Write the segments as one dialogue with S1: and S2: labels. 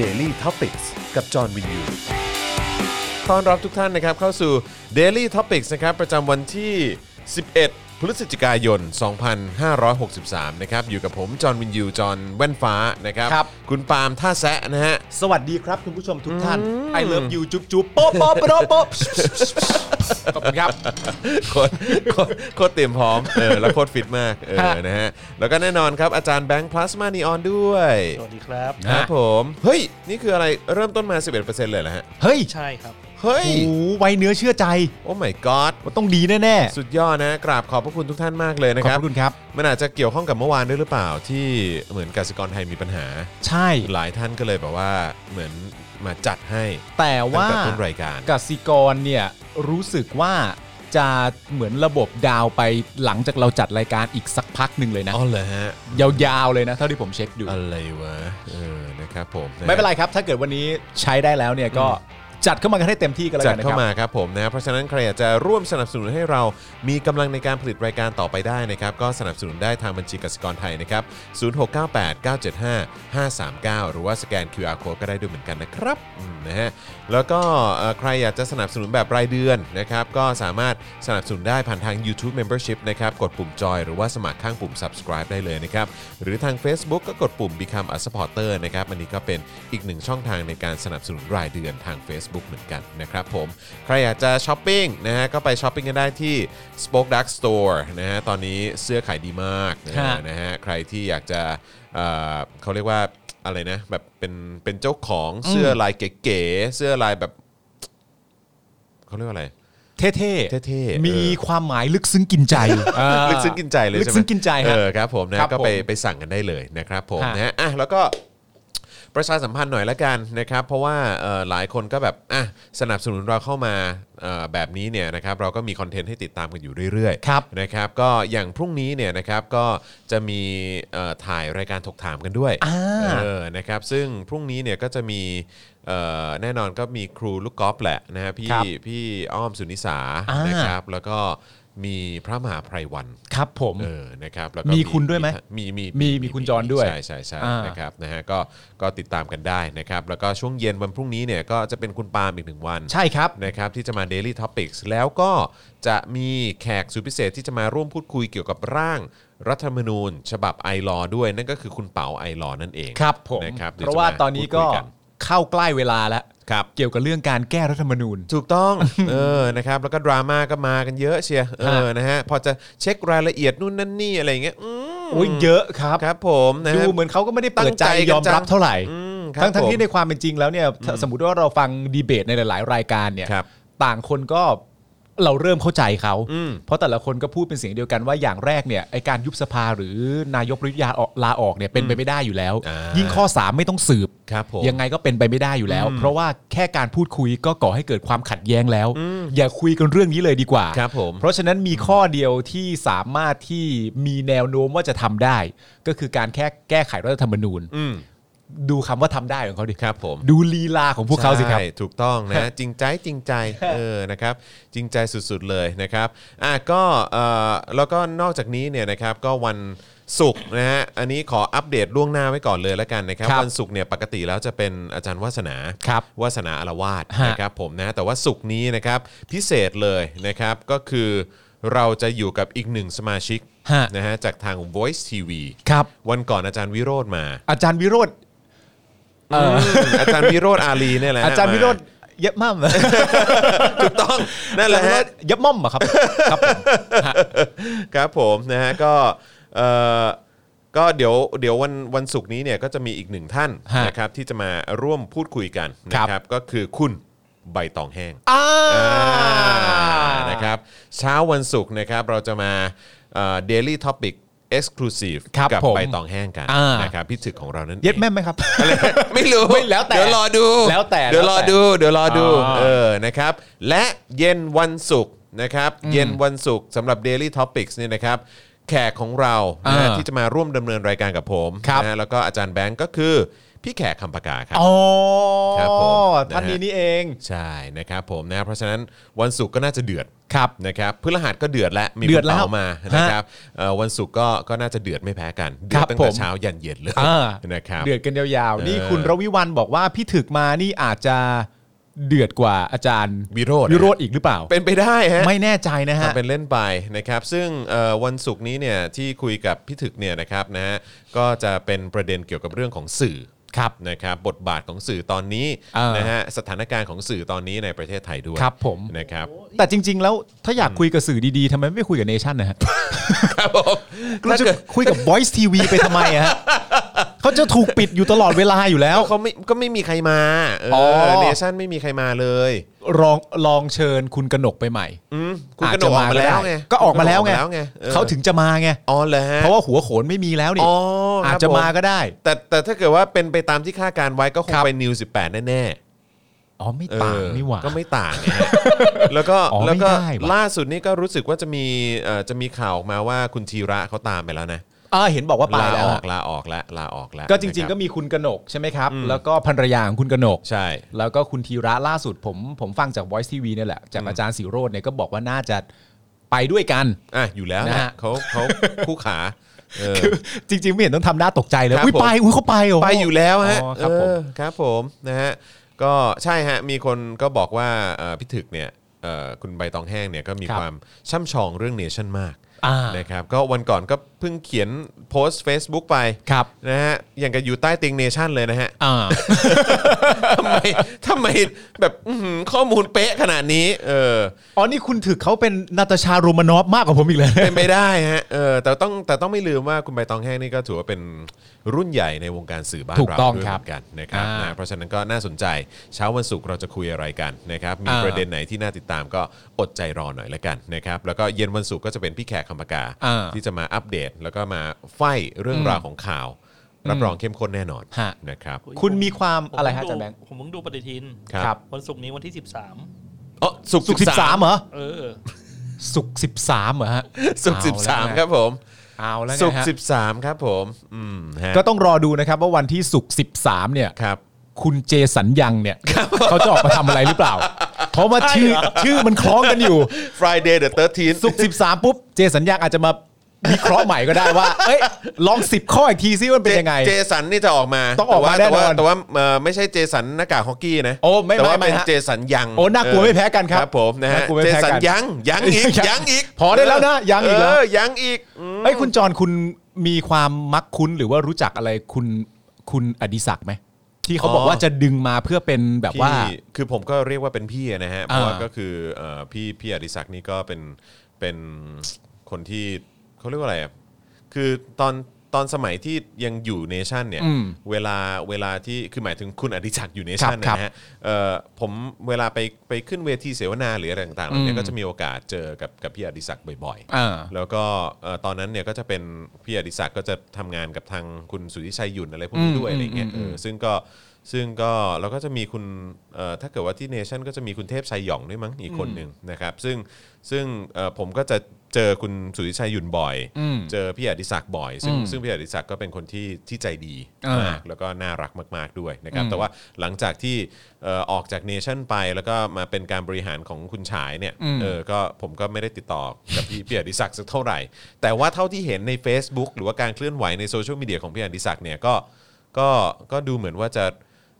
S1: Daily t o p i c กกับจอห์นวินยูต้อนรับทุกท่านนะครับเข้าสู่ Daily Topics นะครับประจำวันที่ 11 พฤศจิกายน 2563 นะครับอยู่กับผมจอห์นวินยูจอห์นแว่นฟ้านะครับ
S2: ครับ
S1: คุณปาล์มท่าแซะนะฮะ
S2: สวัสดีครับคุณผู้ชมทุกท่าน I love you จุ๊บจุ๊บโป๊ะโป๊ะโป๊ะโป๊ะขอบคุณครับ
S1: โคตรโคตรโคตรเตรียมพร้อมเออแล้วโคตรฟิตมากเออนะฮะแล้วก็แน่นอนครับอาจารย์แบงค์พลาสมานีออนด้วย
S3: สวัสดีครับ
S1: ครับผม เฮ้ย นี่คืออะไรเริ่มต้นมา 11%เลยนะฮะ
S2: เฮ้ย
S3: ใช่ครับ
S1: เฮ้ย
S2: โอ้โหไวเนื้อเชื่อใจ
S1: โอ้ my god
S2: ว่าต้องดีแน่
S1: สุดยอดนะกราบขอบพระคุณทุกท่านมากเลย
S2: ๆ
S1: นะ
S2: ขอบ
S1: ครับ
S2: พระคุณครับ
S1: มันอาจจะเกี่ยวข้องกับเมื่อวานด้วยหรือเปล่าที่เหมือนกสิกรไทยมีปัญหา
S2: ใช่
S1: หลายท่านก็เลยแบบว่าเหมือนมาจัดให้
S2: แต่
S1: ตั้ง
S2: ว่า
S1: แต่ต้นรายการ
S2: กสิกรเนี่ยรู้สึกว่าจะเหมือนระบบดาวไปหลังจากเราจัดรายการอีกสักพักหนึ่งเลยนะ
S1: อ๋อเหรอฮะ
S2: ยาวๆเลยนะ เท่าที่ผมเช็คดู
S1: อะไรวะเออนะครับผมะฮะ
S2: ไม่เป็นไรครับ ถ้าเกิดวันนี้ใช้ได้แล้วเนี่ยก็จัดเข้ามากันให้เต็มที่กันแล้ว
S1: จั
S2: กั
S1: ด
S2: นนะค
S1: เข้า
S2: รับ
S1: มาครับผมนะเพราะฉะนั้นใครอยากจะร่วมสนับสนุนให้เรามีกำลังในการผลิตรายการต่อไปได้นะครับ ก็สนับสนุนได้ทางบัญชีกสิกรไทยนะครับ 0698 975 539 หรือว่าสแกน QR code ก็ได้ด้วยเหมือนกันนะครับอืมนะฮะแล้วก็เอ่อใครอยากจะสนับสนุนแบบรายเดือนนะครับ ก็สามารถสนับสนุนได้ผ่านทาง YouTube Membership นะครับ กดปุ่มจอยหรือว่าสมัครข้างปุ่ม subscribe ได้เลยนะครับ หรือทาง Facebook ก็กดปุ่ม Become a supporter นะครับ อันนี้ก็เป็นอีกหนึ่งช่องทางในการสนับสนุนรายเดือนทาง Facebook เหมือนกันนะครับผม ใครอยากจะช้อปปิ้งนะฮะก็ไปช้อปปิ้งกันได้ที่ Spoke Dark Store นะฮะตอนนี้เสื้อขายดีมากนะฮะ
S2: ฮะ
S1: นะฮะใครที่อยากจะเอ่อเขาเรียกว่าอะไรนะแบบเป็นเป็นเจ้าของเสื้อลายเก๋ๆเสื้อลายแบบเขาเรียกว่าอะไร
S2: เท่
S1: เท่ๆเออ
S2: มีความหมายลึกซึ้งกิน ใจ
S1: ลึกซึ้งกินใจเลย
S2: ลึ
S1: ใช่ไหม
S2: กซึ้งกินใจฮะ
S1: เออครับผมนะครับ ก็ไป
S2: ผม
S1: ไปสั่งกันได้เลยนะครับผม
S2: ฮะ
S1: นะฮะอ่ะแล้วก็ประชาสัมพันธ์หน่อยละกันนะครับ เพราะว่าเอ่อหลายคนก็แบบอ่ะสนับสนุนเราเข้ามาเอ่อแบบนี้เนี่ยนะครับเราก็มีคอนเทนต์ให้ติดตามกันอยู่เรื่อยๆ
S2: ครับ
S1: นะครับก็อย่างพรุ่งนี้เนี่ยนะครับก็จะมีเอ่อถ่ายรายการถกถามกันด้วย
S2: อ่า
S1: เออนะครับซึ่งพรุ่งนี้เนี่ยก็จะมีเอ่อแน่นอนก็มีครูลูกกอล์ฟแหละนะฮะพี่
S2: ครับ
S1: พี่อ้อมสุนิสา
S2: อ่าน
S1: นะครับแล้วก็มีพระมหาไพรวัน
S2: ครับผม
S1: เออ นะครับ แล้วก็
S2: มีคุณด้วยไหม
S1: มี มี
S2: มีมีคุณจรด้วย
S1: ใช่ใช่ใช่
S2: อ่าน
S1: นะครับ นะฮะ ก็ ก็ติดตามกันได้นะครับ แล้วก็ช่วงเย็นวันพรุ่งนี้เนี่ย ก็จะเป็นคุณปาล์มอีกหนึ่งวัน
S2: ใช่ครับ
S1: นะครับ ที่จะมา Daily Topics แล้วก็จะมีแขกสุดพิเศษที่จะมาร่วมพูดคุยเกี่ยวกับร่างรัฐธรรมนูญ ฉบับไอรอด้วย นั่นก็คือคุณเป๋าไอรอนั่นเอง
S2: ครับผม
S1: นะครับดี๋ย
S2: เพราะว่า
S1: จม
S2: ตอนนี้ก็
S1: พูดคุยน
S2: เข้าใกล้เวลาแล้ว
S1: ครับ
S2: เกี่ยวกับเรื่องการแก้รัฐธรรมนูญ
S1: ถูก ต้อง เออ นะครับ แล้วก็ดราม่าก็มากันเยอะเชียร์เออ นะฮะ พอจะเช็ครายละเอียดนู่นนั่นนี่อะไรอย่างเงี้ยอืม
S2: โอ้ยเยอะครับ
S1: ครับผมนะ
S2: ดู
S1: ฮะ
S2: เหมือนเขาก็ไม่ได้เปิดใจ
S1: ตั้งใจกัน
S2: ยอมรับ
S1: จัง
S2: เท่าไหร่
S1: อืมครับ
S2: ทั้งทั้ง
S1: ผม
S2: ที่ในความเป็นจริงแล้วเนี่ยถ้าสมมติว่าเราฟังดีเบตในหลาย ๆ รายการเนี่ย
S1: ครับ
S2: ต่างคนก็เราเริ่มเข้าใจเขา
S1: อืม
S2: เพราะแต่ละคนก็พูดเป็นเสียงเดียวกันว่าอย่างแรกเนี่ยไอการยุบสภาหรือนายกประยุทธ์ยาออกลาออกเนี่ยเป็นไปไม่ได้อยู่แล้ว
S1: อ่ายิ่
S2: ยิ่งข้อ 3 ไม่ต้องสืบ
S1: ครับผม
S2: ยังไงก็เป็นไปไม่ได้อยู่แล้ว เพราะว่าแค่การพูดคุยก็ก่อให้เกิดความขัดแย้งแล้ว อย่าคุยกันเรื่องนี้เลยดีกว่า
S1: ครับผม
S2: เพราะฉะนั้นมีข้อเดียวที่สามารถที่มีแนวโน้มว่าจะทำได้ ก็คือการแค่แก้ไขรัฐธรรมนูญ
S1: อืม
S2: ดูคำว่าทำได้ของเขาดิ
S1: ครับผม
S2: ดูลีลาของพวกเขาสิครับ
S1: ใช่ถูกต้องนะ จริงใจจริงใจเออนะครับ จริงใจสุดๆเลยนะครับอ่ะก็เอ่อแล้วก็นอกจากนี้เนี่ยนะครับก็วันศุกร์นะฮะอันนี้ขออัปเดตล่วงหน้าไว้ก่อนเลยแล้วกันนะครับ
S2: ครับ
S1: วันศุกร์เนี่ยปกติแล้วจะเป็นอาจารย์วาสนา
S2: ครับ
S1: วาสนาอารวาส
S2: ฮะ
S1: นะครับผมนะแต่ว่าศุกร์นี้นะครับพิเศษเลยนะครับก็คือเราจะอยู่กับอีกหนึ่งสมาชิก
S2: ฮะ
S1: นะฮะจากทาง Voice TV
S2: ครับ
S1: วันก่อนอาจารย์วิโรธมา
S2: อาจารย์วิโรธ
S1: มอาจารย์วิโรธอาลีเนี่ยแหละฮะ
S2: อาจารย์วิโรธเย็บมั่ม
S1: มาถูก ต้องนั่นแหละฮะ
S2: เย็บม่อมเหรอครับครับผม
S1: ครับผมนะฮะก็เอ่อก็เดี๋ยวเดี๋ยววันวันศุกร์นี้เนี่ยก็จะมีอีกหนึ่งท่าน
S2: ฮะ
S1: นะครับที่จะมาร่วมพูดคุยกัน
S2: ครับ
S1: นะครับก็คือคุณใบตองแห้ง
S2: อ่า
S1: นะครับเช้าวันศุกร์นะครับเราจะมาเดลี่ท็อปิกเอ็กซ์คลูซีฟ
S2: ครับ
S1: กั
S2: ผม
S1: ใบตองแห้งกัน
S2: อ่าน
S1: นะครับพี่ถึกของเรานั่นเอง
S2: เย็บแม่มไหมครับ
S1: ไม่รู้
S2: ไม่แล้วแต่
S1: เดี๋ยวรอดู
S2: แล้วแต่
S1: เดี๋ยวรอดูเดี๋ยวรอดู
S2: อ่า
S1: เออนะครับ และเย็นวันศุกร์นะครับ เย็นวันศุกร์สำหรับ Daily Topics เนี่ยนะครับ แขกของเรานะ
S2: อ่า
S1: ที่จะมาร่วมดำเนินรายการกับผม
S2: ครับ
S1: นะแล้วก็อาจารย์แบงก์ก็คือ พี่แขกคำปากาครับ
S2: อ๋อ
S1: ครับผมนะฮะ
S2: ท่านนี้นี่เอง
S1: ใช่นะครับผมนะเพราะฉะนั้นวันศุกร์ก็น่าจะเดือด
S2: ครับ
S1: นะครับพฤหัสก็เดือดแล้วมี
S2: เดือดแล้ว
S1: คุณป๋ามานะครับเอ่อวันศุกร์ก็ก็น่าจะเดือดไม่แพ้กันเดือ
S2: ครั
S1: ด
S2: บ
S1: ตั้งแต่
S2: ผม
S1: เช้ายันเย็นเลย
S2: อ่า
S1: นะครับ
S2: เดือดกันยาวๆ นี่
S1: เออ
S2: คุณระวิวันบอกว่าพี่ถึกมานี่อาจจะเดือดกว่าอาจารย์
S1: วิโรจน์
S2: วิโรธอีกหรือเปล่า
S1: เป็นไปได้ฮะ
S2: ไม่แน่ใจนะฮะ
S1: ทำเป็นเล่นไปนะครับซึ่งเอ่อวันศุกร์นี้เนี่ยที่คุยกับพี่ถึกเนี่ยนะครับนะฮะก็จะเป็นประเด็นเกี่ยวกับเรื่องของสื่อ
S2: ครับ
S1: นะครับบทบาทของสื่อตอนนี้
S2: เออ
S1: นะฮะสถานการณ์ของสื่อตอนนี้ในประเทศไทยด้วย
S2: ครับผม
S1: นะครับ
S2: แต่จริง ๆ แล้วถ้าอยากคุยกับสื่อดีๆทำไมไม่คุยกับเนชั่นนะฮะ
S1: ครับผม
S2: เราจะคุยกับ Voice TV ไปทำไมอะฮะเขาจะถูกปิดอยู่ตลอดเวลาอยู่แล้ว
S1: เขาไม่ก็ไม่มีใครมาเอ
S2: อ
S1: อเนชั่นไม่มีใครมาเลย
S2: ลองลองเชิญคุณกนกไปใหม่
S1: อืมคุณกนกออกมาแล้วไง
S2: ก็ออกมาแล้วไง
S1: ออกมออ
S2: เขาถึงจะมาไง
S1: อ๋อเหรอฮะ
S2: เพราะว่าหัวโขนไม่มีแล้วนี่
S1: อ๋อค
S2: อาจ
S1: รับ
S2: จะมา
S1: ผ
S2: ก็ได้
S1: แต่แต่ถ้าเกิดว่าเป็นไปตามที่คาดการไว้ก็คง
S2: ครับ
S1: ไปนิว18แน่ๆ
S2: อ๋อไม่
S1: เออ
S2: ต่างนี่หว่า
S1: ก็ไม่ต่างไงฮะ แล้วก็
S2: อ๋อ
S1: แล้วก็
S2: ไม่ได้ว่ะ
S1: ล่าสุดนี่ก็รู้สึกว่าจะมีเอ่อจะมีข่าวออกมาว่าคุณธีระเขาตามไปแล้วนะ
S2: อ่าเห็นบอกว่าไป
S1: ลา
S2: แล้ว
S1: ออ
S2: อะ
S1: กลาออกแล้วลาออกแล้ว
S2: ก็จริง
S1: นะ
S2: ๆ
S1: ค
S2: ก็
S1: บ
S2: มีคุณกนกใช่ไหมครับ แล้วก็ภรรยาของคุณกนก
S1: ใช่
S2: แล้วก็คุณธีระล่าสุดผมผมฟังจาก Voice TV เนี่ยแหละ จากอาจารย์สิโรจน์เนี่ยก็บอกว่าน่าจะไปด้วยกัน
S1: อ่ะอยู่แล้ว
S2: นะฮะ
S1: นะเขาเขา คู่ขาเออ
S2: จริง ๆ ไม่เห็นต้องทำหน้าตกใจเลย
S1: ครับ
S2: อุ้ย
S1: ผม
S2: ไปอุ้ยเขาไปเหรอ
S1: ไปอยู่แล้วฮะ
S2: อ๋อครับผม
S1: เออครับผมนะฮะก็ใช่ฮะมีคนก็บอกว่าเอ่อพี่ถึกเนี่ยเอ่อคุณใบตองแห้งเนี่ยก็มี
S2: ครับ
S1: ความช่ำชองเรื่องเนชั่นมาก
S2: อ่า
S1: นะครับก็วันก่อนก็เพิ่งเขียนโพสต์ Facebook ไป
S2: ครับ
S1: นะฮะอย่างกับอยู่ใต้ติงเนชั่นเลยนะฮะ
S2: อ่า
S1: ทำไมทำไมแบบอื้อหือข้อมูลเป๊ะขนาดนี้ เออ
S2: อ๋อนี่คุณถึกเขาเป็นนาตาชาโรมานอฟมากกว่าผมอีกเลย
S1: เป็นไปได้ฮะเออแต่ต้องแต่ต้องไม่ลืมว่าคุณใบตองแห้งนี่ก็ถือว่าเป็นรุ่นใหญ่ในวงการสื่อบ้าน
S2: ถูก
S1: เรา
S2: ต้อง
S1: ด้วย
S2: ค
S1: เห
S2: รับ
S1: มือนกันนะครับ
S2: อ่าน
S1: นะเพราะฉะนั้นก็น่าสนใจเช้าวันศุกร์เราจะคุยอะไรกันนะครับมี
S2: อ่า
S1: ประเด็นไหนที่น่าติดตามก็อดใจรอหน่อยละกันนะครับแล้วก็เย็นวันศุกร์ก็จะเป็นพี่แขกคำปากา
S2: อ่า
S1: ที่จะมาอัปเดต แล้วก็มาไฟเรื่องราวของข่าว รับรองเข้มข้นแน่นอน
S2: ฮะ
S1: นะครับ
S2: คุณมีความ
S3: ผม
S2: อะไรฮะ
S3: เพิ่
S2: อา
S3: ดู
S2: จารย์แบงค์
S3: ผมเพิ่งดูปฏิทิน
S2: ครับ
S3: วันศุกร์นี้วันที่ 13
S1: อ๋อศุกร์
S2: สุกสิบสาม
S1: 13
S2: เหรอ
S3: เออ
S2: สุกสิบสามเหรอฮะ
S1: ศุกร์13ครับผม
S2: เอาแล้วไง
S1: สุกร์
S2: ฮะ
S1: สิบสามครับผม อืมฮะ
S2: ก็ต้องรอดูนะครับว่าวันที่สุกสิบสามเนี่ย
S1: ครับ
S2: คุณเจสันยังเนี่ยเขาจะออกมาทำอะไรหรือเปล่า เพราะว่าชื่อชื่อมันคล้องกันอยู่
S1: ฟรายเดย์เดอะเตอร์ทีน
S2: สุกสิบสามปุ๊บ เจสัญญาอาจจะมาวิเคราะห์ใหม่ก็ได้ว่า เอ้ย ลองสิบข้ออีกทีซิมันเป็นยังไง
S1: เจสันนี่จะออกมา
S2: ต้องออกมา
S1: แต่ว่า
S2: แน่นอน
S1: แต่ว่าแต่ว่าเอ่อไม่ใช่เจสันหน้ากากฮอกกี้นะ
S2: โอ้ไม่
S1: แต่ว่า
S2: ไม่
S1: เป็น
S2: ฮะ
S1: เจสันยัง
S2: โอ้น่ากลัว
S1: เ
S2: ไม่แพ้กันครับ
S1: ครับผมนะฮะ
S2: น่ากลัวไม่
S1: เจ
S2: แพ้กัน
S1: สันยังยังอีก
S2: ยั
S1: ยัง งอีก
S2: พอได้แล้วนะยังอีกเหรอ
S1: เยังอีกอืม
S2: เอ้ยคุณจรคุณมีความมักคุ้นหรือว่ารู้จักอะไรคุณคุณอดิศักดิ์ไหมที่เขาบอกว่าจะดึงมาเพื่อเป็นแบบว่า
S1: พี่คือผมก็เรียกว่าเป็นพี่อะนะฮะเพราะ
S2: อ่า
S1: ว่าก็คือเอ่อพี่พี่อดิศักดิ์นี่ก็เป็นเป็นคนที่เขาเรียกว่าอะไรอะคือตอนตอนสมัยที่ยังอยู่เนชั่นเนี่ย
S2: อืม
S1: เวลาเวลาที่คือหมายถึงคุณอดิศักดิ์อยู่เน
S2: ครับ
S1: ชั่นนะฮะเอ่อผมเวลาไปไปขึ้นเวทีเสวนาหรืออะไรต่างๆเหล่านี้
S2: อืม
S1: ก็จะมีโอกาสเจอกับกับพี่อดิศักดิ์บ่อย
S2: อ่า
S1: ๆ แล้วก็เอ่อตอนนั้นเนี่ยก็จะเป็นพี่อดิศักดิ์ก็จะทำงานกับทางคุณสุทธิชัยหยุ่นอะไรพวกนี้
S2: อืม
S1: ด้วยอะไรเงี้ย
S2: อืมอืม
S1: เออซึ่งก็ซึ่งก็เราก็จะมีคุณเอ่อถ้าเกิดว่าที่เนชั่นก็จะมีคุณเทพชัยหยองด้วยมั้งอีกคนหนึ่งนะครับซึ่งซึ่งเอ่อผมก็จะเจอคุณสุทธิชัยหยุ่นบ่อย
S2: อืม
S1: เจอพี่อดิศักดิ์บ่อย ซึ่ง
S2: อืม
S1: ซึ่งพี่อดิศักดิ์ก็เป็นคนที่ที่ใจดี
S2: อ่าม
S1: มากแล้วก็น่ารักมาก ๆด้วยนะครับ
S2: อืม
S1: แต่ว่าหลังจากที่เอ่อออกจากเนชั่นไปแล้วก็มาเป็นการบริหารของคุณฉายเนี่ย
S2: อืม
S1: เออก็ผมก็ไม่ได้ติดต่อกับพี่ พี่อดิศักดิ์สักเท่าไหร่ แต่ว่าเท่าที่เห็นใน Facebook หรือว่าการเคลื่อนไหวในโซเชียลมีเดียของพี่อดิศักดิ์เนี่ยก็ก็ก็ดูเหมือนว่าจะ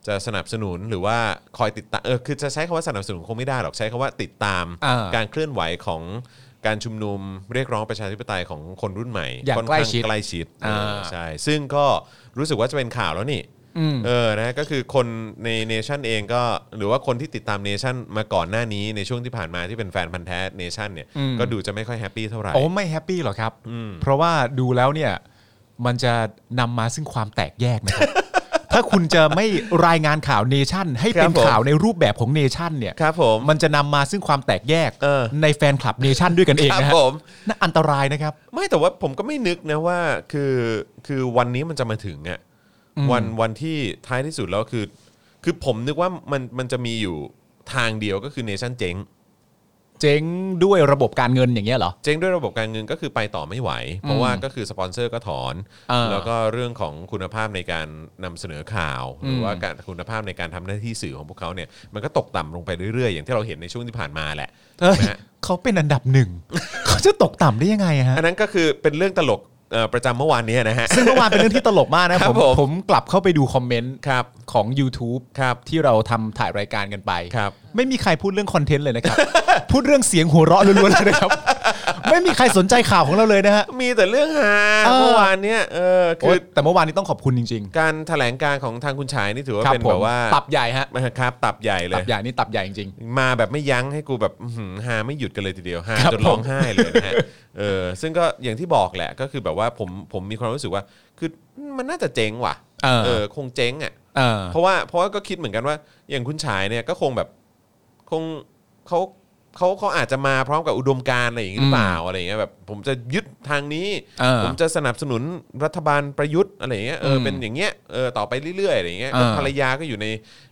S1: จะสนับสนุนหรือว่าคอยติดตามเออคือจะใช้คำว่าสนับสนุนคงไม่ได้หรอกใช้คำว่าติดตาม
S2: อ่า
S1: การเคลื่อนไหวของการชุมนุมเรียกร้องประชาธิปไตยของคนรุ่นใหม่
S2: อย่าง
S1: ค่น
S2: ใกล้
S1: ข้ง
S2: ชิด
S1: ใกล้ชิดเอออา ใช่ ซึ่งก็รู้สึกว่าจะเป็นข่าวแล้วนี่
S2: อืม
S1: เออ นะ ก็คือคนในเนชั่นเองก็ หรือว่าคนที่ติดตามเนชั่นมาก่อนหน้านี้ในช่วงที่ผ่านมาที่เป็นแฟนพันธ์แท้เนชั่นเนี่ย
S2: อืม
S1: ก็ดูจะไม่ค่อยแฮปปี้เท่าไหร่
S2: โอ้ไม่แฮปปี้หรอกครับ
S1: อืม
S2: เพราะว่าดูแล้วเนี่ย มันจะนำมาซึ่งความแตกแยกนะครับ ถ้าคุณจะไม่รายงานข่าวเนชั่น ให้เป็นข่าวในรูปแบบของเนชั่นเนี่ย
S1: ครับผม
S2: มันจะนำมาซึ่งความแตกแยก
S1: เออ
S2: ในแฟนคลับเนชั่นด้วยกันเอง
S1: ครับ
S2: นะฮะ
S1: ผม
S2: น่าอันตรายนะครับ
S1: ไม่แต่ว่าผมก็ไม่นึกนะว่าคือคือวันนี้มันจะมาถึงอะ
S2: อืม
S1: วันวันที่ท้ายที่สุดแล้วคือ คือผมนึกว่ามันมันจะมีอยู่ทางเดียวก็คือเนชั่นเจ๊ง
S2: เจ๊งด้วยระบบการเงินอย่างเงี้ยเหรอ
S1: เจ๊งด้วยระบบการเงินก็คือไปต่อไม่ไหว เพราะว่าก็คือสปอนเซอร์ก็ถอน
S2: อ่า
S1: แล้วก็เรื่องของคุณภาพในการนำเสนอข่าว
S2: อื
S1: ห
S2: ม
S1: รือว่าการคุณภาพในการทำหน้าที่สื่อของพวกเขาเนี่ยมันก็ตกต่ำลงไปเรื่อยๆ อย่างที่เราเห็นในช่วงที่ผ่านมาแหละ
S2: เฮ้ย
S1: นะฮะ
S2: เขาเป็นอันดับ หนึ่ง เขาจะตกต่ำได้ยังไงฮะ
S1: อันนั้นก็คือเป็นเรื่องตลกเอ่อประจำเมื่อวานเนี้ยนะฮะ
S2: ซึ่งเมื่อวานเป็นเรื่องที่ตลกมากนะครับ
S1: ผ
S2: ผม
S1: ม
S2: ผมกลับเข้าไปดูคอมเมนต์
S1: ครับ
S2: ของ YouTube
S1: ครับ
S2: ที่เราทำถ่ายรายการกันไป
S1: ครับ
S2: ไม่มีใครพูดเรื่องคอนเทนต์เลยนะครับ พูดเรื่องเสียงหัวเราะล้วนๆเลยนะครับ ไม่มีใครสนใจข่าวของเราเลยนะฮะ
S1: มีแต่เรื่องฮา
S2: เออ
S1: เมื่อวานเนี้ยเออ
S2: โอ๊
S1: คือ
S2: ยแต่เมื่อวานนี้ต้องขอบคุณจริง
S1: การแถลงการของทางคุณชายนี่ถือ
S2: ๆ
S1: ว่า
S2: ครั
S1: เป็น
S2: ผ
S1: แบ
S2: ม
S1: บว่า
S2: ตับใหญ่ฮะ
S1: ครับตับใหญ่เล
S2: ตั
S1: ย
S2: บใหญ่นี่ตับใหญ่จริง
S1: มาแบบไม่ยั้งให้กูแบบอื้อหือหาไม่หยุดกันเลยทีเดียวหา
S2: ครับ
S1: จนร้องไห้เลยนะฮะเออซึ่งก็อย่างที่บอกแหละก็คือแบบว่าผมผมมีความรู้สึกว่า คือมันน่าจะเจ๊งว่ะ
S2: เออ
S1: คงเจ๊งอ่ะ
S2: ๆเออ
S1: เพราะว่าเพราะว่าก็คิดเหมือนกันว่า อย่างคุณฉายเนี่ยก็คงแบบคงเขาเขาเขาอาจจะมาพร้อมกับอุดมการณ์อะไรอย่างนี้หรือเปล่าอะไรอย่างเงี้ยแบบผมจะยึดทางนี้
S2: เออ
S1: ผมจะสนับสนุนรัฐบาลประยุทธ์อะไรอย่างเงี้ยเอออ
S2: ม
S1: เป็นอย่างเงี้ยเออต่อไปเรื่อยๆอะไรอย่างเงี้ย
S2: เออ
S1: ภรรยาก็อยู่ใน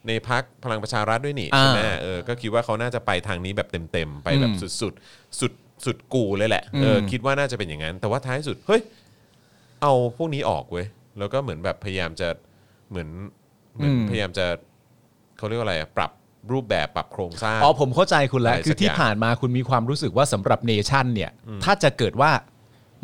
S1: ในพักพลังประชารัฐด้วยนี่
S2: อ่า
S1: ใช่ไหมเออก็คิดว่าเขาน่าจะไปทางนี้แบบเต็มๆไปแบบ
S2: อืม
S1: สุดๆสุดสุดกูเลยแหละเอออ
S2: ม
S1: คิดว่าน่าจะเป็นอย่างนั้น แต่ว่าท้ายสุดเฮ้ยเอาพวกนี้ออกเว้ยแล้วก็เหมือนแบบพยายามจะเหมือนเหมือนพยายามจะเขาเรียกว่าอะไรอะปรับรูปแบบปรับโครงสร้าง
S2: อ๋อผมเข้าใจคุณแล้ว
S1: อะไร
S2: คือที่
S1: สักอย่าง
S2: ผ่านมาคุณมีความรู้สึกว่าสำหรับเนชั่นเนี่ย ถ้าจะเกิดว่า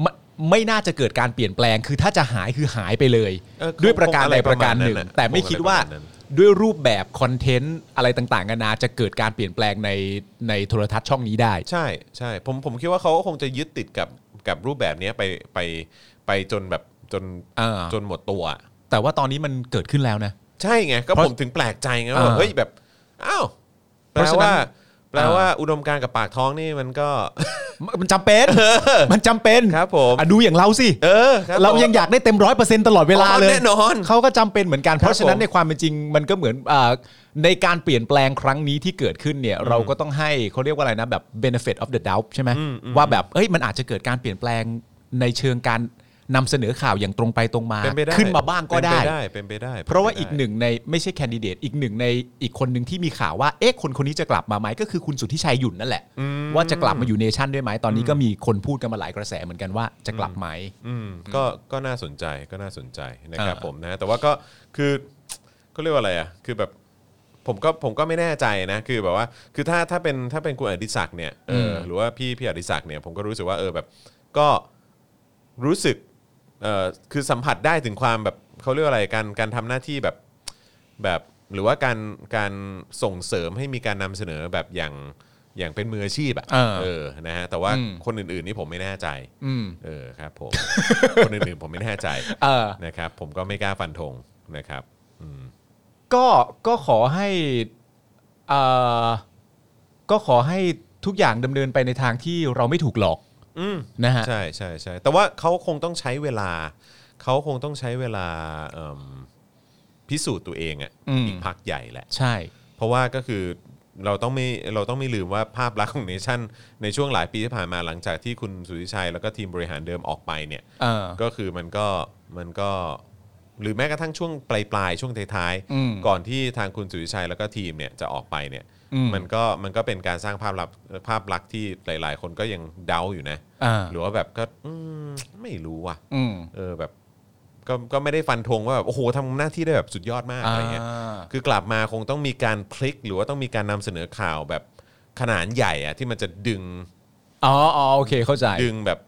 S2: ไม่ไม่น่าจะเกิดการเปลี่ยนแปลง คือถ้าจะหายคือหายไปเลย
S1: เออคง
S2: ด้วยประการ
S1: คงอะ
S2: ใด
S1: ไร
S2: ประการหนึ่ง
S1: ประมาณนั้นน่ะ
S2: แต่
S1: ค
S2: ไม่
S1: งอะไร
S2: คิดว่า
S1: ประมาณนั้น
S2: ด้วยรูปแบบคอนเทนต์อะไรต่างๆกันานาจะเกิดการเปลี่ยนแปลงในในโทรทัศน์ช่องนี้ได้
S1: ใช่ใช่ผมผมคิดว่าเขาก็คงจะยึดติดกับกับรูปแบบเนี้ยไปไปไปจนแบบจน
S2: เออ
S1: จนหมดตัวอะ
S2: แต่ว่าตอนนี้มันเกิดขึ้นแล้วนะ
S1: ใช่ไงก็
S2: เพราะ
S1: ผมถึงแปลกใจไง
S2: เอ
S1: ว่า
S2: อ
S1: เฮ้ยแบบอ้าว
S2: เพ
S1: แปล
S2: ราะฉะนั้
S1: ว่าน แปลว่าอุดมการณ์กับปากท้องนี่มันก็
S2: มันมันจำเป็น มันจำเป็น
S1: ครับผม
S2: อ่ะดูอย่างเราสิ
S1: เออคบ
S2: เรา
S1: ผม
S2: ยังอยากได้เต็มร้อยเปอร์เซ็นต์ตลอดเวลาเล
S1: อ๋
S2: ย
S1: อแน่นอน
S2: เขาก็จำเป็นเหมือนกัน เพ
S1: ครั
S2: ราะ
S1: บ
S2: ฉะนั้น
S1: ผม
S2: ในความเป็นจริงมันก็เหมือนอ่าในการเปลี่ยนแปลงครั้งนี้ที่เกิดขึ้นเนี่ย เราก็ต้องให้เขาเรียกว่าอะไรนะแบบ benefit of the doubt ใช่ไหมว่าแบบเอ้ยมันอาจจะเกิดการเปลี่ยนแปลงในเชิงการนำเสนอข่าวอย่างตรงไปตรงมา
S1: เป็นไปได้
S2: ขึ้นมาบ้างก็
S1: เป็น
S2: ได้
S1: ปได้เป็นไปได้ป็นไปได้
S2: เพราะว่าอีกหนึ่งในไม่ใช่แคนดิเดตอีกหนึ่งในอีกคนหนึ่งที่มีข่าวว่าเอ๊ะคนคนนี้จะกลับมาไหมก็คือคุณสุทธิชัยหยุ่นนั่นแหละ
S1: อืม
S2: ว่าจะกลับมาอยู่เนชั่นด้วยไหมตอนนี้ก็มีคนพูดกันมาหลายกระแสเหมือนกันว่าจะกลับไหม
S1: อืมก็ก็น่าสนใจก็น่าสนใจนะครับ
S2: อ่า
S1: ผมนะแต่ว่าก็คือเขาเรียกว่าอะไรอ่ะคือแบบผมก็ผมก็ไม่แน่ใจนะคือแบบว่าคือถ้าถ้าเป็นถ้าเป็นคุณอดิศักดิ์เนี่ยเอออ
S2: ม
S1: หรือว่าพี่พี่อดิศักดิ์เนี่ยผมก็รู้สึกว่าเออแบบก็รู้สึกเออคือสัมผัสได้ถึงความแบบเขาเรียกว่าอะไรการการทำหน้าที่แบบแบบหรือว่าการการส่งเสริมให้มีการนำเสนอแบบอย่างอย่างเป็นมืออาชีพอ่ะ
S2: อ่า
S1: เออนะฮะแต่ว่า
S2: อืม
S1: คนอื่นๆนี่ผมไม่แน่ใจ
S2: อืม
S1: เออครับผม คนอื่นๆผมไม่แน่ใจ
S2: เออ
S1: นะครับ ผมก็ไม่กล้าฟันธงนะครับอืม
S2: ก็ก็ขอให้เอ่อก็ขอให้ทุกอย่างดำเนินไปในทางที่เราไม่ถูกหลอก
S1: อืม
S2: นะฮะ
S1: ใช่ใช่ใช่แต่ว่าเขาคงต้องใช้เวลา เขาคงต้องใช้เวลาเอิ่มพิสูจน์ตัวเองอะ
S2: อืม
S1: อีกพักใหญ่แหละ
S2: ใช่
S1: เพราะว่าก็คือเราต้องไม่เราต้องไม่ลืมว่าภาพลักษณ์ของเนชั่น ในช่วงหลายปีที่ผ่านมาหลังจากที่คุณสุทธิชัย แล้วก็ทีมบริหารเดิมออกไปเนี่ย
S2: เออ
S1: ก็คือมันก็มันก็หรือแม้กระทั่งช่วงปลายปลายๆช่วงท้าย
S2: อืม
S1: ก่อนที่ทางคุณสุริชัยแล้วก็ทีมเนี่ยจะออกไปเนี่ย
S2: อืม
S1: มันก็มันก็เป็นการสร้างภาพลักษณ์ภาพลักษณ์ที่หลาย ๆ คนก็ยังเดาอยู่นะ
S2: เออ
S1: หรือว่าแบบก็อืมไม่รู้ว่ะ
S2: อืม
S1: เออแบบก็ก็ไม่ได้ฟันธงว่าแบบโอ้โหทำหน้าที่ได้แบบสุดยอดมาก
S2: อ่า
S1: อะไรเงี้ยคือกลับมาคงต้องมีการพลิก หรือว่าต้องมีการนำเสนอข่าวแบบขนาดใหญ่อะที่มันจะดึง
S2: อ๋ออ๋อโอเคเข้าใจ
S1: ดึงแบบ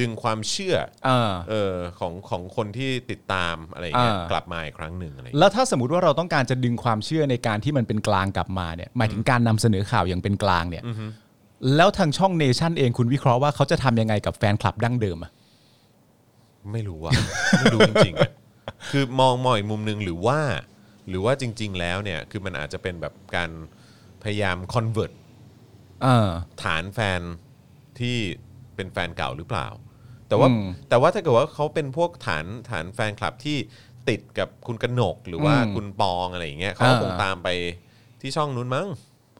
S1: ดึงความเชื่อ
S2: เออ
S1: เออของของคนที่ติดตามอะไรอย่างเงี้ย
S2: อ่า
S1: กลับมาอีกครั้งหนึ่งอะไรอย่างเงี้ย
S2: แล้วถ้าสมมติว่าเราต้องการจะดึงความเชื่อในการที่มันเป็นกลางกลับมาเนี่ยหมายถึงการนำเสนอข่าวอย่างเป็นกลางเนี่ยแล้วทางช่องเนชั่นเองคุณวิเคราะห์ว่าเขาจะทำยังไงกับแฟนคลับดั้งเดิมอะ
S1: ไม่รู้ว่ะ ไม่รู้จริงๆอะคือมองมองอีกมุมหนึ่งหรือว่า หรือว่าจริง ๆ แล้วเนี่ยคือมันอาจจะเป็นแบบการพยายามคอนเวิร์ต
S2: เออ
S1: ฐานแฟนที่เป็นแฟนเก่าหรือเปล่า แต่ว่า
S2: อืม
S1: แต่ว่าถ้าเกิดว่าเขาเป็นพวกฐานฐานแฟนคลับที่ติดกับคุณกนกหรือว่า
S2: อืม
S1: คุณปองอะไรอย่างเงี้ยเขา
S2: อ่า
S1: คงตามไปที่ช่องนู้นมั้ง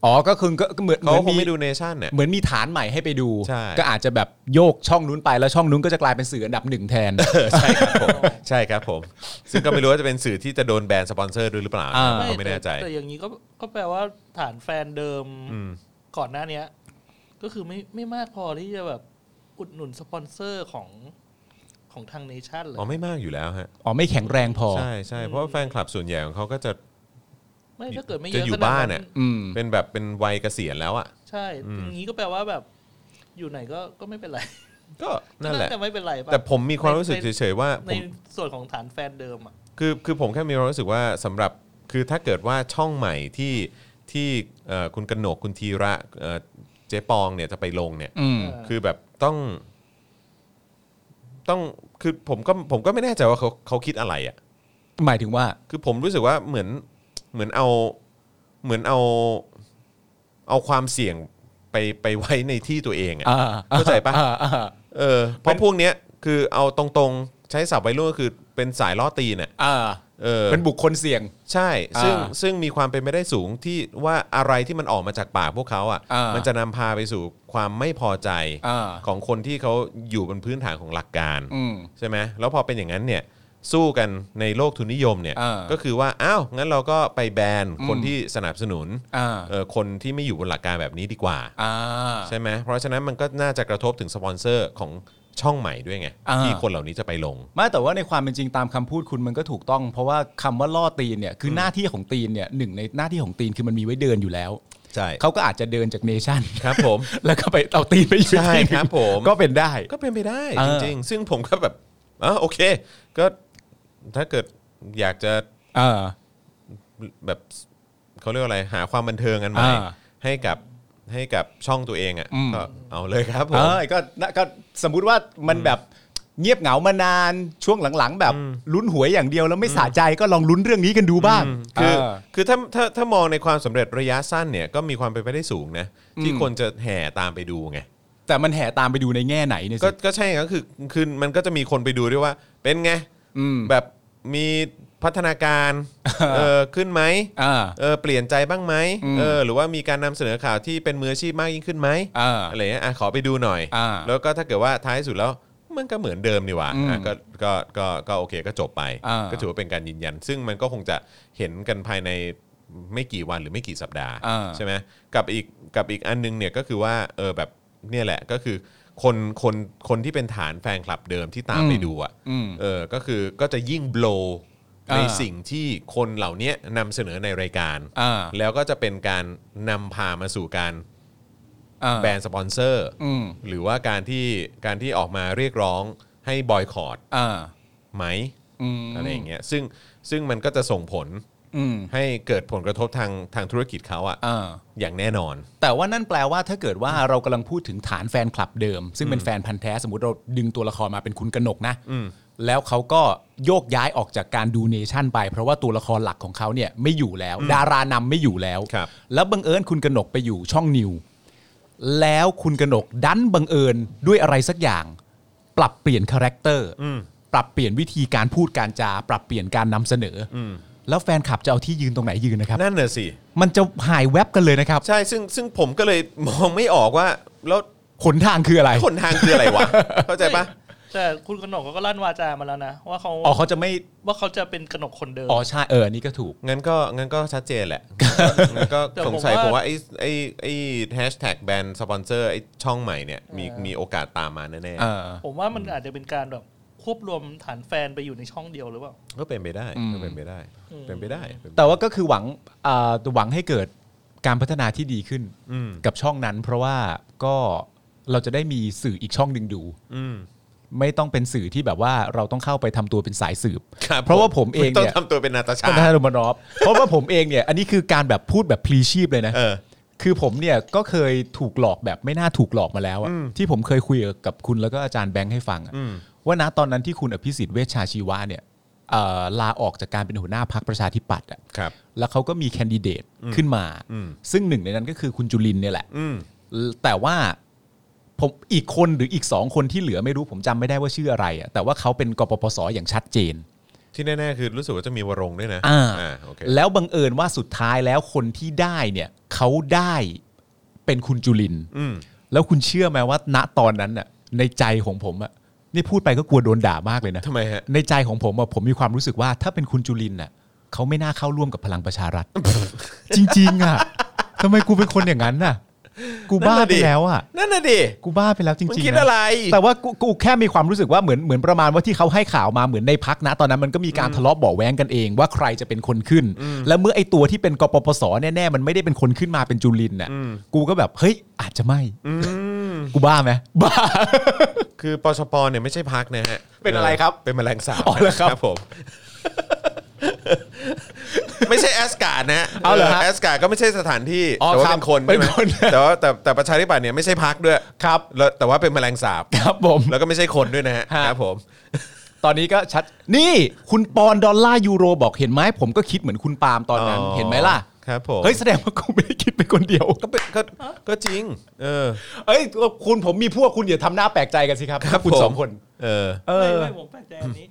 S2: อ๋อก็คือก็ก็เหมือน
S1: เขา
S2: เหมือน
S1: คง
S2: มี
S1: ไม่ดูเนชั่นเนี่ย
S2: เหมือนมีฐานใหม่ให้ไปดู
S1: ใช่
S2: ก็อาจจะแบบโยกช่องนู้นไปแล้วช่องนู้นก็จะกลายเป็นสื่ออันดับหนึ่งแท น
S1: ใช่ครับผมใช่ครับผมซึ่งก็ไม่รู้ว่าจะเป็นสื่อที่จะโดนแบนสปอนเซอร์ด้วยหรือเปล่า
S2: อ่า
S1: ผมไม่แน่ใจ
S3: แต่อย่างนี้ก็ก็แปลว่าฐานแฟนเดิม
S1: อืม
S3: ก่อนหน้าเนี้ย ก็คือไม่ไม่มากพอที่จะแบบอุดหนุนสปอนเซอร์ของของทางเนชั่นเลย
S1: อ๋อไม่มากอยู่แล้วฮะ
S2: อ๋อไม่แข็งแรงพอ
S1: ใช่ใช่เพราะว่าแฟนคลับส่วนใหญ่ของเขาก็จะ
S3: ไม่ถ้าเกิดไม่เย
S1: จะ
S3: อะ
S1: อยู่
S3: ขด
S1: บ้านอะ
S2: อืม
S1: เป็นแบบเป็นวัยเกษียณแล้วอ่ะ
S3: ใช่
S1: อืม
S3: อย่างนี้ก็แปลว่าแบบอยู่ไหนก็ก็ไม่เป็นไร
S1: ก็นั่นแหละ
S3: แต่ไม่เป็นไรปะ
S1: แต่ผมมีความรู้สึกเฉยๆว่าผ
S3: ใน
S1: ม
S3: ส่วนของฐานแฟนเดิมอ่ะ
S1: คือคือผมแค่มีความรู้สึกว่าสำหรับคือถ้าเกิดว่าช่องใหม่ที่ที่เอ่อคุณกนกคุณธีระเอ่อเจ๊ปองเนี่ยจะไปลงเนี่ย
S2: อืม
S3: เออ
S1: คือแบบต้อง ต้องคือผมก็ผมก็ไม่แน่ใจว่าเขาเขาคิดอะไรอะ่ะ
S2: หมายถึงว่า
S1: คือผมรู้สึกว่าเหมือนเหมือนเอาเหมือนเอา เอาความเสี่ยงไปไปไว้ในที่ตัวเองอะ่ะ
S2: อ่า
S1: เข้าใจปะ
S2: อ่อ่า
S1: เออเพราะพวกเนี้ยคือเอาตรงๆ ใช้ศัพท์วัยรุ่นก็คือเป็นสายล่อตีนเนี่ย
S2: อ่า
S1: เออ
S2: เป็นบุคคลเสี่ยง
S1: ใช่ซึ่ง
S2: อ่า
S1: ซึ่งมีความเป็นไปได้สูงที่ว่าอะไรที่มันออกมาจากปากพวกเขาอ่ะ
S2: อ่ามั
S1: มันจะนำพาไปสู่ความไม่พอใจ
S2: อ่า
S1: ของคนที่เขาอยู่บนพื้นฐานของหลักการ
S2: อืม
S1: ใช่ไหมแล้วพอเป็นอย่างนั้นเนี่ยสู้กันในโลกทุนนิยมเนี่ย
S2: อ่า
S1: ก็คือว่าอ้าวงั้นเราก็ไปแบน
S2: อืม
S1: คนที่สนับสนุน
S2: อ่า
S1: เอ่อคนที่ไม่อยู่บนหลักการแบบนี้ดีกว่า
S2: อ่า
S1: ใช่ไหมเพราะฉะนั้นมันก็น่าจะกระทบถึงสปอนเซอร์ของช่องใหม่ด้วยไง
S2: อ่า
S1: ที่คนเหล่านี้จะไปลง
S2: ไม่แต่ว่าในความเป็นจริงตามคำพูดคุณมันก็ถูกต้อง เพราะว่าคำว่าล่อตีนเนี่ยคือหน้าที่ของตีนเนี่ยหนึ่งในหน้าที่ของตีนคือมันมีไว้เดินอยู่แล้ว
S1: ใช่
S2: เขาก็อาจจะเดินจากเนชั่น
S1: ครับผม
S2: แล้วก็ไปเอาตีนไปอยู่
S1: ใช่
S2: ที่หนึ่ง
S1: ครับผม
S2: ก็เป็นได้
S1: ก็เป็นไปได้
S2: เอ
S1: จ
S2: อ
S1: ริง ๆ ซึ่งผมก็แบบอ๋อโอเค ก็ถ้าเกิดอยากจะ
S2: เออ
S1: แบบเขาเรียกว่าอะไร หาความบันเทิงกันใหม่
S2: อ่า
S1: ให้กับให้กับช่องตัวเองอ่ะ
S2: อืม
S1: ก็เอาเลยครับผ
S2: เอ
S1: ม
S2: อก็น่ะก็สมมุติว่ามันแบบเงียบเหงามานานช่วงหลังๆ แบบลุ้นหวยอย่างเดียวแล้วไม่สะใจก็ลองลุ้นเรื่องนี้กันดูบ้าง
S1: คือ
S2: เออ
S1: คือถ้าถ้าถ้ามองในความสำเร็จระยะสั้นเนี่ยก็มีความเป็นไปได้สูงนะ ที่
S2: อืม
S1: คนจะแห่ตามไปดูไง
S2: แต่มันแห่ตามไปดูในแง่ไหนเนี่ยสิ
S1: ก็ก็ใช่ก็คือคือมันก็จะมีคนไปดูด้วยว่า เป็นไง
S2: อืม
S1: แบบมีพัฒนาการ เออขึ้นไหม
S2: อ่า
S1: เออเปลี่ยนใจบ้างไหม
S2: อืม
S1: เออหรือว่ามีการนำเสนอข่าวที่เป็นมืออาชีพมากยิ่งขึ้นไหม
S2: อ่า
S1: อะไรเงี้ยอ่ะขอไปดูหน่อย
S2: อ่า
S1: แล้วก็ถ้าเกิดว่าท้ายสุดแล้วมันก็เหมือนเดิมนี่หว่า
S2: อืม
S1: อ่ะก็ก็ก็ก็โอเคก็จบไป
S2: อ่า
S1: ก็ถือว่าเป็นการยืนยัน ซึ่งมันก็คงจะเห็นกันภายในไม่กี่วันหรือไม่กี่สัปดาห์
S2: อ่า
S1: ใช่ไหมกับอีกกับอีกอันนึงเนี่ยก็คือว่าเออแบบเนี่ยแหละก็คือคนคนคนที่เป็นฐานแฟนคลับเดิมที่ตามไปดูอ่ะ
S2: อืม
S1: เออ ก็คือก็จะยิ่ง blow
S2: อ่า
S1: ในสิ่งที่คนเหล่านี้นำเสนอในรายการ
S2: อ่า
S1: แล้วก็จะเป็นการนำพามาสู่การ
S2: อ่า
S1: แบนสปอนเซอร์
S2: อืม
S1: หรือว่าการที่การที่ออกมาเรียกร้องให้บอยคอรด
S2: อ่า
S1: ไหม
S2: อืม
S1: อะไรอย่างเงี้ย ซึ่งซึ่งมันก็จะส่งผล
S2: อืม
S1: ให้เกิดผลกระทบทางทางธุรกิจเขาอะ
S2: อ่า
S1: อย่างแน่นอน
S2: แต่ว่านั่นแปลว่าถ้าเกิดว่าเรากำลังพูดถึงฐานแฟนคลับเดิม ซึ่งเป็นแฟนพันธ์แท้สมมติเราดึงตัวละครมาเป็นคุณกนกนะแล้วเขาก็โยกย้ายออกจากการดูเนชั่นไป เพราะว่าตัวละครหลักของเขาเนี่ยไม่อยู่แล้ว ดารานำไม่อยู่แล้ว
S1: ครับ
S2: แล้วบังเอิญคุณกนกไปอยู่ช่องนิว แล้วคุณกนกดันบังเอิญด้วยอะไรสักอย่าง ปรับเปลี่ยนคาแรคเตอร์ปรับเปลี่ยนวิธีการพูดการจาปรับเปลี่ยนการนำเสนออแล้วแฟนคลับจะเอาที่ยืนตรงไหนยืนนะครับ
S1: นั่นน่ะสิ
S2: มันจะหายแวบกันเลยนะครับ
S1: ใช่ซึ่งซึ่งผมก็เลย มองไม่ออกว่า แล้ว
S2: ขนทางคืออะไร
S1: หนทางคืออะไร วะ เข้าใจปะ
S3: แต่คุณกนกเขาก็ลั่นวาจามาแล้วนะว่าเขา
S2: อ๋อเขาจะไม่
S3: ว่าเขาจะเป็นกนกคนเดิม
S2: อ๋อใช่เออ นี่ก็ถูก
S1: งั้นก็งั้นก็ชัดเจน แหละ งั้นก็
S3: แต่ผม
S1: สงสัย
S3: ว่า
S1: ผมว่าไอ้ไอ้ไอ้แฮชแท็กแบรนด์สปอนเซอร์ไอ้ช่องใหม่เนี่ยมีมีโอกาสตามมาแน่
S2: เออ
S3: ผมว่ามันอาจจะเป็นการแบบควบรวมฐานแฟนไปอยู่ในช่องเดียวหรือเปล่า
S1: ๆก็เป็นไปได้
S2: อืม
S1: ก็เป็นไปได้
S3: อืม
S1: เป็นไปได้เป็นไปได้
S2: แต่ว่าก็คือหวังเอ่อหวังให้เกิดการพัฒนาที่ดีขึ้น
S1: อืม
S2: กับช่องนั้น เพราะว่าก็เราจะได้มีสื่ออีกช่องหนึ่งดู
S1: อืม
S2: ไม่ต้องเป็นสื่อที่แบบว่าเราต้องเข้าไปทำตัวเป็นสายสืบ
S1: ครับ
S2: เพราะว่าผมเอง
S1: ต้อง
S2: เนี่ย
S1: ทำตัวเป็นนาตาชา
S2: ก็ได้รมานอฟเพราะว่าผมเองเนี่ย อันนี้คือการแบบพูดแบบพลีชีพเลยนะ
S1: เออ
S2: คือผมเนี่ยก็เคยถูกหลอกแบบไม่น่าถูกหลอกมาแล้วอะที่ผมเคยคุยกับคุณแล้วก็อาจารย์แบงค์ให้ฟังอะ
S1: อืม
S2: ว่านะตอนนั้นที่คุณอภิสิทธิ์เวชชาชีวะเนี่ยเอ่อลาออกจากการเป็นหัวหน้าพักประชาธิปัตย์อะ
S1: ครับ
S2: แล้วเขาก็มีแคนดิเดตขึ้นมา
S1: อืม
S2: ซึ่งหนึ่งในนั้นก็คือคุณจุลินเนี่ยแหละ
S1: อืม
S2: แต่ว่าผมอีกคนหรืออีกสองคนที่เหลือไม่รู้ผมจำไม่ได้ว่าชื่ออะไรอะแต่ว่าเขาเป็นกปปสอย่างชัดเจน
S1: ที่แน่ๆคือรู้สึกว่าจะมีวรงค์ด้วยนะ
S2: อ่า
S1: โอเค
S2: แล้วบังเอิญว่าสุดท้ายแล้วคนที่ได้เนี่ยเขาได้เป็นคุณจุลิน
S1: อืม
S2: แล้วคุณเชื่อไหมว่าณตอนนั้นน่ะในใจของผมอะนี่พูดไปก็กลัวโดนด่ามากเลยนะ
S1: ทำไมฮะ
S2: ในใจของผมอะผมมีความรู้สึกว่า ถ้าเป็นคุณจุลินน่ะเขาไม่น่าเข้าร่วมกับพลังประชารัฐ จริงๆอะทำไมกูเป็นคนอย่างนั้นน่ะ กูบ้าไปแล้วอ่ะ
S1: นั่นน่ะดิ
S2: กูบ้าไปแล้วจริง
S1: มึง
S2: ๆ
S1: คิด
S2: นะ
S1: อะไร
S2: แต่ว่ากูกูแค่มีความรู้สึกว่าเหมือนเหมือนประมาณว่าที่เขาให้ข่าวมาเหมือนในพักนะ ตอนนั้นมันก็มีการทะเลาะเบาะแว้งกันเองว่าใครจะเป็นคนขึ้น แล้วเมื่อไอตัวที่เป็นกปปสแน่ๆมันไม่ได้เป็นคนขึ้นมาเป็นจุลินน่ะ
S1: อืม
S2: กูก็แบบเฮ้ยอาจจะไม่
S1: อืม
S2: กูบ้าไหมบ้า
S1: คือปชปเนี่ยไม่ใช่พักนะฮะ
S2: เป็นอะไรครับ
S1: เป็นแมลงสาบ
S2: อ๋อเหรอครับ
S1: ผม ไม่ใช่แอสการ์ดนะฮะ
S2: เอาเหรอฮะ
S1: แอสการ์ดก็ไม่ใช่สถานที่
S2: อ๋อ
S1: แต่ว่า
S2: ครับ
S1: เป็นคน
S2: เป็น
S1: ใช่ไหม
S2: คน
S1: แต่ว่าแต่แต่ประชาธิปัตย์เนี่ยไม่ใช่พักด้วย
S2: ครับ
S1: แล้วแต่ว่าเป็นแมลงสาบ
S2: ครับผม
S1: แล้วก็ไม่ใช่คนด้วยนะฮะ
S2: ฮะ
S1: ครับผม
S2: ตอนนี้ก็ชัดนี่คุณปอนดอลลาร์ยูโรบอกเห็นไหมผมก็คิดเหมือนคุณปาล์มตอนนั้น
S1: อ๋อ
S2: เห็นไหมล่ะ
S1: ครับผม
S2: เฮ้ยแสดงว่ากูไม่ได้คิดเป็นคนเดียว
S1: ก็เป็นก็ก็จริง เออ
S2: เอ้ยคุณผมมีพวกคุณอย่าทำหน้าแปลกใจกันสิครับคุณสองคน
S1: เออ
S2: เอ
S3: ไม่
S2: อ
S3: ไม่ผมแปลกใจอันนี้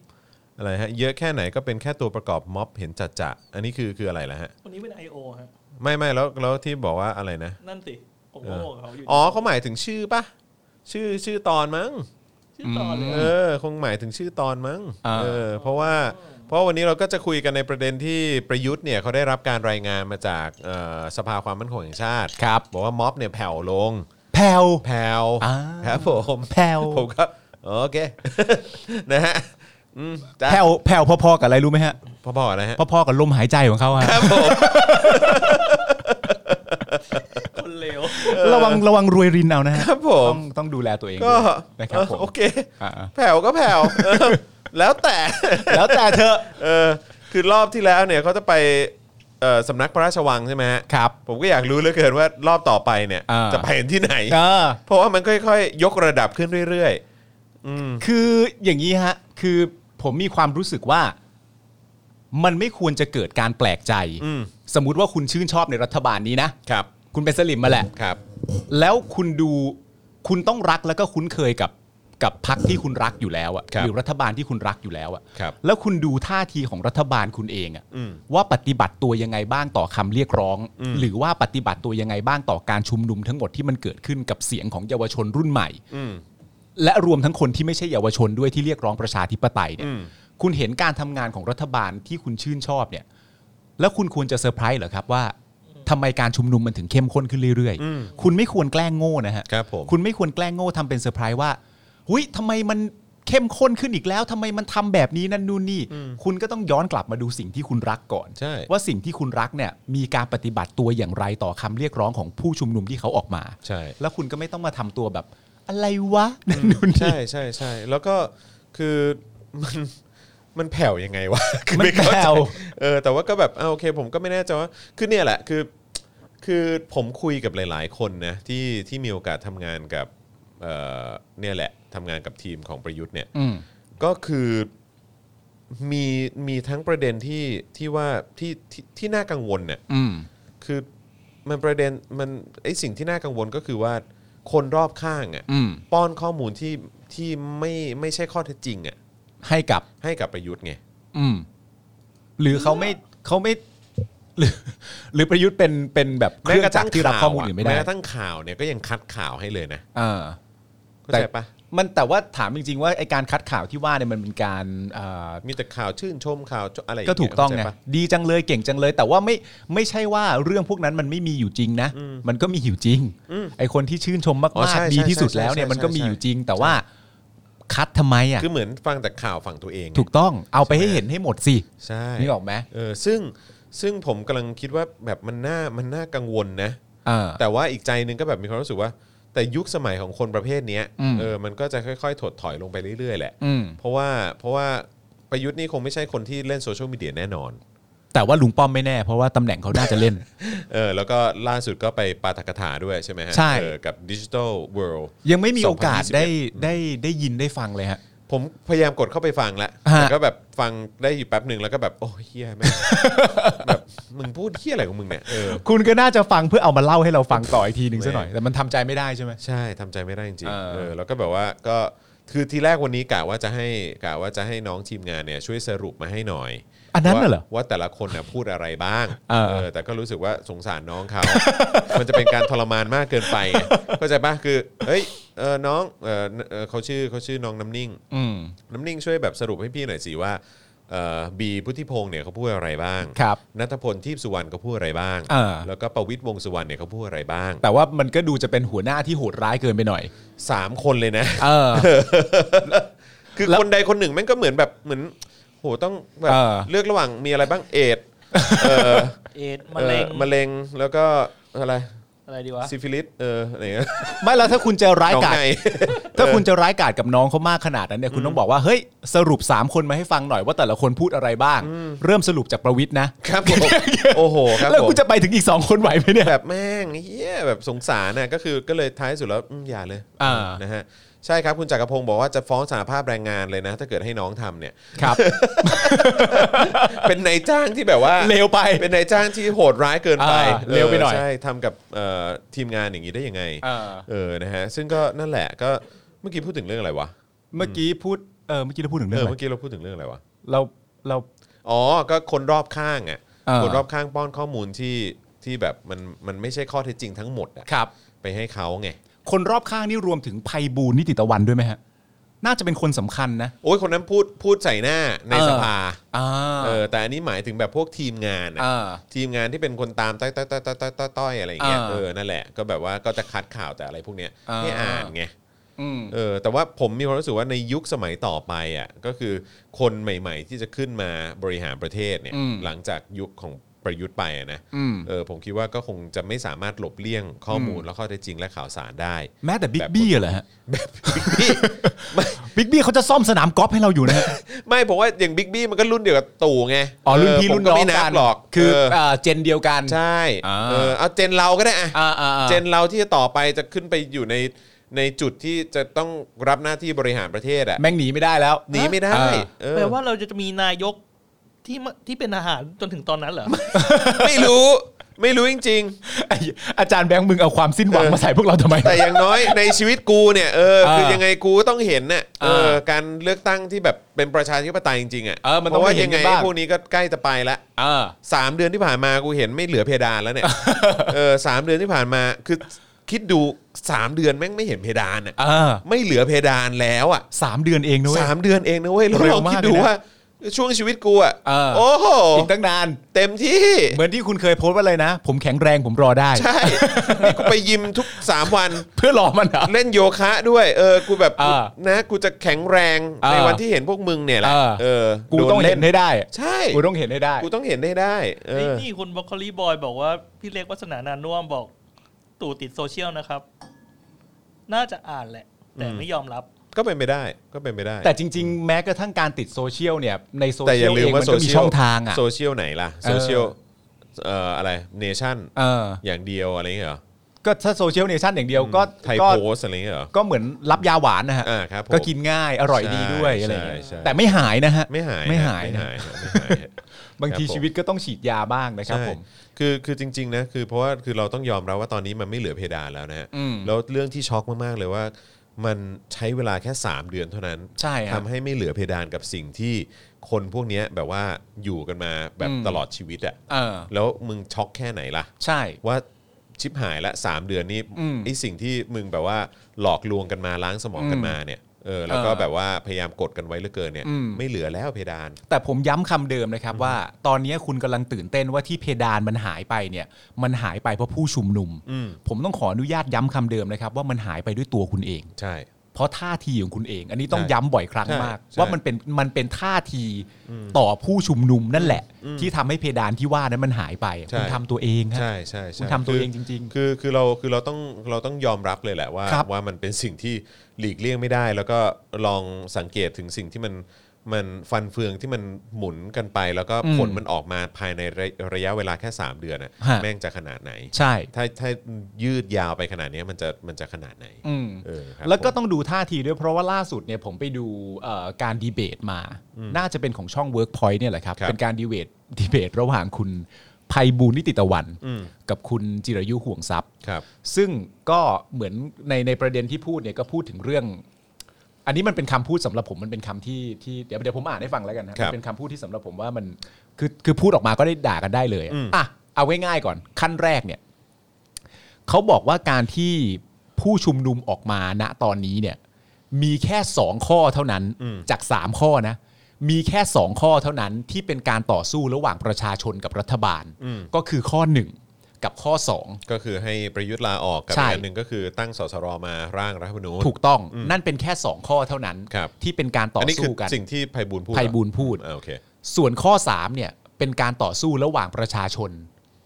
S1: อะไรฮะ เยอะแค่ไหนก็เป็นแค่ตัวประกอบม็อบเห็นจัดจะอันนี้คือคืออะไรล่ะฮะ
S3: วันนี้เป็น I.O. ฮะ
S1: ไม่ไม่แล้วแล้วที่บอกว่าอะไรนะ
S3: นั่นสิ ผมก็งงกับเขาอยู่
S1: อ๋อเขาหมายถึงชื่อปะชื่อชื่อตอนมั้ง
S3: ชื่อต่อเลย
S1: เออ คงหมายถึงชื่อตอนมั้ง
S2: อ่า
S1: เออเพราะว่าเพราะวันนี้เราก็จะคุยกันในประเด็นที่ประยุทธ์เนี่ยเขาได้รับการรายงานมาจากเอ่อสภาความมั่นคงแห่งชาติ
S2: ครับ
S1: บอกว่าม็อบเนี่ยแผ่วลง
S2: แพลว
S1: แผ่ว
S2: อ่า
S1: ครับผม
S2: แผ่ว
S1: ผมก็โอเค นะฮะอืมจ้ะ
S2: แผ่วแผ่วพอๆกับอะไรรู้ไหมฮะ
S1: พ่อๆนะฮะ
S2: พอๆกับลมหายใจของเขาฮะ
S3: คนเลว
S2: ระวังระวังรวยรินเอานะฮะ
S1: ครับผม
S2: ต้องต้องดูแลตัวเอง
S1: ก็
S2: ด้วยนะครับผม
S1: โอเค
S2: อ่า
S1: แผ่วก็แผ่ว เออแล้วแต่
S2: แล้วแต่เธอ
S1: เออคือรอบที่แล้วเนี่ยเขาจะไปเอ่อสำนักพระราชวังใช่ไหมฮะ
S2: ครับ
S1: ผมก็อยากรู้เหลือเกินว่ารอบต่อไปเนี่ย
S2: อ่า
S1: จะไปกันที่ไหน
S2: เออ
S1: เพราะว่ามันค่อยๆ ยกระดับขึ้นเรื่อยๆ อืม
S2: คืออย่างนี้ฮะ คือผมมีความรู้สึกว่า มันไม่ควรจะเกิดการแปลกใจ
S1: อืม
S2: สมมติว่าคุณชื่นชอบในรัฐบาลนี้นะ
S1: ครับ
S2: คุณเป็นสลิมมาแหละ
S1: ครับ
S2: แล้วคุณดูคุณต้องรักแล้วก็คุ้นเคยกับกับพักที่คุณรักอยู่แล้วอะ
S1: ครับ
S2: หรือรัฐบาลที่คุณรักอยู่แล้วอะ
S1: ครับ
S2: แล้วคุณดูท่าทีของรัฐบาลคุณเองอะ
S1: อืม
S2: ว่าปฏิบัติตัวยังไงบ้างต่อคำเรียกร้อง
S1: อืม
S2: หรือว่าปฏิบัติตัวยังไงบ้างต่อการชุมนุมทั้งหมดที่มันเกิดขึ้นกับเสียงของเยาวชนรุ่นใหม่
S1: อืม
S2: และรวมทั้งคนที่ไม่ใช่เยาวชนด้วยที่เรียกร้องประชาธิปไตยเนี่
S1: อื
S2: ย
S1: ม
S2: คุณเห็นการทำงานของรัฐบาลที่คุณชื่นชอบเนี่ย แล้วคุณควรจะเซอร์ไพรส์เหรอครับว่าทำไมการชุมนุมมันถึงเข้มข้นขึ้นเรื่อย
S1: อืม
S2: ๆ คุณไม่ควรแกล้งโง่นะฮะ
S1: ครับผม
S2: คุณไม่ควรแกล้งโง่ทำเป็นเซอร์ไพรส์ว่าหุยทำไมมันเข้มข้นขึ้นอีกแล้วทำไมมันทำแบบนี้นั่นนู่นนี่ คุณก็ต้องย้อนกลับมาดูสิ่งที่คุณรักก่อน
S1: ใช่
S2: ว่าสิ่งที่คุณรักเนี่ยมีการปฏิบัติตัวอย่างไรต่อคำเรียกร้องของผู้ชุมนุมที่เขาออกมา
S1: ใช่
S2: แล้วคุณก็ไม่ต้องมาทำตัวแบบ อะไรวะนั่นนู่นนี่
S1: ใช่ใช่ใช่แล้วก็คือมันมันแผ่วยังไงวะ คือ
S2: มัน
S1: ไเข้าใจ
S2: แผ่ว
S1: เออแต่ว่าก็แบบอ่ะโอเค ผมก็ไม่แน่ใจว่าคือเนี่ยแหละคือคือผมคุยกับหลาย ๆ คนนะที่ที่มีโอกาสทำงานกับเอ่อเนี่ยแหละทำงานกับทีมของประยุทธ์เนี่ย
S2: อืม
S1: ก็คือมีมีทั้งประเด็นที่ที่ว่าที่ที่ที่น่ากังวลเนี่ย
S2: อืม
S1: คือมันประเด็นมันไอสิ่งที่น่ากังวลก็คือว่าคนรอบข้างอ่ะ
S2: อืม
S1: ป้อนข้อมูลที่ที่ไม่ไม่ใช่ข้อเท็จจริงอ่ะ
S2: ให้กับ
S1: ให้กับประยุทธ์ไง
S2: อืม หรือเขาไม่เขาไม่ หรือ หรือประยุทธ์เป็นเป็นแบบเครื่องจักรที่รับข้อมูลอยู่ไม่ได้
S1: แม้กระทั่งข่าวเนี่ยก็ยังคัดข่าวให้เลยนะ
S2: อ่า
S1: เข้า
S2: แต่
S1: ใจปะ
S2: มันแต่ว่าถามจริง ๆ ว่าไอการคัดข่าวที่ว่าเนี่ยมันเป็นการเอ่อ
S1: มีแต่ข่าวชื่นชมข่าวอะไรย่า
S2: ก็
S1: เย
S2: ถูกต้องไง
S1: เข้าใจปะ
S2: ดีจังเลยเก่งจังเลย แต่ว่าไม่ไม่ใช่ว่าเรื่องพวกนั้นมันไม่มีอยู่จริงนะ มันก็มีอยู่จริงไอคนที่ชื่นชมมาก
S1: อ๋อใช่
S2: ๆดีที่สุดแล้วเนี่ยมันก็มีอยู่จริง แต่ว่าคัดทำไมอ่ะ
S1: คือเหมือนฟังแต่ข่าวฝั่งตัวเองไง
S2: ถูกต้องเอาไปให้เห็นให้หมดสิ
S1: ใช่
S2: นี่ออกไหม
S1: เออซึ่งซึ่งผมกำลังคิดว่าแบบมันน่ามันน่ากังวลนะ
S2: เออ
S1: แต่ว่าอีกใจหนึงก็แบบมีความรู้สึกว่า แต่ยุคสมัยของคนประเภทเนี้ย
S2: อืม
S1: เออมันก็จะค่อยๆ ถดถอยลงไปเรื่อยๆแหละ
S2: อืม
S1: เพราะว่าเพราะว่าประยุทธ์นี่คงไม่ใช่คนที่เล่นโซเชียลมีเดียแน่นอน
S2: แต่ว่าลุงป้อมไม่แน่ เพราะว่าตำแหน่ง เขาน่าจะเล่น
S1: เออแล้วก็ล่าสุดก็ไปปาฐกถาด้วยใช่ไหมฮะ
S2: ใช่
S1: เออกับดิจิทัลเวิลด์
S2: ยังไม่มีโอกาส
S1: 2021
S2: ได้ได้ได้ยินได้ฟังเลยฮะ
S1: ผมพยายามกดเข้าไปฟังแล้ว
S2: ฮะ
S1: แต่ก็แบบฟังได้อยู่แป๊บหนึ่งแล้วก็แบบ โอ้ยเฮียแม่ ง แบบมึงพูดเฮียอะไรของมึงเนี่ยเออ
S2: คุณก็น่าจะฟังเพื่อเอามาเล่าให้เราฟังต่ออีกทีหนึ่งซะหน่อยแต่มันทำใจไม่ได้ใช่ไหม
S1: ใช่ทำใจไม่ได้จริง
S2: เออ
S1: ๆเออแล้วก็แบบว่าก็คือทีแรกวันนี้กะว่าจะให้กะว่าจะให้น้องทีมงานเนี่ยช่วยสรุปมาให้หน่อย
S2: อันนั้นน่ะเหรอ
S1: ว่าว่าแต่ละคนนะพูดอะไรบ้าง
S2: เออ
S1: เออแต่ก็รู้สึกว่าสงสารน้องเขา มันจะเป็นการทรมานมากเกินไปไงเข้าใจปะคือเฮ้ยเออน้องเออเออเขาชื่อเขาชื่อน้องน้ำนิ่ง
S2: อืม
S1: น้ำนิ่งช่วยแบบสรุปให้พี่หน่อยสิว่า เอ่อบีพุทธิพงศ์เนี่ยเขาพูดอะไรบ้าง
S2: ครับ
S1: นัทพลทีพสุวรรณเขาพูดอะไรบ้าง
S2: เออ
S1: แล้วก็ประวิตยวงษ์สุวรรณเนี่ยเขาพูดอะไรบ้าง
S2: แต่ว่ามันก็ดูจะเป็นหัวหน้าที่โหดร้ายเกินไปหน่อย
S1: 3 คนเลยนะ
S2: เออ
S1: คือคนใดคนหนึ่งแม่งก็เหมือนแบบเหมือนโหต้องแบบ
S2: เออ
S1: เลือกระหว่างมีอะไรบ้างเอดส์เอ่อ
S3: เอดมะเร็ง
S1: อ่อมะเร็งแล้วก็อะไร
S3: อะไรดีวะ
S1: ซิฟิลิสเอออะไรเงี้ย
S2: ไม่แล้วถ้าคุณจะร้าย
S1: น้อง
S2: กาจ
S1: ไง
S2: ถ้าคุณจะร้ายกาจกับน้องเขามากขนาดนั้นเนี่ยคุณต้องบอกว่าเฮ้ยสรุปสามคนมาให้ฟังหน่อยว่าแต่ละคนพูดอะไรบ้าง เริ่มสรุปจากประวิทย์นะครับ
S1: ผมโอ้โหครับ
S2: แล้ว
S1: ผม
S2: คุณจะไปถึงอีกสองคนไหวไหมเนี่ย
S1: แบบแม่งเฮียแบบสงสารน่ะก็คือก็เลยท้ายสุดแล้วอืมอย่าเลย
S2: อ่า
S1: นะฮะใช่ครับคุณจักรพงศ์บอกว่าจะฟ้องสหภาพแรงงานเลยนะ ถ้าเกิดให้น้องทำเนี่ย
S2: ครับ
S1: เป็นนายจ้างที่แบบ ว่า
S2: เลวไป
S1: เป็นนายจ้างที่โหดร้ายเกินไป
S2: อ่าเลวไปหน่อย
S1: ใช่ทำกับเอ่อทีมงานอย่างนี้ได้ยังไง
S2: เออ
S1: เออ นะฮะ ซึ่งก็นั่นแหละ ก็เมื่อกี้พูดถึงเรื่องอะไรวะ
S2: เมื่อกี้พูดเออเมื่อกี้เราพูดถึง
S1: เอ
S2: เรื่อง
S1: อ
S2: อะไร
S1: เมื่อกี้เราพูดถึงเรื่องอะไรวะ
S2: เราเรา
S1: อ๋อ ก็คนรอบข้างอ่ะ
S2: เออ
S1: คนรอบข้างป้อนข้อมูลที่ที่แบบมันมันไม่ใช่ข้อเท็จจริงทั้งหมดอ่ะ
S2: ครับ
S1: ไปให้เขาไง
S2: คนรอบข้างนี่รวมถึงไพบูลย์นิติตะวันด้วยไหมฮะ น่าจะเป็นคนสำคัญนะ
S1: โอ้ย คนนั้นพูดพูดใส่หน้าใน
S2: เออ
S1: สภา
S2: อ่า
S1: เออ แต่อันนี้หมายถึงแบบพวกทีมงานอะ
S2: อ่า
S1: ทีมงานที่เป็นคนตามต้อยต้อยต้อยต้อยต้อยต้อยต้อยอะไรอย่างเงี้ย
S2: เออ
S1: เออ นั่นแหละ ก็แบบว่าก็จะคัดข่าวแต่อะไรพวกเนี้ย
S2: เออ
S1: ให้อ่านไง
S2: อืม
S1: เออแต่ว่าผมมีความรู้สึกว่าในยุคสมัยต่อไปอ่ะก็คือคนใหม่ ๆ ที่จะขึ้นมาบริหารประเทศเนี่ย
S2: อืม
S1: หลังจากยุคของประยุทธ์ไปอะนะ
S2: อืม
S1: เออผมคิดว่าก็คงจะไม่สามารถหลบเลี่ยงข้อมูลและข้อเท็จจริงและข่าวสารได้
S2: แม้แต่บิ๊
S1: แบ
S2: ก
S1: บ
S2: บี้เหรอฮะบิ๊กบี้ เขาจะซ่อมสนามกอล์ฟให้เราอยู่นะฮะ
S1: ไม่ผมว่าอย่างบิ๊กบี้มันก็รุ่นเดียวกับตู่ไง
S2: อ๋อรุ่นพี่
S1: เผม
S2: รุ่นน้อง
S1: ไม่
S2: กั
S1: นั
S2: น
S1: บหรอก
S2: คือ
S1: เ
S2: เอ่อเจนเดียวกัน
S1: ใช่
S2: อ่า
S1: เออเอาเจนเราก็ได้อะ
S2: อ่าอ่าอ่า
S1: เจนเราที่จะต่อไปจะขึ้นไปอยู่ในในจุดที่จะต้องรับหน้าที่บริหารประเทศอ่ะ
S2: แม่งหนีไม่ได้แล้ว
S1: หนีไม่ได้
S2: เออ
S1: เออ
S3: แปลว่าเราจะมีนายกที่มาที่เป็นอาหารจนถึงตอนนั้นเหรอ
S1: ไม่รู้ไม่รู้จริง
S2: ไอ้อาจารย์แบงค์มึงเอาความสิ้นหวัง
S1: เออ
S2: มาใส่พวกเราทำไม
S1: ๆ แต่อย่างน้ อย ในชีวิตกูเนี่ยเออคือ
S2: เออ
S1: ยังไงกูต้องเห็นน่ะเออ
S2: เออ
S1: การเลือกตั้งที่แบบเป็นประชาธิปไตยจริงๆอ่ะ
S2: เออมัน
S1: เพ
S2: ต้อง
S1: ราะว่า
S2: ได้เห็
S1: ยั
S2: น
S1: งไง
S2: กันบ้าง
S1: พวกนี้ก็ใกล้จะไปละ
S2: เออ
S1: สามเดือนที่ผ่านมากูเห็นไม่เหลือเพดานแล้ว เนี่ยเออสามเดือนที่ผ่านมาคือคิดดูสามเดือนแม่งไม่เห็นเพดานอ่ะ
S2: เออ
S1: ไม่เหลือเพดานแล้วอ่ะ
S2: สามเดือนเองนะเว้ย
S1: สามเดือนเองนะเว้ยแล้ว
S2: เร็
S1: ล
S2: ว
S1: องคิด
S2: มากเลยนะ
S1: ดูว่าช่วงชีวิตกูอ่ะ
S2: เออ
S1: โอ้โห
S2: อีกตั้งนาน
S1: เต็มที่
S2: เหมือนที่คุณเคยโพสต์ว่าอะไรนะ ผมแข็งแรงผมรอได้
S1: ใช่นี่กูไปยิมทุกสามวัน
S2: เพื่อรอมันเหรอ
S1: เล่นโยคะด้วยเออกูแบบ
S2: อ่า
S1: นะกูจะแข็งแรง
S2: อ่า
S1: ในวันที่เห็นพวกมึงเนี่ยแหละ
S2: อ่า
S1: เออ
S2: กูต้องเห็นให้ได้
S1: ใช่
S2: กูต้องเห็นให้ได้
S1: กูต้องเห็นได้ได้เอ
S3: ไอ้
S1: อ
S3: นี่คุณบล็อกโคลีบอยบอกว่า พี่เล็กวัฒนานานุ่มบอก ตู่ติดโซเชียลนะครับ น่าจะอ่านแหละ แต่ไม่ยอมรับ
S1: ก็เป็นไปได้ก็เป็นไปได้
S2: แต่จริง ๆ แม้กระทั่งการติดโซเชียลเนี่ย ในโซ
S1: แต่
S2: เชี
S1: อย่าย
S2: ล
S1: ลื
S2: เอ
S1: ม
S2: ง
S1: ว่า
S2: มัน
S1: โซ
S2: ก็มี
S1: เชีย
S2: ช่
S1: ล
S2: องทางอ่ะ
S1: โซเชียลไหนล่ะ
S2: เออ
S1: โซเชียลเอ่ออะไรเนชั่น
S2: เออ
S1: อย่างเดียวอะไรเงี้ยเหรอ
S2: ก็ถ้าโซเชียลเนชั่นอย่างเดียวก็
S1: ไทย
S2: ก็
S1: โพสอะไรเงี้ยเหรอ
S2: ก็เหมือนรับยาหวานนะฮะ
S1: อ่าครับผม
S2: ก็กินง่ายอร่อย
S1: ใช่
S2: ดีด้วยอะไรอย่างเงี้
S1: ใช่ใช่
S2: ยแต่ไม่หายนะฮะ
S1: ไม่หาย
S2: ไม่
S1: นะ
S2: หาย
S1: ไม่
S2: นะ
S1: หายไม่หาย
S2: บางที
S1: ครับผม
S2: ชีวิตก็ต้องฉีดยาบ้างนะครับ
S1: ใช่
S2: ผม
S1: คือคือจริงๆนะคือเพราะว่าคือเราต้องยอมรับว่าตอนนี้มันไม่เหลือเพดานแล้วนะฮะ
S2: อืม
S1: แล้วเรื่องที่ช็อกมากๆเลยว่า มันใช้เวลาแค่ 3 เดือนเท่านั้น
S2: ใช่ครับ
S1: ทำให้ไม่เหลือเพดานกับสิ่งที่คนพวกเนี้ยแบบว่าอยู่กันมาแบบ
S2: อืม
S1: ตลอดชีวิตอะ
S2: เออ
S1: แล้วมึงช็อกแค่ไหนล่ะ
S2: ใช่
S1: ว่าชิบหายละ 3 เดือนนี้
S2: อืม
S1: ไอสิ่งที่มึงแบบว่าหลอกลวงกันมาล้างสมองกันมาเนี่ยเออแล้วก็
S2: เออ
S1: แบบว่าพยายามกดกันไว้เหลือเกินเนี่ย
S2: อืม
S1: ไม่เหลือแล้วเพดาน
S2: แต่ผมย้ำคำเดิมนะครับว่า ตอนนี้คุณกำลังตื่นเต้นว่าที่เพดานมันหายไปเนี่ย มันหายไปเพราะผู้ชุมนุม
S1: อืม
S2: ผมต้องขออนุญาตย้ำคำเดิมนะครับ ว่ามันหายไปด้วยตัวคุณเอง
S1: ใช่
S2: เพราะท่าทีของคุณเอง อันนี้ต้อง
S1: ใช่
S2: ย้ำบ่อยครั้ง
S1: ใช่
S2: มาก
S1: ใช่
S2: ว่ามันเป็นมันเป็นท่าทีต่อผู้ชุมนุมนั่นแหละ ที่ทำให้เพดานที่ว่านั้นมันหายไปคุณทำตัวเองฮะ
S1: ใช่ใช่ใช่
S2: คุณทำตัว
S1: คื
S2: เองจริงๆ
S1: คือคือเราคือเราต้องเราต้องยอมรับเลยแหละว่า
S2: ครับ
S1: ว่ามันเป็นสิ่งที่หลีกเลี่ยงไม่ได้ แล้วก็ลองสังเกตถึงสิ่งที่มันมันฟันเฟืองที่มันหมุนกันไป แล้วก็
S2: อืม
S1: ผลมันออกมาภายในระระยะเวลาแค่ 3 เดือนน่ะ
S2: ฮะ
S1: แม่งจะขนาดไหน
S2: ใช่
S1: ถ้าถ้ายืดยาวไปขนาดเนี้ยมันจะมันจะขนาดไหน
S2: อืม
S1: เออครับ
S2: แล้วก็
S1: ผม
S2: ต้องดูท่าทีด้วยเพราะว่าล่าสุดเนี่ยผมไปดูเอ่อการดีเบตมา น่าจะเป็นของช่อง Workpoint เนี่ยแหละครับ
S1: ครับ
S2: เป็นการดีเบต ดีเบตระหว่างคุณภัยบูลย์นิติตะวัน
S1: อืม
S2: กับคุณจิรายุห่วงทรัพย์
S1: ครับ
S2: ซึ่งก็เหมือนในในประเด็นที่พูดเนี่ยก็พูดถึงเรื่อง อันนี้มันเป็นคำพูดสำหรับผมมันเป็นคำที่ที่เดี๋ยวเดี๋ยวผมอ่านให้ฟังแล้วกันนะครับ มันเป็นคำพูดที่สำหรับผมว่ามันคือคือพูดออกมาก็ได้ด่ากันได้เลยอะ
S1: อืม
S2: อ่ะเอาง่ายๆก่อนขั้นแรกเนี่ยเขาบอกว่าการที่ผู้ชุมนุมออกมาณตอนนี้เนี่ย มีแค่สองข้อเท่านั้นจากสามข้อนะ มีแค่ 2 ข้อเท่านั้นที่เป็นการต่อสู้ระหว่างประชาชนกับรัฐบาล
S1: อืม
S2: ก็คือข้อ 1 กับข้อ 2
S1: ก็คือให้ประยุทธ์ลาออกกับ
S2: ใช่
S1: อีกอันหนึ่งก็คือตั้งสสรมาร่างรัฐธรรมนูญ
S2: ถูกต้องนั่นเป็นแค่ 2 ข้อเท่านั้น
S1: ครับ
S2: ที่เป็นการต่อ
S1: อันนี้คื
S2: สู้
S1: อ
S2: กัน
S1: สิ่งที่ไพบูลย์พูด
S2: ไพบูลย์พูด
S1: อ่าโอเค
S2: ส่วนข้อ 3 เนี่ยเป็นการต่อสู้ระหว่างประชาชน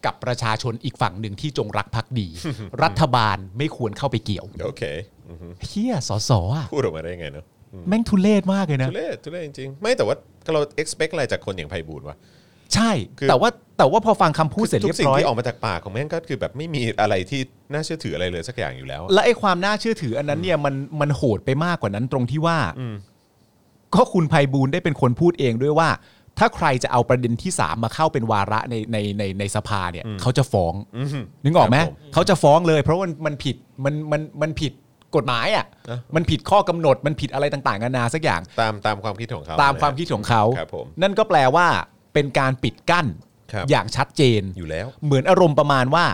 S2: กับประชาชนอีกฝั่งหนึ่งที่จงรักภักดี รัฐบาลไม่ควรเข้าไปเกี่ยว
S1: โอเคอือฮึ
S2: เฮียสอสอ่ะ
S1: พูดออกมาได้ยังไงเนาะ
S2: แม่งทุเลศมากเลยนะ
S1: ทุเรศทุเรศจริงๆ ไม่แต่ว่าเรา expect อะไรจากคนอย่างไพบูลย์วะ
S2: ใช่
S1: คือ
S2: แต่ว่าแต่ว่าพอฟังคำพูดเสร็จ
S1: ทุ
S2: เรีย
S1: ก
S2: บ
S1: สิ่ง
S2: ร้อย
S1: ที่ออกมาจากปากของแม่งก็คือแบบไม่มีอะไรที่น่าเชื่อถืออะไรเลยสักอย่างอยู่แล้วอะ
S2: และไอ้ความน่าเชื่อถืออันนั้นเนี่ยมันมันโหดไปมากกว่านั้นตรงที่ว่า
S1: อืม
S2: ก็คุณภัยบูลย์ได้เป็นคนพูดเองด้วยว่า ถ้าใครจะเอาประเด็นที่สามมาเข้าเป็นวาระในในในในสภาเนี่ยเขาจะฟ้อง
S1: อืม
S2: นึกออกไหม
S1: ครับผม
S2: เขาจะฟ้องเลย เพราะมันมันผิดมันมันมันผิดกฎหมายอ่ะ
S1: นะ
S2: มันผิดข้อกำหนดมันผิดอะไรต่างๆนานาสักอย่าง
S1: ตามตามความคิดของเขา
S2: ตามความ
S1: นะ
S2: คิดของเขา
S1: ครับผม
S2: นั่นก็แปลว่าเป็นการปิดกั้น
S1: ครับ
S2: อย่างชัดเจน
S1: อยู่แล้ว
S2: เหมือนอารมณ์ประมาณว่า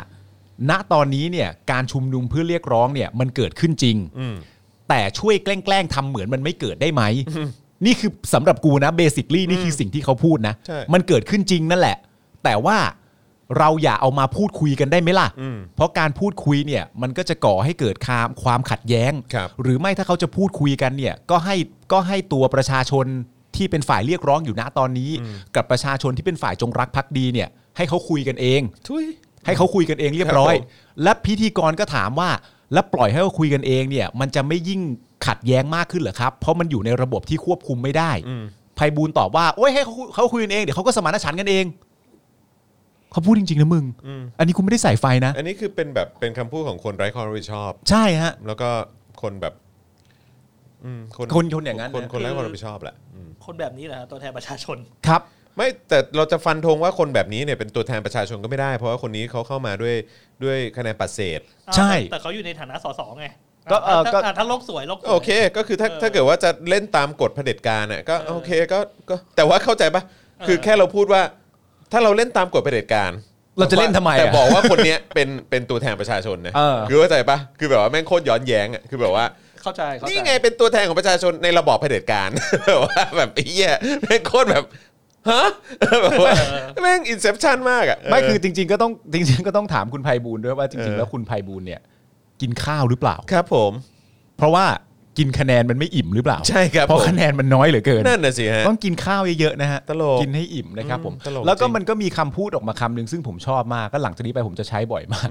S2: ณตอนนี้เนี่ยการชุมนุมเพื่อเรียกร้องเนี่ยมันเกิดขึ้นจริง
S1: อืม
S2: แต่ช่วยแกล้งๆทำเหมือนมันไม่เกิดได้ไหม นี่คือสำหรับกูนะเบสิคลี่นี่คือสิ่งที่เขาพูดนะ
S1: ใช่
S2: มันเกิดขึ้นจริงนั่นแหละ แต่ว่าเราอย่าเอามาพูดคุยกันได้ไหมล่ะ
S1: อืม
S2: เพราะการพูดคุยเนี่ยมันก็จะก่อให้เกิดความความขัดแย้ง
S1: ครับ
S2: หรือไม่ถ้าเขาจะพูดคุยกันเนี่ยก็ให้ก็ให้ตัวประชาชนที่เป็นฝ่ายเรียกร้องอยู่ณตอนนี้ กับประชาชนที่เป็นฝ่ายจงรักภักดีเนี่ยให้เขาคุยกันเอง
S1: ทุย
S2: ให้เขาคุยกันเองเรียบร้อย
S1: ครับผม
S2: และพิธีกรก็ถามว่า แล้วปล่อยให้เขาคุยกันเองเนี่ย มันจะไม่ยิ่งขัดแย้งมากขึ้นเหรอครับ เพราะมันอยู่ในระบบที่ควบคุมไม่ได้ไพบูลย์ตอบว่าโอ้ยให้เขาคุยเขาคุยกันเองเดี๋ยวเขาก็สมานฉันท์กันเองเขาพูดจริงๆนะมึง อันนี้กูไม่ได้ใส่ไฟนะ
S1: อันนี้คือเป็นแบบเป็นคำพูดของคนไร้ความรับผิดชอบ
S2: ใช่ฮะ
S1: แล้วก็คนแบบอืมคน
S2: คนคนอย่างนั้น
S1: คน
S2: นะ
S1: คนไร้ความรับผิดชอบแหละอืม
S3: คนแบบนี้แหละฮะตัวแทนประชาชน
S2: ครับ
S1: ไม่แต่เราจะฟันธงว่าคนแบบนี้เนี่ยเป็นตัวแทนประชาชนก็ไม่ได้ เพราะว่าคนนี้เขาเข้ามาด้วยด้วยคะแนนปัดเศษ
S2: ใช่
S3: แต่เขาอยู่ในฐานะสสไง
S2: ก็เอ่อก็
S3: ถ้าถ้าโลกสวยโลกสวย
S1: โอเค ก็คือถ้า
S3: เออ
S1: ถ้าเกิดว่าจะเล่นตามกฎเผด็จการน่ะก็
S3: เออ
S1: โอเคก็ก็แต่ว่าเข้าใจปะคือแค่เราพูดว่า ถ้าเราเล่นตามกฎเผด็จการ
S2: เราจะเล่นทำไมอะ
S1: แต่บอกว่าคนเนี้ยเป็นเป็นตัวแทนประชาชนนะ
S2: เออ
S1: คือเข้าใจปะคือแบบว่าแม่งโคตรย้อนแย้งอ่ะคือแบบว่า
S3: เข้าใจเข้าใจ
S1: นี่ไงเป็นตัวแทนของประชาชนในระบอบเผด็จการ แบบว่าแบบไอ้เหี้ยแม่งโคตรแบบ ฮะแบบว่าแม่งอินเซพชันมากอ่ะ
S2: ไม่คือ
S1: เ
S2: จริง ๆ ก็ต้องจริง ๆ ก็ต้องถามคุณไพบูลย์ด้วยว่าจริง ๆ แล้วคุณไพบูลย์เนี่ย กินข้าวหรือเปล่า
S1: ครับผม
S2: เพราะว่ากินคะแนนมันไม่อิ่มหรือเปล่า
S1: ใช่ครับ
S2: เพ
S1: ผ
S2: ราะ
S1: ม
S2: คะแนนมันน้อยเหลือเกิน
S1: นั่นน่ะสิฮะ
S2: ต้องกินข้าวเยอะๆนะฮะ
S1: ตลก
S2: กินให้อิ่มนะครับผม
S1: อืมตลก
S2: แล้วก็
S1: จริง
S2: มันก็มีคำพูดออกมาคำหนึ่งซึ่งผมชอบมาก ก็หลังจากนี้ไปผมจะใช้บ่อยมาก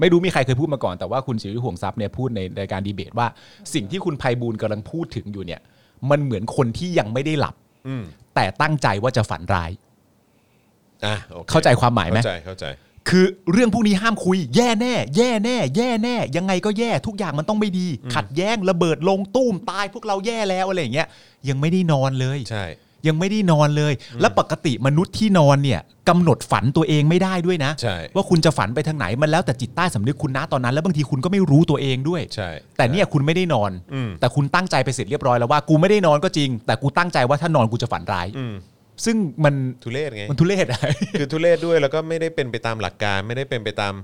S2: ไม่รู้มีใครเคยพูดมาก่อน แต่ว่าคุณศิริห่วงทรัพย์เนี่ยพูดในรายการดีเบตว่า สิ่งที่คุณภัยบูลย์กำลังพูดถึงอยู่เนี่ย มันเหมือนคนที่ยังไม่ได้หลับ
S1: อืม
S2: แต่ตั้งใจว่าจะฝันร้าย
S1: อ่ะโอค
S2: เข้าใจความหมายไหม
S1: เข้าใจเข้าใจ
S2: คือเรื่องพวกนี้ห้ามคุย แย่แน่ แย่แน่ แย่แน่ ยังไงก็แย่ทุกอย่างมันต้องไม่ดี ขัดแย้งระเบิดลงตู้มตายพวกเราแย่แล้วอะไรอย่างเงี้ยยังไม่ได้นอนเลย
S1: ใช่
S2: ยังไม่ได้นอนเลย และปกติมนุษย์ที่นอนเนี่ยกำหนดฝันตัวเองไม่ได้ด้วยนะ
S1: ใช่
S2: ว่าคุณจะฝันไปทางไหนมันแล้วแต่จิตใต้สำนึกคุณนะตอนนั้น แล้วบางทีคุณก็ไม่รู้ตัวเองด้วย
S1: ใช่
S2: แต่เนี่ยคุณไม่ได้นอน
S1: อืม
S2: แต่คุณตั้งใจไปเสร็จเรียบร้อยแล้วว่ากูไม่ได้นอนก็จริง แต่กูตั้งใจว่าถ้านอนกูจะฝันร้าย
S1: อืม
S2: ซึ่งมัน
S1: ทุเรศไง
S2: มันทุเรศอะ
S1: คือทุเรศด้วยแล้วก็ไม่ได้เป็นไปตามหลักการ ไม่ได้เป็นไปตาม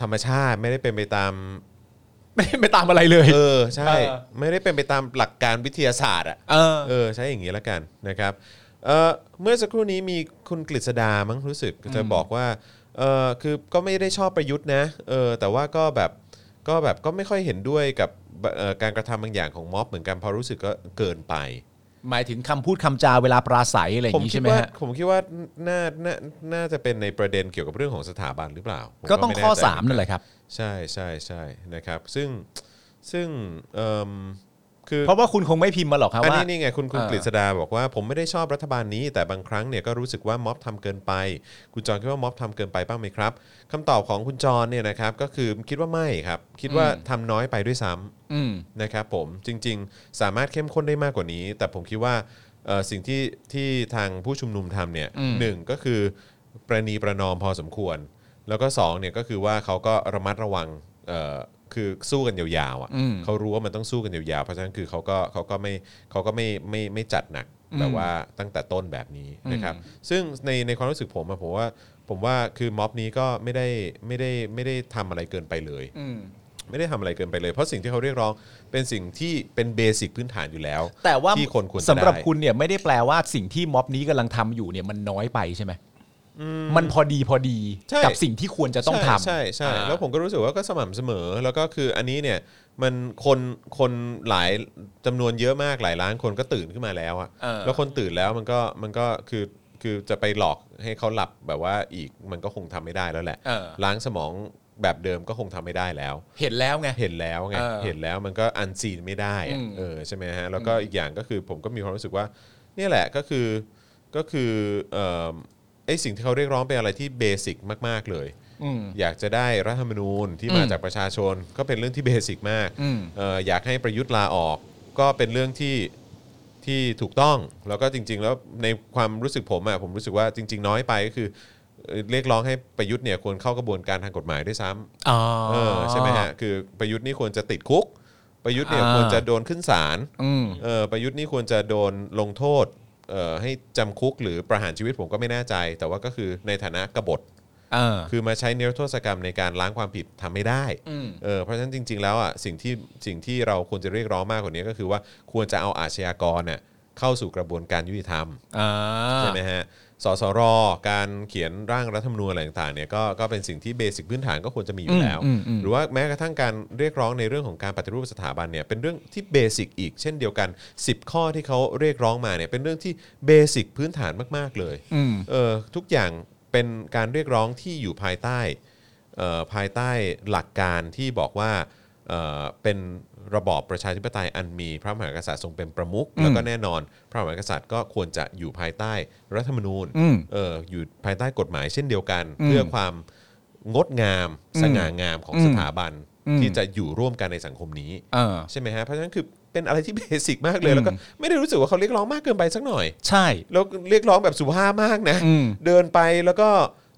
S1: ธรรมชาติ ไม่ได้เป็นไปตาม
S2: ไม่ได้ไปตามอะไรเลย
S1: เออ ใช่
S2: เออ
S1: ไม่ได้เป็นไปตามหลักการวิทยาศาสตร์อ่ะ
S2: เออ
S1: เออ ใช้อย่างนี้ละกันนะครับเออเมื่อสักครู่นี้มีคุณกฤษดามั้งรู้สึกจะบอกว่าเออคือก็ไม่ได้ชอบประยุทธ์นะเออแต่ว่าก็แบบก็แบบก็ไม่ค่อยเห็นด้วยกับเอ่อการกระทำบางอย่างของม็อบเหมือนกันเพราะรู้สึกก็เกินไป
S2: หมายถึงคำพูดคำจาเวลาปราศัยอะไรอ
S1: ผ
S2: ย่าม ง
S1: คิด
S2: นี้ใช่ไหม
S1: ว่า
S2: ฮะ
S1: ผมคิดว่าน่าน่าน่าจะเป็นในประเด็นเกี่ยวกับเรื่องของสถาบันหรือเปล่าผม
S2: ก็ต้อง
S1: ไม่แน่
S2: ข้อ
S1: ใจ
S2: สามนั่นแหละครับ
S1: ใช่ใช่ใช่นะครับ ซึ่งซึ่งเอิ่มคือ
S2: เพราะว่าคุณคงไม่พิมพ์มาหรอกครับ
S1: อัน
S2: ว่า
S1: นี้นี่ไงคุณคุณ
S2: เอ่อ
S1: กฤษดาบอกว่าผมไม่ได้ชอบรัฐบาลนี้ แต่บางครั้งเนี่ยก็รู้สึกว่าม็อบทำเกินไป คุณจอนคิดว่าม็อบทำเกินไปบ้างไหมครับคำตอบของคุณจอนเนี่ยนะครับก็คือคิดว่าไม่ครับ คิดว่าทำน้อยไปด้วยซ้ำ
S2: อืม
S1: นะครับผมจริง ๆ สามารถเข้มข้นได้มากกว่านี้ แต่ผมคิดว่าเอ่อสิ่งที่ที่ทางผู้ชุมนุมทำเนี่ย
S2: อืม
S1: หนึ่งก็คือประนีประนอมพอสมควร แล้วก็สองเนี่ยก็คือว่าเขาก็ระมัดระวังเอ่อคือสู้กันยาวๆอ่ะ
S2: อืม
S1: เขารู้ว่ามันต้องสู้กันยาวๆ เพราะฉะนั้นคือเขาก็เขาก็ไม่เขาก็ไม่ไม่ไม่จัดหนัก
S2: อืม
S1: แบบว่าตั้งแต่ต้นแบบนี้นะครับ
S2: อืม
S1: ซึ่งในในความรู้สึกผมอะผมว่าผมว่าคือม็อบนี้ก็ไม่ได้ไม่ได้ไม่ได้ทำอะไรเกินไปเลย
S2: อืม
S1: ไม่ได้ทำอะไรเกินไปเลย เพราะสิ่งที่เขาเรียกร้องเป็นสิ่งที่เป็นเบสิกพื้นฐานอยู่แล้ว
S2: แต่ว่า
S1: ที่คนควรจะ
S2: สำหรับ
S1: ได้
S2: คุณเนี่ยไม่ได้แปลว่าสิ่งที่ม็อบนี้กำลังทำอยู่เนี่ยมันน้อยไปใช่ไหมมันพอดีพอดี
S1: ใช่
S2: กับสิ่งที่ควรจะต้องทำ
S1: ใช่ใช่
S2: อ่า
S1: แล้วผมก็รู้สึกว่าก็สม่ำเสมอ แล้วก็คืออันนี้เนี่ยมันคนคนหลายจำนวนเยอะมากหลายล้านคนก็ตื่นขึ้นมาแล้วอะ
S2: เออ
S1: แล้วคนตื่นแล้วมันก็มันก็คือคือจะไปหลอกให้เขาหลับแบบว่าอีกมันก็คงทำไม่ได้แล้วแหละ
S2: เออ
S1: ล้างสมองแบบเดิมก็คงทำไม่ได้แล้ว
S2: เห็นแล้วไง
S1: เห็นแล้วไง
S2: เออ
S1: เห็นแล้วมันก็อันซีนไม่ได้อะ
S2: อืม
S1: เออใช่ไหมฮะแล้วก็อีกอย่างก็คือผมก็มีความรู้สึกว่าเนี่ยแหละก็คือก็คือเอ่อไอสิ่งที่เขาเรียกร้องเป็นอะไรที่เบสิกมาก ๆ เลย อยากจะได้รัฐธรรมนูญที่มา
S2: อืม
S1: จากประชาชนก็เป็นเรื่องที่เบสิกมาก
S2: อืม
S1: เอ่ออยากให้ประยุทธ์ลาออก ก็เป็นเรื่องที่ที่ถูกต้องแล้วก็จริง ๆ แล้วในความรู้สึกผมอะผมรู้สึกว่าจริง ๆ น้อยไปก็คือเอ่อเรียกร้องให้ประยุทธ์เนี่ยควรเข้ากระบวนการทางกฎหมายด้วยซ้ำ
S2: อ๋อ
S1: เออใช่ไหมฮะคือประยุทธ์นี่ควรจะติดคุก ประยุทธ์เนี่ย
S2: อ่า
S1: ควรจะโดนขึ้นศาล
S2: อืม
S1: เออประยุทธ์นี่ควรจะโดนลงโทษเอ่อให้จำคุกหรือประหารชีวิตผมก็ไม่แน่ใจ แต่ว่าก็คือในฐานะกบฏ
S2: เออ
S1: คือมาใช้เนรโทษกรรมในการล้างความผิดทำไม่ได้
S2: อืม
S1: เออเพราะฉะนั้นจริง ๆ แล้วอ่ะสิ่งที่สิ่งที่เราควรจะเรียกร้องมากกว่านี้ก็คือว่าควรจะเอาอาชญากรเน่ยเข้าสู่กระบวนการยุติธรรม
S2: อ่า
S1: ใช่ไหมฮะ สสร การเขียนร่างรัฐธรรมนูญอะไรต่างๆเนี่ยก็ก็เป็นสิ่งที่เบสิกพื้นฐานก็ควรจะมีอยู่แล้ว
S2: อืมอืมอืม
S1: หรือว่าแม้กระทั่งการเรียกร้องในเรื่องของการปฏิรูปสถาบันเนี่ยเป็นเรื่องที่เบสิกอีก เช่นเดียวกัน 10 ข้อที่เขาเรียกร้องมาเนี่ยเป็นเรื่องที่เบสิกพื้นฐานมากๆเลย
S2: อืม
S1: เออทุกอย่างเป็นการเรียกร้องที่อยู่ภายใต้เอ่อภายใต้หลักการที่บอกว่าเอ่อเป็นระบอบประชาธิปไตยอันมีพระมหากษัตริย์ทรงเป็นประมุขแล้วก็แน่นอน พระมหากษัตริย์ก็ควรจะอยู่ภายใต้รัฐธรรมนูญ
S2: อืม
S1: เอออยู่ภายใต้กฎหมายเช่นเดียวกัน
S2: อืม
S1: เพื่อความงดงาม
S2: อืม
S1: สง่างามของ
S2: อืม
S1: สถาบัน
S2: อืม
S1: ที่จะอยู่ร่วมกันในสังคมนี้
S2: เออ
S1: ใช่ไหมฮะเพราะฉะนั้นคือเป็นอะไรที่เบ สิกมากเลย
S2: อืม
S1: แล้วก็ไม่ได้รู้สึกว่าเขาเรียกร้องมากเกินไปสักหน่อย
S2: ใช่
S1: แล้วเรียกร้องแบบสุภาพมากนะ
S2: อืม
S1: เดินไปแล้วก็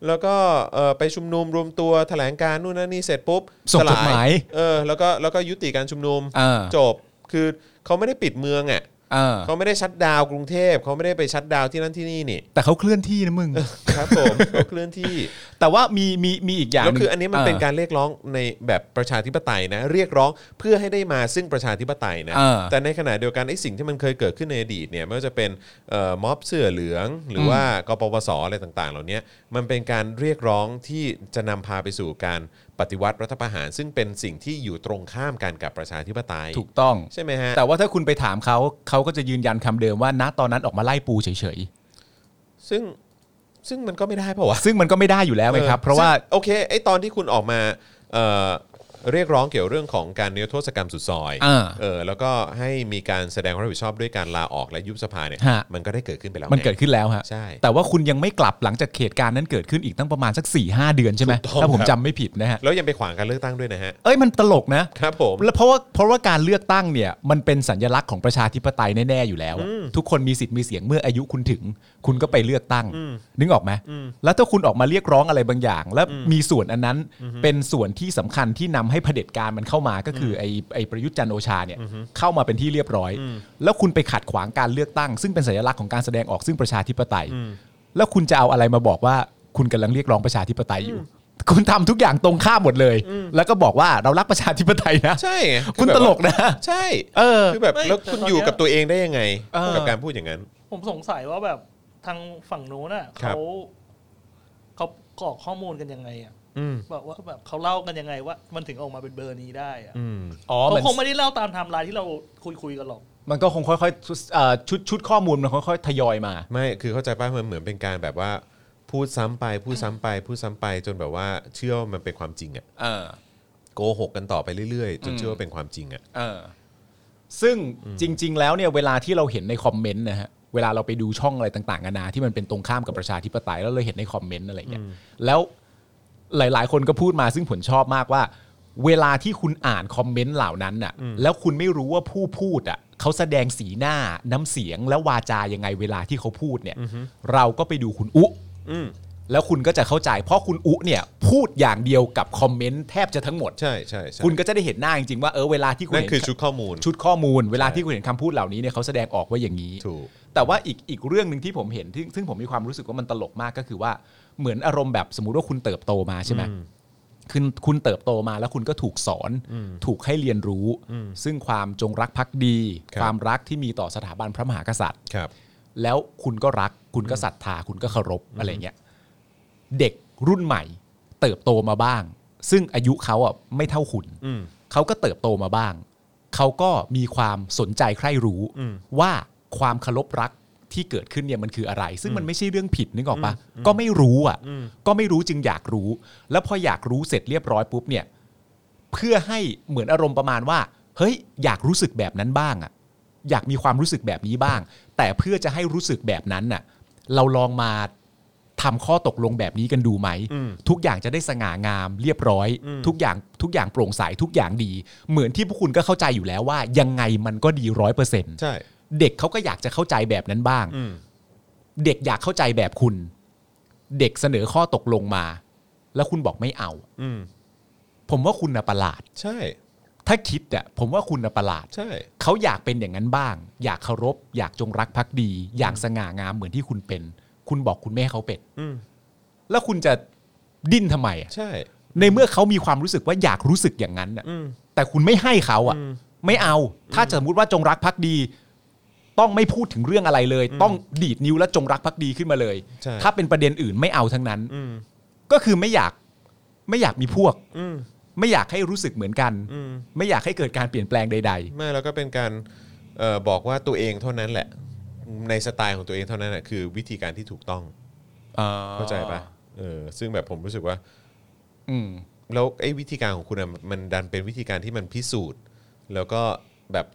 S1: แล้วก็เอ่อไปชุมนุมรวมตัวแถลงการณ์นู่นนั่นนี่เสร็จปุ๊บ
S2: ส่งจดหมาย
S1: เออแล้วก็แล้วก็ยุติการชุมนุม
S2: เออ
S1: จบคือเขาไม่ได้ปิดเมืองอ่ะ
S2: เออ
S1: เขาไม่ได้ชัดดาวน์กรุงเทพเขาไม่ได้ไปชัดดาวน์ที่นั่นที่นี่นี่
S2: แต่เขาเคลื่อนที่นะมึง
S1: ครับ ผมเขาเคลื่อนที่
S2: แต่ว่ามีมีมีอีกอย่าง
S1: แล้ว
S2: ห
S1: คืออันนี้มันเป็น
S2: ออ
S1: การเรียกร้องในแบบประชาธิปไตยนะ เรียกร้องเพื่อให้ได้มาซึ่งประชาธิปไตยนะ
S2: เออ
S1: แต่ในขณะเดียวกันไอ้สิ่งที่มันเคยเกิดขึ้นในอดีตเนี่ยไม่ว่าจะเป็นเอ่อม็อบเสื้อเหลือง หรืออ
S2: ม
S1: ว่ากปปสอะไรต่างๆ เหล่านี้มันเป็นการเรียกร้องที่จะนำพาไปสู่การปฏิวัติรัฐประหาร ซึ่งเป็นสิ่งที่อยู่ตรงข้ามกันกับประชาธิปไตย
S2: ถูกต้อง
S1: ใช่ไหมฮะ
S2: แต่ว่าถ้าคุณไปถามเขาเขาก็จะยืนยันคำเดิมว่าณตอนนั้นออกมาไล่ปูเฉย
S1: ซึ่งซึ่งมันก็ไม่ได้เปล่าวะ
S2: ๆ ซึ่งมันก็ไม่ได้อยู่แล้วไหมครับ
S1: ออ
S2: เพราะว่า
S1: ซึ่งโอเคไอตอนที่คุณออกมาเอ่อเรียกร้องเกี่ยวเรื่องของการนิรโทษกรรมสุดซอย
S2: อ่า
S1: เออแล้วก็ให้มีการแสดงความรับผิดชอบด้วยการลาออกและยุบสภาเนี่ย
S2: ฮะ
S1: มันก็ได้เกิดขึ้นไปแล้ว
S2: มันเกิด
S1: ไง
S2: ขึ้นแล้วฮะ
S1: ใช่
S2: แต่ว่าคุณยังไม่กลับหลังจากเหตุการณ์นั้นเกิดขึ้นอีกตั้งประมาณสัก4ี่หเดือนใช่ไหม
S1: ถูกต้อง
S2: ถ้าผม
S1: ครับ
S2: จำไม่ผิดนะฮะ
S1: แล้วยังไปขวางการเลือกตั้งด้วยนะฮะ
S2: เอ้ยมันตลกนะ
S1: ครับผม
S2: แล้วเพราะว่าเพราะว่าการเลือกตั้งเนี่ยมันเป็นสัญลักษณ์ของประชาธิปไตยแน่ๆอยู่แล้วอะทุกคนมีสิทธิ์มีเสียงเมื่ออายุคุณถึง คุณก็ไปเลือกตั้ง นึกออกไหมแล้วถ้าคุณออกมาเรียกร้องอะไรบางอย่าง และมีส่วนอันนั้นเป็นส่วนที่สำคัญที่นำให้เผด็จการมันเข้ามาก็คืออไอ้ไอ้ประยุทธ์จันทร์โอชาเนี่ยเข้ามาเป็นที่เรียบร้อย แล้วคุณไปขัดขวางการเลือกตั้ง ซึ่งเป็นสัญลักษณ์ของการแสดงออกซึ่งประชาธิปไตย แล้วคุณจะเอาอะไรมาบอกว่าคุณกำลังเรียกร้องประชาธิปไตยอยู่ คุณทำทุกอย่างตรงข้ามหมดเลย แล้วก็บอกว่าเรารักประชาธิปไตยนะ
S1: ใช่ไงอ
S2: คุณ
S1: แบบ
S2: ตลกนะ
S1: ใช่
S2: เออ
S1: คือแบบ
S3: ไม่
S1: แล้ว
S3: แต่
S1: คุณ
S3: ตอน
S1: อยู่
S3: เนี้ย
S1: กับตัวเองได้ยังไง
S2: เออ
S1: กับการพูดอย่างนั้น
S3: ผมสงสัยว่าแบบทางฝั่งนู้นน่ะ
S1: ครั
S3: เขา
S1: บ
S3: เขากรอกข้อมูลกันยังไงอ่ะ
S1: อืม
S3: แบบว่าแบบเขาเล่ากันยังไงว่า มันถึงออกมาเป็นเบอร์นี้ได้อ่ะ
S1: อืม
S2: อ๋อ
S3: เขา
S2: มัน
S3: คงไม่ได้เล่าตามไทม์ไลน์ที่เราคุยคุยๆกันหรอก
S2: มันก็คงค่อยๆเอ่อชุดชุดข้อมูลมันค่อยๆทยอยมา
S1: ไม่ คือเข้าใจป่ะ มันเหมือนเป็นการแบบว่า พูดซ้ำไป พูดซ้ำไป พูดซ้ำไป จนแบบว่าเชื่อว่ามันเป็นความจริงอะ
S2: เออ
S1: โกหกกันต่อไปเรื่อยๆ จนเชื่อว่าเป็นความจริงอะ
S2: เออ ซึ่งจริง ๆ แล้วเนี่ยเวลาที่เราเห็นในคอมเมนต์นะฮะ เวลาเราไปดูช่องอะไรต่างๆนานาที่มันเป็นตรงข้ามกับประชาธิปไตยแล้วเราเห็นในคอมเมนต์อะไรอย่างเงี้ย แล้วหลาย ๆ คนก็พูดมาซึ่งผมชอบมากว่า เวลาที่คุณอ่านคอมเมนต์เหล่านั้นน่ะ แล้วคุณไม่รู้ว่าผู้พูดอ่ะเขาแสดงสีหน้าน้ำเสียงและวาจายังไงเวลาที่เขาพูดเนี่ย เราก็ไปดูคุณอุ แล้วคุณก็จะเข้าใจเพราะคุณอุเนี่ยพูดอย่างเดียวกับคอมเมนต์แทบจะทั้งหมด
S1: ใช่ใช่ใช่
S2: คุณก็จะได้เห็นหน้าจริงๆว่าเออเวลาที่คุณ
S1: นั่น
S2: เห็น
S1: คือชุดข้อมูล
S2: ชุดข้อมูลเวลาที่คุณเห็นคำพูดเหล่านี้เนี่ยเขาแสดงออกว่าอย่างนี้
S1: ถูก
S2: แต่ว่าอีกอีกเรื่องหนึ่งที่ผมเห็นที่ซึ่งผมมีความรู้สึกว่ามันตลกมากก็คือว่าเหมือนอารมณ์แบบสมมุติว่าคุณเติบโตมาใช่ไหม คุณคุณเติบโตมาแล้วคุณก็ถูกสอนถูกให้เรียนรู้ ซึ่งความจงรักภักดี
S1: ครับ
S2: ความรักที่มีต่อสถาบันพระมหากษัตริย์
S1: ครับ
S2: แล้วคุณก็รัก คุณก็ศรัทธา คุณก็เคารพอะไรเงี้ยเด็กรุ่นใหม่ เติบโตมาบ้าง ซึ่งอายุเขาอ่ะไม่เท่าคุณ
S1: อืม
S2: เขาก็เติบโตมาบ้าง เขาก็มีความสนใจใคร่รู้
S1: อืม
S2: ว่าความเคารพรักที่เกิดขึ้นเนี่ยมันคืออะไร ซึ่งมันไม่ใช่เรื่องผิดนึกออกปะก็ไม่รู้อ่ะ
S1: อืม
S2: ก็ไม่รู้จึงอยากรู้ แล้วพออยากรู้เสร็จเรียบร้อยปุ๊บเนี่ย เพื่อให้เหมือนอารมณ์ประมาณว่า เฮ้ย อยากรู้สึกแบบนั้นบ้างอ่ะ อยากมีความรู้สึกแบบนี้บ้าง แต่เพื่อจะให้รู้สึกแบบนั้นน่ะ เราลองมาทำข้อตกลงแบบนี้กันดูไหม
S1: อืม
S2: ทุกอย่างจะได้สง่างามเรียบร้อย
S1: อืม
S2: ทุกอย่างทุกอย่างโปร่งใสทุกอย่างดี เหมือนที่พวกคุณก็เข้าใจอยู่แล้วว่า ยังไงมันก็ดีร้อยเปอร์เซ็นต์
S1: ใช่
S2: เด็กเขาก็อยากจะเข้าใจแบบนั้นบ้าง
S1: อืม
S2: เด็กอยากเข้าใจแบบคุณ เด็กเสนอข้อตกลงมา แล้วคุณบอกไม่เอา
S1: อืม
S2: ผมว่าคุณน่ะประหลาด
S1: ใช่
S2: ถ้าคิดอ่ะผมว่าคุณน่ะประหลาด
S1: ใช่
S2: เขาอยากเป็นอย่างนั้นบ้าง อยากเคารพ อยากจงรักภักดี อยากสง่างามเหมือนที่คุณเป็น คุณบอกคุณไม่ให้เขาเป็น
S1: อืม
S2: แล้วคุณจะดิ้นทำไมอะ
S1: ใช่
S2: ในเมื่อเขามีความรู้สึกว่าอยากรู้สึกอย่างนั้นน่ะ
S1: อืม
S2: แต่คุณไม่ให้เขาอ่ะ
S1: อืม
S2: ไม่เอา ถ้าสมมติว่าจงรักภักดี ต้องไม่พูดถึงเรื่องอะไรเลย ต้องดีดนิ้วและจงรักภักดีขึ้นมาเลย
S1: ใช่
S2: ถ้าเป็นประเด็นอื่นไม่เอาทั้งนั้น
S1: อืม
S2: ก็คือไม่อยากไม่อยากมีพวก
S1: อืม
S2: ไม่อยากให้รู้สึกเหมือนกัน
S1: อืม
S2: ไม่อยากให้เกิดการเปลี่ยนแปลงใด
S1: ไม่แล้วก็เป็นการเออบอกว่าตัวเองเท่านั้นแหละ ในสไตล์ของตัวเองเท่านั้นแหละคือวิธีการที่ถูกต้อง
S2: ๆอ่
S1: เข้าใจปะเออซึ่งแบบผมรู้สึกว่า
S2: อืม
S1: แล้วไอ้วิธีการของคุณอะมันดันเป็นวิธีการที่มันพิสูจน์ แล้วก็แบบ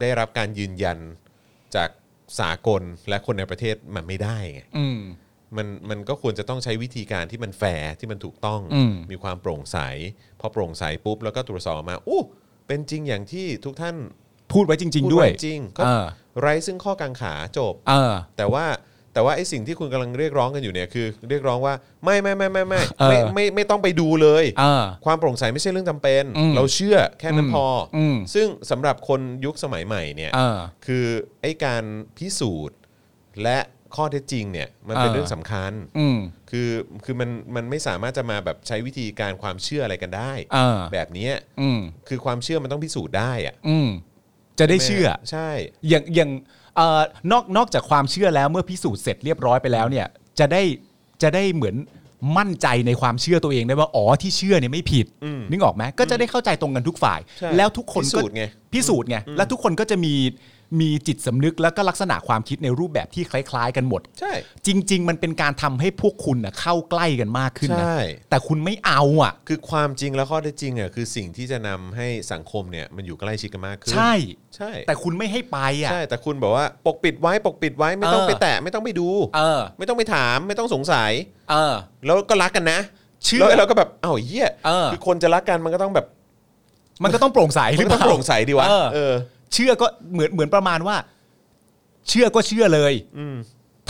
S1: ได้รับการยืนยันจากสากลและคนในประเทศมันไม่ได้ไง
S2: อืม
S1: มันมันก็ควรจะต้องใช้วิธีการที่มันแฟร์ที่มันถูกต้อง
S2: อืม
S1: มีความโปร่งใส พอโปร่งใสปุ๊บแล้วก็ตรวจสอบออกมาอู้เป็นจริงอย่างที่ทุกท่าน
S2: พูดไว้จริง
S1: พู
S2: ๆ ด้วย
S1: ไจริงก็
S2: เออ
S1: ไร้ซึ่งข้อกังขาจบ
S2: เออ
S1: แต่ว่าแต่ว่าไอ้สิ่งที่คุณกำลังเรียกร้องกันอยู่เนี่ยคือ เรียกร้องว่าไม่ไม่ไม่ไม่ไม่
S2: เออ
S1: ไม่ไม่ไม่ต้องไปดูเลย
S2: เออ
S1: ความโปร่งใสไม่ใช่เรื่องจำเป็น
S2: อืม
S1: เราเชื่อแค่นั้น
S2: อืม
S1: พออ
S2: ม
S1: ซึ่งสำหรับคนยุคสมัยใหม่เนี่ย
S2: เออ
S1: คือไอ้การพิสูจน์และข้อเท็จจริงเนี่ยมันเป็น
S2: เออ
S1: เรื่องสำคัญ
S2: อืม
S1: คือคือมันมันไม่สามารถจะมาแบบใช้วิธีการความเชื่ออะไรกันได้
S2: เออ
S1: แบบเนี้ย
S2: อืม
S1: คือความเชื่อมันต้องพิสูจน์ได้อะ
S2: อืม จะได้เชื่อ
S1: ใช่
S2: อย่างอย่างเอ่อนอกนอกจากความเชื่อแล้วเมื่อพิสูจน์เสร็จเรียบร้อยไปแล้วเนี่ย จะได้จะได้เหมือนมั่นใจในความเชื่อตัวเองได้ว่าอ๋อที่เชื่อเนี่ยไม่ผิด
S1: อืม
S2: นึกออกไหมก็จะได้เข้าใจตรงกันทุกฝ่าย
S1: ใช่
S2: แล้วทุกคน
S1: พิสู
S2: ก็
S1: จน์ไง
S2: พิสูจน์ไงแล้วทุกคนก็จะมีมีจิตสำนึกแล้วก็ลักษณะความคิดในรูปแบบที่คล้าย ๆ กันหมด
S1: ใช่
S2: จริง ๆ มันเป็นการทำให้พวกคุณนะเข้าใกล้กันมากขึ้นนะ
S1: ใช่
S2: แต่คุณไม่เอาอ่ะ
S1: คือความจริงและข้อเท็จจริงอ่ะคือสิ่งที่จะนำให้สังคมเนี่ยมันอยู่ใกล้ชิดกันมากขึ้น
S2: ใช่
S1: ใช่
S2: แต่คุณไม่ให้ไปอ่ะ
S1: ใช่แต่คุณบอกว่าปกปิดไว้ปกปิดไว้ไม่ต้อง
S2: เออ
S1: ไปแตะไม่ต้องไปดู
S2: เออ
S1: ไม่ต้องไปถามไม่ต้องสงสัย
S2: เออ
S1: แล้วก็รักกันนะ
S2: เชื่อ
S1: แล้วเราก็แบบเอ้าเหี้ย
S2: เออ
S1: คือคนจะรักกันมันก็ต้องแบบ
S2: มันก็ต้องโปร่งใสห
S1: มั
S2: รื
S1: น
S2: อ
S1: ก็
S2: เป
S1: ต้อง
S2: ล่า
S1: โปร่งใสดีวะ
S2: เออ
S1: เออ
S2: เชื่อก็เหมือนเหมือนประมาณว่า เชื่อก็เชื่อเลย
S1: อืม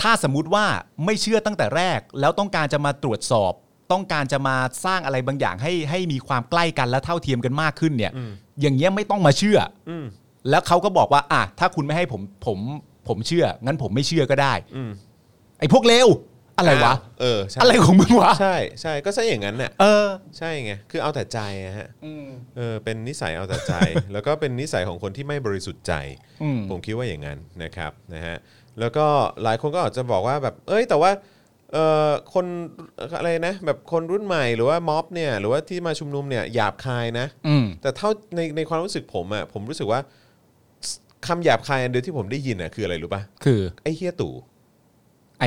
S2: ถ้าสมมุติว่าไม่เชื่อตั้งแต่แรก แล้วต้องการจะมาตรวจสอบ ต้องการจะมาสร้างอะไรบางอย่างให้ให้มีความใกล้กันและเท่าเทียมกันมากขึ้นเนี่ย
S1: อืม
S2: อย่างเงี้ยไม่ต้องมาเชื่อ
S1: อืม
S2: แล้วเขาก็บอกว่า อ่ะถ้าคุณไม่ให้ผมผมผมเชื่อ งั้นผมไม่เชื่อก็ได้
S1: อืม
S2: ไอ้พวกเลวอะไร
S1: า
S2: วะ
S1: เออใช่
S2: อะไรของมึงวะ
S1: ใช่ใช่ก็ใช่อย่างนั้นน่ะ
S2: เออ
S1: ใช่ไงคือเอาแต่ใจอะฮะ
S2: อืม
S1: เออเป็นนิสัยเอาแต่ใจ แล้วก็เป็นนิสัยของคนที่ไม่บริสุทธิ์ใจ
S2: อืม
S1: ผมคิดว่าอย่างนั้นนะครับนะฮะแล้วก็หลายคนก็อาจจะบอกว่าแบบเอ้ยแต่ว่าเอ่อคนอะไรนะแบบคนรุ่นใหม่หรือว่าม็อบเนี่ยหรือว่าที่มาชุมนุมเนี่ยหยาบคายนะ
S2: อืม
S1: แต่เท่าในในความรู้สึกผมอะผมรู้สึกว่าสคำหยาบคายอันเดียวที่ผมได้ยินอะคืออะไรรู้ป่ะ
S2: คือ
S1: ไอ้เฮียตู่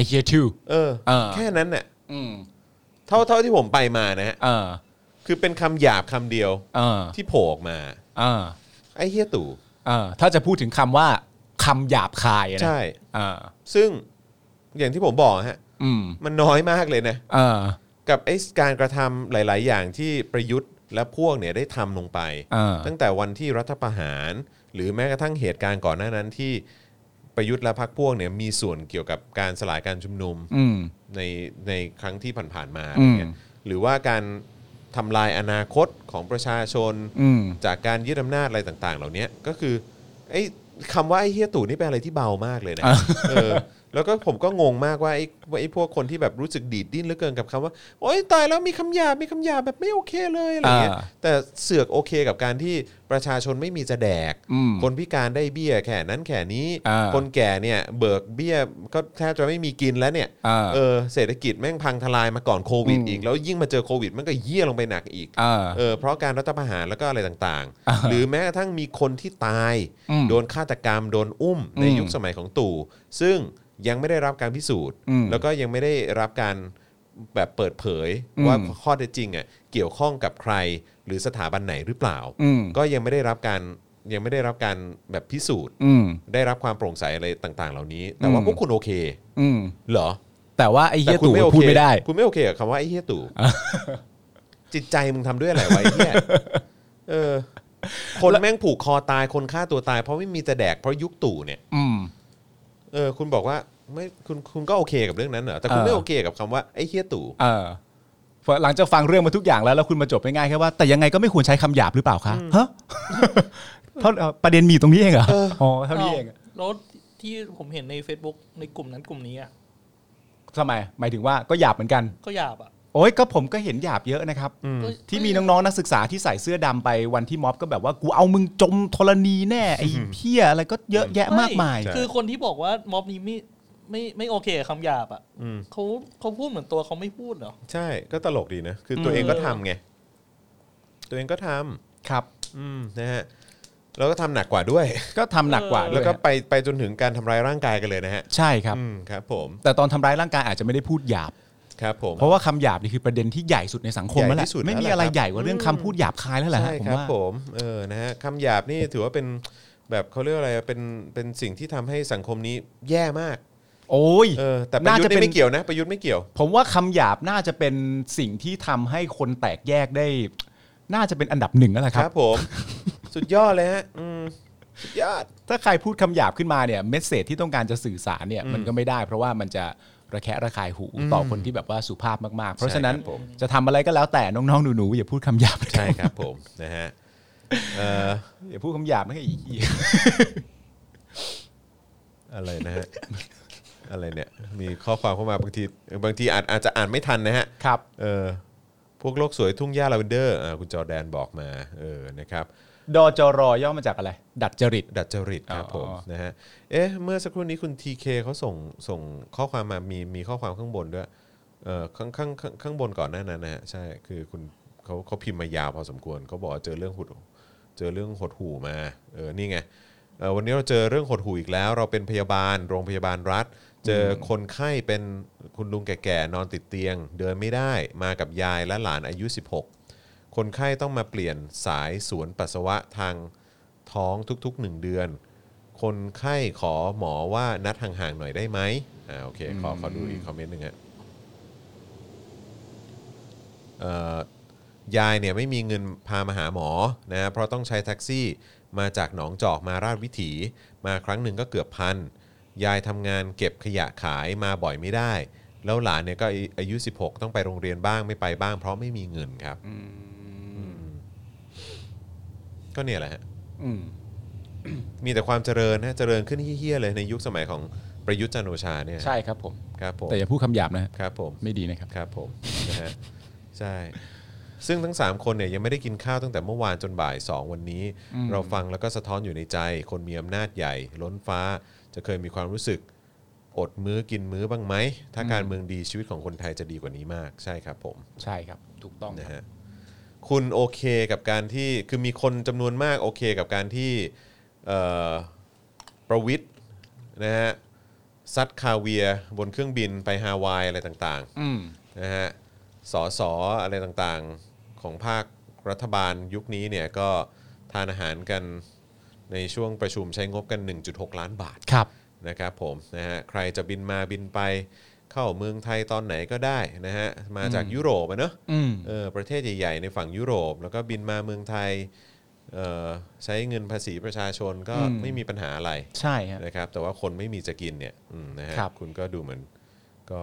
S2: I hear too
S1: เออ
S2: เออ
S1: แค่นั้นน่ะ
S2: อืม
S1: เท่าเท่าที่ผมไปมานะฮะ
S2: เออ
S1: คือเป็นคำหยาบคำเดียว
S2: เออ
S1: ที่โผล่ออกมา
S2: เออ
S1: ไอ้เฮียตู่
S2: เออถ้าจะพูดถึงคำว่าคำหยาบคายนะ
S1: ใช่
S2: เออ
S1: ซึ่งอย่างที่ผมบอกฮะ
S2: อืม
S1: มันน้อยมากเลยนะ
S2: เออ
S1: กับไอ้การกระทำหลาย ๆ อย่างที่ประยุทธ์และพวกเนี่ยได้ทำลงไป
S2: เออ
S1: ตั้งแต่วันที่รัฐประหาร หรือแม้กระทั่งเหตุการณ์ก่อนหน้านั้นที่ประยุทธ์และพรรคพวกเนี่ยมีส่วนเกี่ยวกับการสลายการชุมนุม
S2: อืม
S1: ในในครั้งที่ผ่าน ๆ มา
S2: อืม
S1: เนี่ยหรือว่าการทำลายอนาคตของประชาชน
S2: อืม
S1: จากการยึดอำนาจอะไรต่าง ๆ เหล่านี้ก็คือไอ้คำว่าไอ้เฮียตู่นี่เป็นอะไรที่เบามากเลยนะ
S2: อ่ะ
S1: เออ แล้วก็ผมก็งงมากว่าไอ้ว่าไอ้พวกคนที่แบบรู้สึกดีดดิ้นเหลือเกินกับคำว่า โอ๊ยตายแล้วมีคำหยาบมีคำหยาบแบบไม่โอเคเลยอะไรเงี้ย
S2: อ่า
S1: แต่เสือกโอเคกับการที่ประชาชนไม่มีจะแดก
S2: อืม
S1: คนพิการได้เบี้ยแค่นั้นแค่นี้
S2: อ่า
S1: คนแก่เนี่ยเบิกเบี้ยก็แทบจะไม่มีกินแล้วเนี่ย
S2: อ่า
S1: เออเศรษฐกิจแม่งพังทลายมาก่อนโควิด
S2: อืม
S1: อีก แล้วยิ่งมาเจอโควิดมันก็เยี่ยลงไปหนักอีก
S2: อ่า
S1: เออเพราะการรัฐประหารแล้วก็อะไรต่าง
S2: อ่า
S1: ๆ หรือแม้กระทั่งมีคนที่ตาย
S2: อืม
S1: โดนฆาตกรรม โดนอุ้มใน
S2: อืม
S1: ยุคสมัยของตู่ ซึ่งยังไม่ได้รับการพิสูจน์
S2: อืม
S1: แล้วก็ยังไม่ได้รับการแบบเปิดเผย
S2: อืม
S1: ว่าข้อเท็จจริงอ่ะเกี่ยวข้องกับใครหรือสถาบันไหนหรือเปล่า
S2: อืม
S1: ก็ยังไม่ได้รับการยังไม่ได้รับการแบบพิสูจน์
S2: อืม
S1: ได้รับความโปร่งใสอะไรต่างๆ เหล่านี้ แต่ว่า
S2: อืม
S1: พวกคุณโอเค
S2: อืม
S1: เหรอ
S2: แต่ว่าไอ้เฮีย
S1: คุณ
S2: ตู่
S1: ไม่โอเค
S2: พูดไม่ได้
S1: คุณไม่โอเคกับคำว่าไอ้เฮียตู่จิตใจมึงทำด้วยอะไรวะไอ้เฮียเออ คนแม่งผูกคอตายคนฆ่าตัวตาย เพราะไม่มีจะแดกเพราะยุคตู่เนี่ย
S2: อืม
S1: เออคุณบอกว่าไม่คุณคุณก็โอเคกับเรื่องนั้นเหรอแต่คุณ
S2: เออ
S1: ไม่โอเคกับคำว่าไอ้เฮียตู่
S2: เออพอหลังจากฟังเรื่องมาทุกอย่างแล้วแล้วคุณมาจบง่ายๆแค่ว่าแต่ยังไงก็ไม่ควรใช้คำหยาบหรือเปล่าคะฮะ เท่าเอ่อประเด็นมีอยู่ตรงนี้เองเหรออ๋อเท่านี้เอง
S3: าวแล้วที่ผมเห็นใน Facebook ในกลุ่มนั้นกลุ่มนี้อะ
S2: ทำไมหมายถึงว่าก็หยาบเหมือนกัน
S3: ก็หยาบอ่ะ
S2: โอ้ยก็ผมก็เห็นหยาบเยอะนะครับ
S1: อืม
S3: ก็
S2: ที่มีน้องๆนักศึกษาที่ใส่เสื้อดำไปวันที่ม็อบก็แบบว่ากูเอามึงจมธรณีแน่ไอ้เพี้ยอะไรก็เยอะแยะมากมาย
S3: ไคือคนที่บอกว่าม็อบนี้ไม่ไม่ไม่โอเคกับคำหยาบอ่ะ
S1: อืม
S3: เขาเขาพูดเหมือนตัวเขาไม่พูดเหรอ
S1: ใช่ก็ตลกดีนะคือตั
S2: อื
S1: ว
S2: ม
S1: เองก็ทำไงตัวเองก็ทำ
S2: ครับ
S1: อืมนะฮะแล้วก็ทำหนักกว่าด้วย
S2: ก็ทำหนักกว่า
S3: เออ
S1: แล้วก็
S2: ด้วยฮะ
S1: ไปไปจนถึงการทำร้ายร่างกายกันเลยนะฮะ
S2: ใช่ครับ
S1: อืมครับผม
S2: แต่ตอนทำร้ายร่างกายอาจจะไม่ได้พูดหยาบ
S1: ครับผม
S2: เพราะว่าคำหยาบนี่คือประเด็นที่ใหญ่สุดในสังค
S1: ให
S2: ม
S1: ญ่
S2: แล้วแหละ
S1: ที่สุดแล้ว
S2: ไม่มีอะไร
S1: แหละครับ
S2: ใหญ่กว่าเรื่องคำพูดหยาบคายแล้วแหละฮะ
S1: ใช่
S2: ผม
S1: ครับ
S2: ว่า
S1: ผมเออนะฮะคำหยาบนี่ถือว่าเป็นแบบเขาเรียกอะไรเป็นเป็นสิ่งที่ทำให้สังคมนี้แย่มาก
S2: โอ้ย
S1: เออแต่ประ
S2: น่า
S1: ยุท
S2: จะ
S1: ธ์นี่
S2: เป็น
S1: ไม่เกี่ยวนะประยุทธ์ไม่เกี่ยว
S2: ผมว่าคำหยาบน่าจะเป็นสิ่งที่ทำให้คนแตกแยกได้ น่าจะเป็นอันดับหนึ่งนั่นแหละ
S1: ค
S2: ครั
S1: รับ บผม สุดยอดเลยฮะอืมสุดยอด
S2: ถ้าใครพูดคำหยาบขึ้นมาเนี่ยเมสเซจที่ต้องการจะสื่อสารเนี่ยมันก็ไม่ได้ เพราะว่ามันจะระแคะระคายหูต่อคนที่แบบว่าสุภาพมากๆ เพราะฉะนั้น
S1: ใช่ครับผม
S2: จะทำอะไรก็แล้วแต่น้องๆหนูๆอย่าพูดคำหยาบนะค
S1: ใช่
S2: รับ
S1: ครับผมนะฮะเอ่อ
S2: อย่าพูดคำหยาบนะไอ้เหี้ย
S1: อะไรนะฮะอะไรเนี่ยมีข้อความเข้ามาบางทีบางทีอาจอาจจะอ่านไม่ทันนะฮะ
S2: ครับ
S1: เออพวกโลกสวยทุ่งหญ้าลาเวนเดอร์อ่าคุณจอแดนบอกมาเออนะครับ
S2: ดจรย่อมาจากอะไร ดัดจริต
S1: ดัดจริตครับผม
S2: อ๋อ
S1: นะฮะ เอ๊ะ เมื่อสักครู่นี้คุณ TK เขาส่งส่งข้อความมา มีมีข้อความข้างบนด้วย เอ่อข้างข้างข้างข้างบนก่อนหน้านั้นนะฮะ ใช่ คือคุณเขาเขาพิมพ์มายาวพอสมควรเขาบอกว่าเจอเรื่องหดเจอเรื่องหดหู่มา เออ นี่ไง เอ่อวันนี้เราเจอเรื่องหดหู่อีกแล้ว เราเป็นพยาบาล โรงพยาบาลรัฐ เจอคนไข้เป็นคุณลุงแก่ๆนอนติดเตียง เดินไม่ได้มากับยายและหลานอายุ 16 คนไข้ต้องมาเปลี่ยนสายสวนปัสสาวะทางท้องทุกๆ 1 เดือน คนไข้ขอหมอว่านัดห่างๆหน่อยได้ไหมอ่าโอเคขอขอดูอีกคอมเมนต์หนึ่งฮะเอ่อยายเนี่ยไม่มีเงินพามาหาหมอนะเพราะต้องใช้แท็กซี่มาจากหนองจอกมาราชวิถี มาครั้งหนึ่งก็เกือบพัน ยายทำงานเก็บขยะขายมาบ่อยไม่ได้ แล้วหลานเนี่ยก็อายุ 16 ต้องไปโรงเรียนบ้างไม่ไปบ้าง เพราะไม่มีเงินครับก็เนี่ยแหละฮะ
S2: อืม
S1: มีแต่ความเจริญนะเจริญขึ้นเฮี้ยๆเลยในยุคสมัยของประยุทธ์จันทร์โอชาเนี่ย
S2: ใช่ครับผม
S1: ครับผม
S2: แต่อย่าพูดคำหยาบนะฮะ
S1: ครับผม
S2: ไม่ดีนะครับ
S1: ครับผมนะฮะใช่ ซึ่งทั้ง 3 คนเนี่ยยังไม่ได้กินข้าวตั้งแต่เมื่อวานจนบ่าย 2 วันนี้ เราฟังแล้วก็สะท้อนอยู่ในใจ คนมีอำนาจใหญ่ ล้นฟ้าจะเคยมีความรู้สึก อดมื้อกินมื้อบ้างไหม ถ้าการเมืองดีชีวิตของคนไทยจะดีกว่านี้มากใช่ครับผม
S2: ใช่ครับ ถูกต้อง
S1: นะ
S2: ครับ
S1: ฮะคุณโอเคกับการที่คือมีคนจำนวนมากโอเคกับการที่เอ่อประวิทย์นะฮะซัดคาเวียร์บนเครื่องบินไปฮาวายอะไรต่าง
S2: อืม
S1: ๆนะฮะสอสออะไรต่างๆของภาครัฐบาลยุคนี้เนี่ยก็ทานอาหารกันในช่วงประชุมใช้งบกัน 1.6 ล้านบาท
S2: ครับ
S1: นะครับผมนะฮะใครจะบินมาบินไปเข้าเมืองไทยตอนไหนก็ได้นะฮะมาจากยุโรปอะเนอะ
S2: อืม
S1: เออประเทศใหญ่ๆในฝั่งยุโรป แล้วก็บินมาเมืองไทยเอ่อใช้เงินภาษีประชาชนก็
S2: อืม
S1: ไม่มีปัญหาอะไร
S2: ใช่ฮะ
S1: นะครับแต่ว่าคนไม่มีจะกินเนี่ยอืมนะฮะ
S2: ครับ
S1: คุณก็ดูเหมือนก็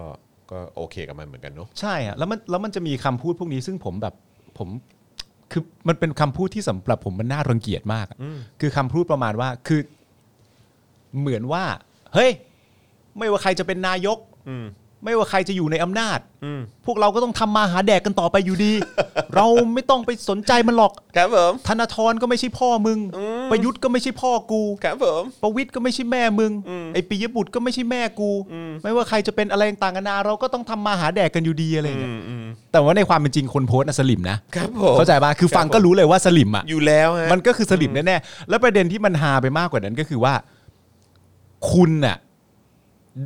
S1: ก็โอเคกับมันเหมือนกันเนาะ
S2: ใช่ฮะแล้วมันแล้วมันจะมีคำพูดพวกนี้ซึ่งผมแบบผมคือมันเป็นคำพูดที่สำหรับผมมันน่ารังเกียจมากอะ
S1: อืม
S2: คือคำพูดประมาณว่าคือ เหมือนว่า เฮ้ย ไม่ว่าใครจะเป็นนายก
S1: อืม
S2: ไม่ว่าใครจะอยู่ในอำนาจ
S1: อืม
S2: พวกเราก็ต้องทำมาหาแดกกันต่อไปอยู่ ดี เราไม่ต้องไปสนใจมันหรอก
S1: ครับผม
S2: ธนาธรก็ไม่ใช่พ่อมึง
S1: อืม
S2: ประยุทธ์ก็ไม่ใช่พ่อกู
S1: ครับผม
S2: ประวิทย์ก็ไม่ใช่แม่มึง
S1: อืม
S2: ไอ้ปิยบุตรก็ไม่ใช่แม่กู
S1: อืม
S2: ไม่ว่าใครจะเป็นอะไรต่างกันานาเราก็ต้องทำมาหาแดกกันอยู่ดีอะไร
S1: อื
S2: เงี้ย
S1: มอืม
S2: แต่ว่าในความเป็นจริงคนโพสต์น่ะสลิมนะ
S1: ครับผม
S2: เข้าใจป่ะ คือฟังก็รู้เลยว่าสลิมอ่ะ
S1: อยู่แล้วฮะ
S2: มันก็คือสลิมแน่ๆ แล้วประเด็นที่มันฮาไปมากกว่านั้นก็คือว่า คุณน่ะ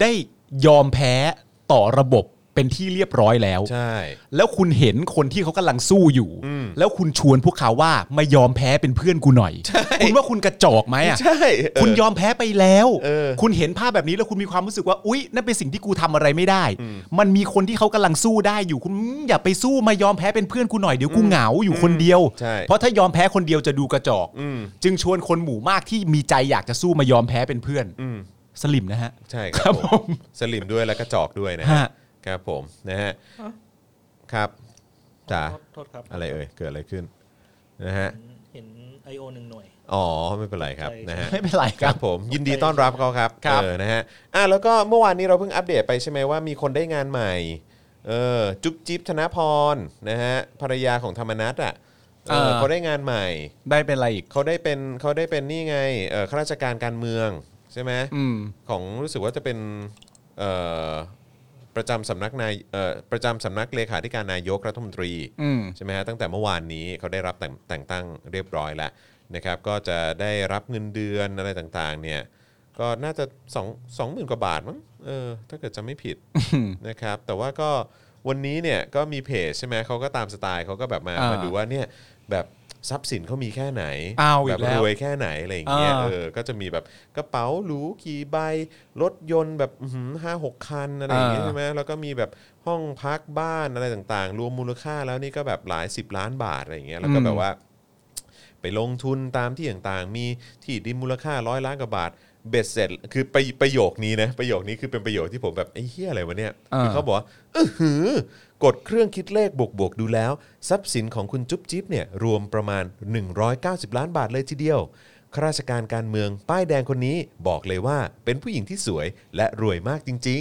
S2: ได้ยอมแพ้ต่อระบบเป็นที่เรียบร้อยแล้ว
S1: ใช่
S2: แล้วคุณเห็นคนที่เขากำลังสู้อยู่
S1: อืม
S2: แล้วคุณชวนพวกเขาว่ามายอมแพ้เป็นเพื่อนกูหน่อย คุณว่าคุณกระจอกไหมอ่ะ
S1: ใช่เ
S2: คุณยอมแพ้ไปแล้ว
S1: เออ
S2: คุณเห็นภาพแบบนี้แล้วคุณมีความรู้สึกว่า อุ๊ย นั่นเป็นสิ่งที่กูทำอะไรไม่ได้
S1: อืม
S2: มันมีคนที่เขากำลังสู้ได้อยู่ คุณอืมอย่าไปสู้มายอมแพ้เป็นเพื่อนกูหน่อยเดี๋ยวกูเหงาอยู่คนเดียว
S1: ใช่
S2: เพราะถ้ายอมแพ้คนเดียวจะดูกระจอก
S1: อืม
S2: จึงชวนคนหมู่มากที่มีใจอยากจะสู้มายอมแพ้เป็นเพื่อน
S1: อืม
S2: สลิมนะฮะ
S1: ใช่ค
S2: ค
S1: รั
S2: รั
S1: บบ ผ
S2: ผม ม
S1: สลิมด้วยแล้วก็จอกด้วยนะฮะ
S2: ฮะ
S1: ครับผมนะฮะ
S3: ฮะ
S1: ครับจ๋า
S3: โทษโทษครับ
S1: อะไรเอ่ยเกิดอะไรขึ้นนะฮะ
S3: เห็นไอโอหนึ่งหน่วย
S1: อ๋อไม่เป็นไรครับนะฮะ
S2: ไม่เป็นไรค
S1: ค
S2: รั
S1: รับ บผมยินดีต้อนรับเขาครับ
S2: ครับ
S1: เออนะฮะอ่ะแล้วก็เมื่อวานนี้เราเพิ่งอัปเดตไปใช่ไหมว่ามีคนได้งานใหม่เออจุ๊บจิ๊บธนพรนะฮะภรรยาของธรรมนัฐอ่ะเออ
S2: เออ
S1: เขาได้งานใหม่
S2: ได้เป็นอะไรอีก
S1: เขาได้เป็นเขาได้เป็นนี่ไงเออข้าราชการการเมืองใช่ไหม
S2: อืม
S1: ของรู้สึกว่าจะเป็นเออประจำสำนักนายเออประจำสำนักเลขาธิการนายกรัฐมนตรี
S2: อืม
S1: ใช่ไหมฮะตั้งแต่เมื่อวานนี้เขาได้รับแต่งแต่งตั้งเรียบร้อยแล้วนะครับ ก็จะได้รับเงินเดือนอะไรต่างๆ เนี่ย ก็น่าจะ2 2 0,000 กว่าบาทมั้งเออถ้าเกิดจะไม่ผิดนะครับ แต่ว่าก็วันนี้เนี่ยก็มีเพจใช่ไหมเขาก็ตามสไตล์เขาก็แบบมา
S2: อ่าม
S1: มาดูว่าเนี่ยแบบทรัพย์สินเขามีแค่ไหน
S2: อ้าวอี
S1: แบบ
S2: กแล้ว
S1: รวยแค่ไหนอะไรอย่างเงี้ย
S2: อ่า
S1: เออก็จะมีแบบกระเป๋าหรูกี่ใบรถยนต์แบบอื้อหือห้าหกคันอะไรอย่างเงี้ยใช่ไหม ใช่ไหมแล้วก็มีแบบห้องพักบ้านอะไรต่างๆ รวมมูลค่าแล้วนี่ก็แบบหลาย 10 ล้านบาทอะไรอย่างเงี้ยแล้วก็
S2: อืม
S1: แบบว่า ไปลงทุนตามที่ต่างๆ มีที่ดินมูลค่าร้อยล้านกว่าบาทเบ็ดเสร็จ คือประประโยคนี้นะประโยคนี้คือเป็นประโยคที่ผมแบบไอ้เฮี้ยอะไรวะเนี่ยคือเขาบอกว่าอื้อหือกดเครื่องคิดเลขบวกบวกๆดูแล้ว ทรัพย์สินของคุณจุ๊บจิ๊บเนี่ยรวมประมาณ 190 ล้านบาทเลยทีเดียวข้าราชการการเมืองป้ายแดงคนนี้บอกเลยว่าเป็นผู้หญิงที่สวยและรวยมากจริง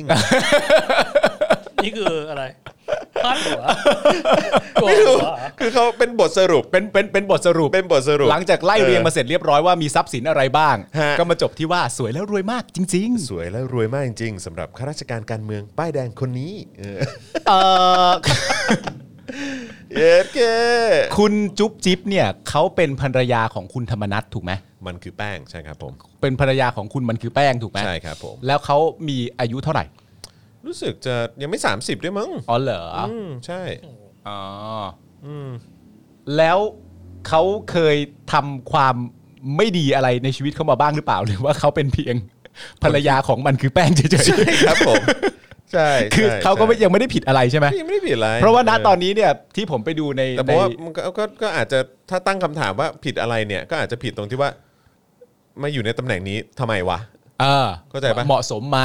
S1: ๆ
S3: นี่คืออะไรพลาดหัวไม่รู้
S1: คือเขาเป็นบทสรุป
S2: เป็นเป็นเป็นบทสรุป
S1: เป็นบทสรุป
S2: หลังจากไล่เรียงมาเสร็จเรียบร้อยว่ามีทรัพย์สินอะไรบ้าง
S1: ฮะ
S2: ก็มาจบที่ว่าสวยแล้วรวยมากจริง ๆ
S1: สวยและรวยมากจริงๆสำหรับข้าราชการการเมืองป้ายแดงคนนี้เออ
S2: เอ่อ
S1: เอ็ดเก
S2: คุณจุ๊บจิ๊บเนี่ยเขาเป็นภรรยาของคุณธรรมนัทถูกไหม
S1: มันคือแป้งใช่ครับผม
S2: เป็นภรรยาของคุณมันคือแป้งถูกไหม
S1: ใช่ครับผม
S2: แล้วเขามีอายุเท่าไหร่
S1: รู้สึกจะยังไม่ 30 ด้วยมั้ง
S2: อ๋อเหรอ
S1: อืมใช่
S2: อ๋อ
S1: อืม
S2: แล้วเขาเคยทำความไม่ดีอะไรในชีวิตเขามาบ้างหรือเปล่า หรือว่าเขาเป็นเพียง ภรรยาของมันคือแป้งเฉย
S1: ใช่ครับผม ใช่
S2: ๆคือ
S1: ใช่
S2: เขาก็ไม่
S1: ใช่
S2: ยังไม่ได้ผิดอะไรใช่ไหม
S1: ยังไม่ได้ผิดอะไร
S2: เพราะว่าณตอนนี้เนี่ยที่ผมไปดูใน
S1: แต่เพราะว่า
S2: ใน
S1: มันก็ก็ก็อาจจะถ้าตั้งคำถามว่าผิดอะไรเนี่ย ก็อาจจะผิดตรงที่ว่ามาอยู่ในตำแหน่งนี้ทำไมวะ
S2: เออ
S1: เข้าใจปะ
S2: เหมาะสมไหม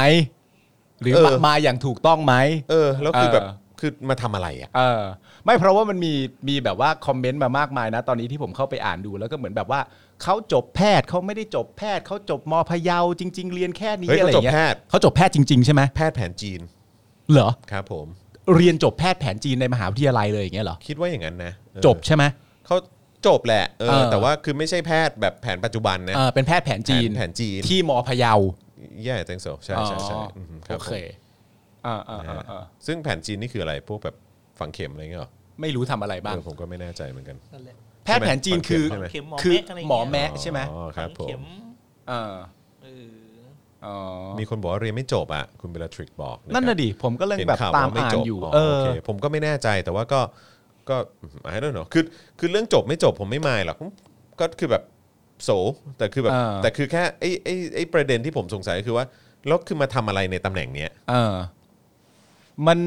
S2: หรือ
S1: เออ
S2: มามาอย่างถูกต้องไหม
S1: เออ แล้วคือแบบ
S2: เออ
S1: คือมาทำอะไรอ่ะ
S2: เออไม่เพราะว่ามันมีมีแบบว่าคอมเมนต์มามากมายนะ ตอนนี้ที่ผมเข้าไปอ่านดูแล้วก็เหมือนแบบว่าเขาจบแพทย์เขาไม่ได้จบแพทย์เขาจบมพะเยาจริง ๆ เรียนแค่นี้
S1: เฮ้ย
S2: อะไรอย่งเงี้ย
S1: เขาจบแพทย์
S2: เขาจบแพทย์จริง ๆ ใช่ไหม
S1: แพทย์แผนจีน
S2: เหรอ
S1: ครับผม
S2: เรียนจบแพทย์แผนจีนในมหาวิทยาลัยเลยอย่างเงี้ยเหรอ
S1: คิดว่าอย่างนั้นนะเออ
S2: จบใช่ไหม
S1: เขาจบแหละเอ
S2: เอ
S1: อ
S2: อ
S1: แต่ว่าคือไม่ใช่แพทย์แบบแผนปัจจุบันนะ
S2: เออเป็นแพทย์แผนจีน
S1: แผแผนจีน
S2: ที่มพะเยา
S1: แย่จังโซใช่ใช่ใช่
S2: อ๋อ
S1: อืมครั
S2: โอบ
S1: ผม
S2: เคอ่าอ่าอ่าอ่า
S1: ซึ่งแผนจีนนี่คืออะไรพวกแบบฝังเข็มอะไรเงี้ยเหรอ
S2: ไม่รู้ทำอะไรบ้าง
S1: เออผมก็ไม่แน่ใจเหมือนกัน
S3: นั่นแหละ
S2: แพทย์แผนจีนคือ
S1: ใช่ไหม
S3: เข็มหมอ
S2: คือ
S3: แมะอะไรเงี้ย
S2: หมอแมะใช่ไหม
S1: อ๋อครับผม
S3: เข็ม
S2: เออ
S3: เออ
S2: อ๋อ
S1: มีคนบอกว่าเรียนไม่จบอ่ะคุณเบลทริกบอกะครับ
S2: นั่นน่ะดิ ผมก็เลย
S1: เห็น
S2: แบบ
S1: ข่ว
S2: ตาม
S1: ว่ไม่
S2: อ่าน
S1: จบ
S2: อยู่
S1: โ
S2: เออ
S1: เคผมก็ไม่แน่ใจแต่ว่าก็ก็ไอ้เนาะคือคือเรื่องจบไม่จบผมไม่มายหรอกก็คือแบบโสแต่คือแบบ
S2: เออ
S1: แต่คือแค่ไอ้ไอ้ไอ้ประเด็นที่ผมสงสัยก็คือว่าแล้วคือมาทำอะไรในตำแหน่งเนี้ย
S2: เออ มัน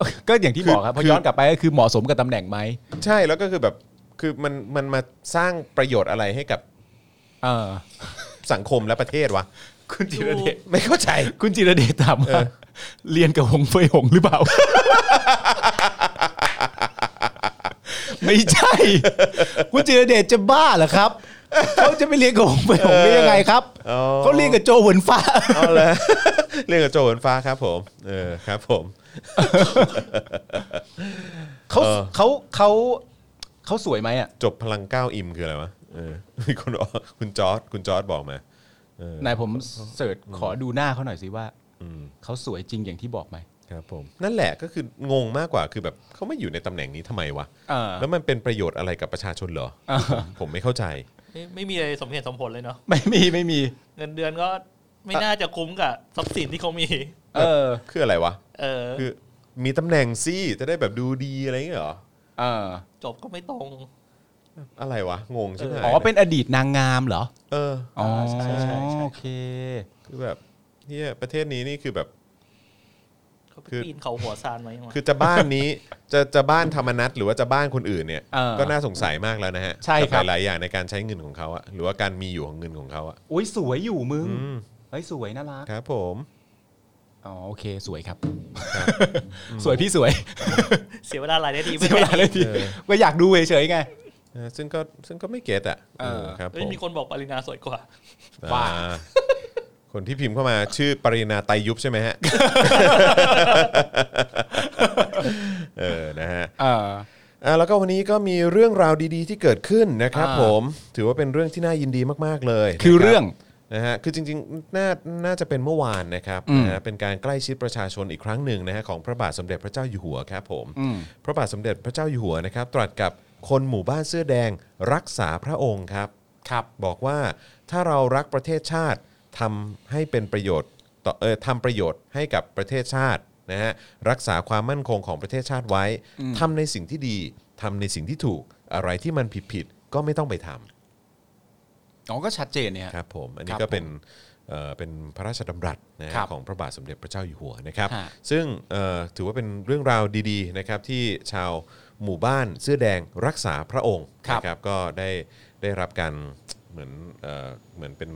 S2: ก็อย่างที่
S1: คือ
S2: บอกครับพอ
S1: คือ
S2: ย้อนกลับไปก็คือเหมาะสมกับตำแหน่งไหม
S1: ใช่แล้วก็คือแบบคือมันมันมาสร้างประโยชน์อะไรให้กับ
S2: เออ
S1: สังคมและประเทศวะ
S2: คุณจิรเดช
S1: ไม่เข้าใจ
S2: คุณจิรเดชถามว่า เรียนกับหงเฟยหงหรือเปล่า ไม่ใช่ คุณจิรเดชจะบ้าเหรอครับเขาจะไปเรียนกับหงเฟยหงได้ยังไงครับ
S1: อ๋อ
S2: เขาเรียนกับโจหวนฟ้า
S1: เอาเลย เรื่องกับโจเหมือนฟ้าครับผม เออครับผม
S2: เขา
S1: เออ
S2: เขาเขาเขาสวยไหมอ่ะ
S1: จบพลังก้าวอิมคืออะไรวะเออ คุณอ๋อคุณจอร์ดคุณจอร์ดบอกมาเออ
S2: ไหนผมเสิร์ชขอดูหน้าเขาหน่อยสิว่า
S1: อืม
S2: เขาสวยจริงอย่างที่บอกไหม
S1: ครับผม นั่นแหละก็คืองงมากกว่าคือแบบเขาไม่อยู่ในตำแหน่งนี้ทำไมวะ
S2: เออ
S1: แล้วมันเป็นประโยชน์อะไรกับประชาชนเหรอ
S2: อ่า
S1: ผมผมไม่เข้าใจ
S3: ไม่ไม่มีอะไรสมเหตุสมผลเลยเนาะ
S2: ไม่มีไม่มี
S3: เงินเดือนก็ไม่น่าจะคุ้มกับทรัพย์สินที่เขามี
S2: เออ
S1: คืออะไรวะ
S3: เออ
S1: คือมีตำแหน่งซี่จะได้แบบดูดีอะไรอย่างเงี้ยเหรอ
S2: เออ
S3: จบก็ไม่ตรง
S1: อะไรวะ งงใช่ไหม
S2: อ๋อเป็นอดีตนางงามเหรอ
S1: เออ
S2: อ๋อ
S3: ใช่ใช่ใช่
S2: โอเค
S1: คือแบบเนี่ยประเทศนี้นี่คือแบบ
S3: เขาไป
S1: คือ
S3: ปีนเขาหัวซานมายังไง
S1: คือจะบ้านนี้ จะจะบ้านธรรมนัตหรือว่าจะบ้านคนอื่นเนี่ย
S2: เออ
S1: ก็น่าสงสัยมากแล้วนะฮะ
S2: ใช่ครับ
S1: กับหลายๆอย่างในการใช้เงินของเขาอะหรือว่าการมีอยู่ของเงินของเขาอะ
S2: อุ้ยสวยอยู่มึง
S1: อืม
S2: เฮ้ยสวยน่ารัก
S1: ครับผม
S2: อ๋อโอเคสวยครับ สวยพี่สวย
S3: เสียเวลาหลายนาที
S2: เสียเวลาเลยที ก็อยากดูเฉยๆไง
S1: เออซึ่งก็ซึ่งก็ไม่เก็ตอะ
S2: เออ
S1: เออครับผ
S3: เอ้ย
S1: ม
S3: มีคนบอกปรินาสวยกว่า
S2: ว่า
S1: อ่ คนที่พิมพ์เข้ามาชื่อปรินาไตรยุบใช่ไหม ฮะ เออนะฮะ
S2: เออ
S1: อ่าแล้วก็วันนี้ก็มีเรื่องราวดีๆ ที่เกิดขึ้นนะครับ
S2: อ่า
S1: ผมถือว่าเป็นเรื่องที่น่ายินดีมากๆเลย
S2: คือ
S1: นะบ
S2: เรื่อง
S1: นะฮะคือจริงๆน่าน่าจะเป็นเมื่อวานนะครับ
S2: อืม
S1: นะฮะเป็นการใกล้ชิดประชาชนอีกครั้งหนึ่งนะฮะของพระบาทสมเด็จพระเจ้าอยู่หัวครับผม
S2: อืม
S1: พระบาทสมเด็จพระเจ้าอยู่หัวนะครับ ตรัสกับคนหมู่บ้านเสื้อแดงรักษาพระองค์ครับ
S2: ครับ
S1: บอกว่าถ้าเรารักประเทศชาติทำให้เป็นประโยชน์ต่อเออทำประโยชน์ให้กับประเทศชาตินะฮะรักษาความมั่นคงของประเทศชาติไว้ทำในสิ่งที่ดีทำในสิ่งที่ถูกอะไรที่มันผิดผิดๆก็ไม่ต้องไปทำ
S2: อ๋อ ก็ชัดเจนเนี่ย
S1: ครับผมอันนี้
S2: ครับ
S1: ก็เป็นเอ่อเป็นพระราชดำรัสนะฮะ
S2: ครับ
S1: ของพระบาทสมเด็จพระเจ้าอยู่หัวนะครับ
S2: ฮะ
S1: ซึ่งเอ่อถือว่าเป็นเรื่องราวดีๆนะครับที่ชาวหมู่บ้านเสื้อแดงรักษาพระองค์
S2: ครับ
S1: นะครับก็ได้ได้รับการเหมือนเอ่อเหมือนเป็น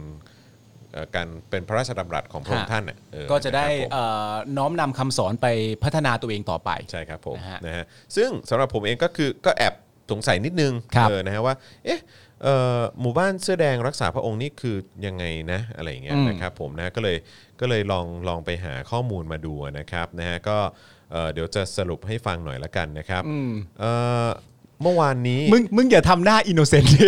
S1: เอ่อการเป็นพระราชดำรัสของพระองค์
S2: ฮะ
S1: ท่านน่ะเออ
S2: ก็จะได้
S1: นะครับผม
S2: เอ่อน้อมนำคำสอนไปพัฒนาตัวเองต่อไป
S1: ใช่ครับผม
S2: นะฮะ
S1: นะฮะซึ่งสำหรับผมเองก็คือก็แอบสงสัยนิดนึง
S2: ครับ
S1: เออนะฮะว่าเอ๊ะเอ่อหมู่บ้านเสื้อแดงรักษาพระองค์นี่คือยังไงนะอะไรอย่างเงี้ย
S2: อืม
S1: นะครับผมนะก็เลยก็เลยลองลองไปหาข้อมูลมาดูนะครับนะฮะก็เอ่อเดี๋ยวจะสรุปให้ฟังหน่อยละกันนะครับ
S2: อืม
S1: เอ่อเมื่อวานนี้
S2: มึง มึงอย่าทำหน้าอินโนเซนต์ดิ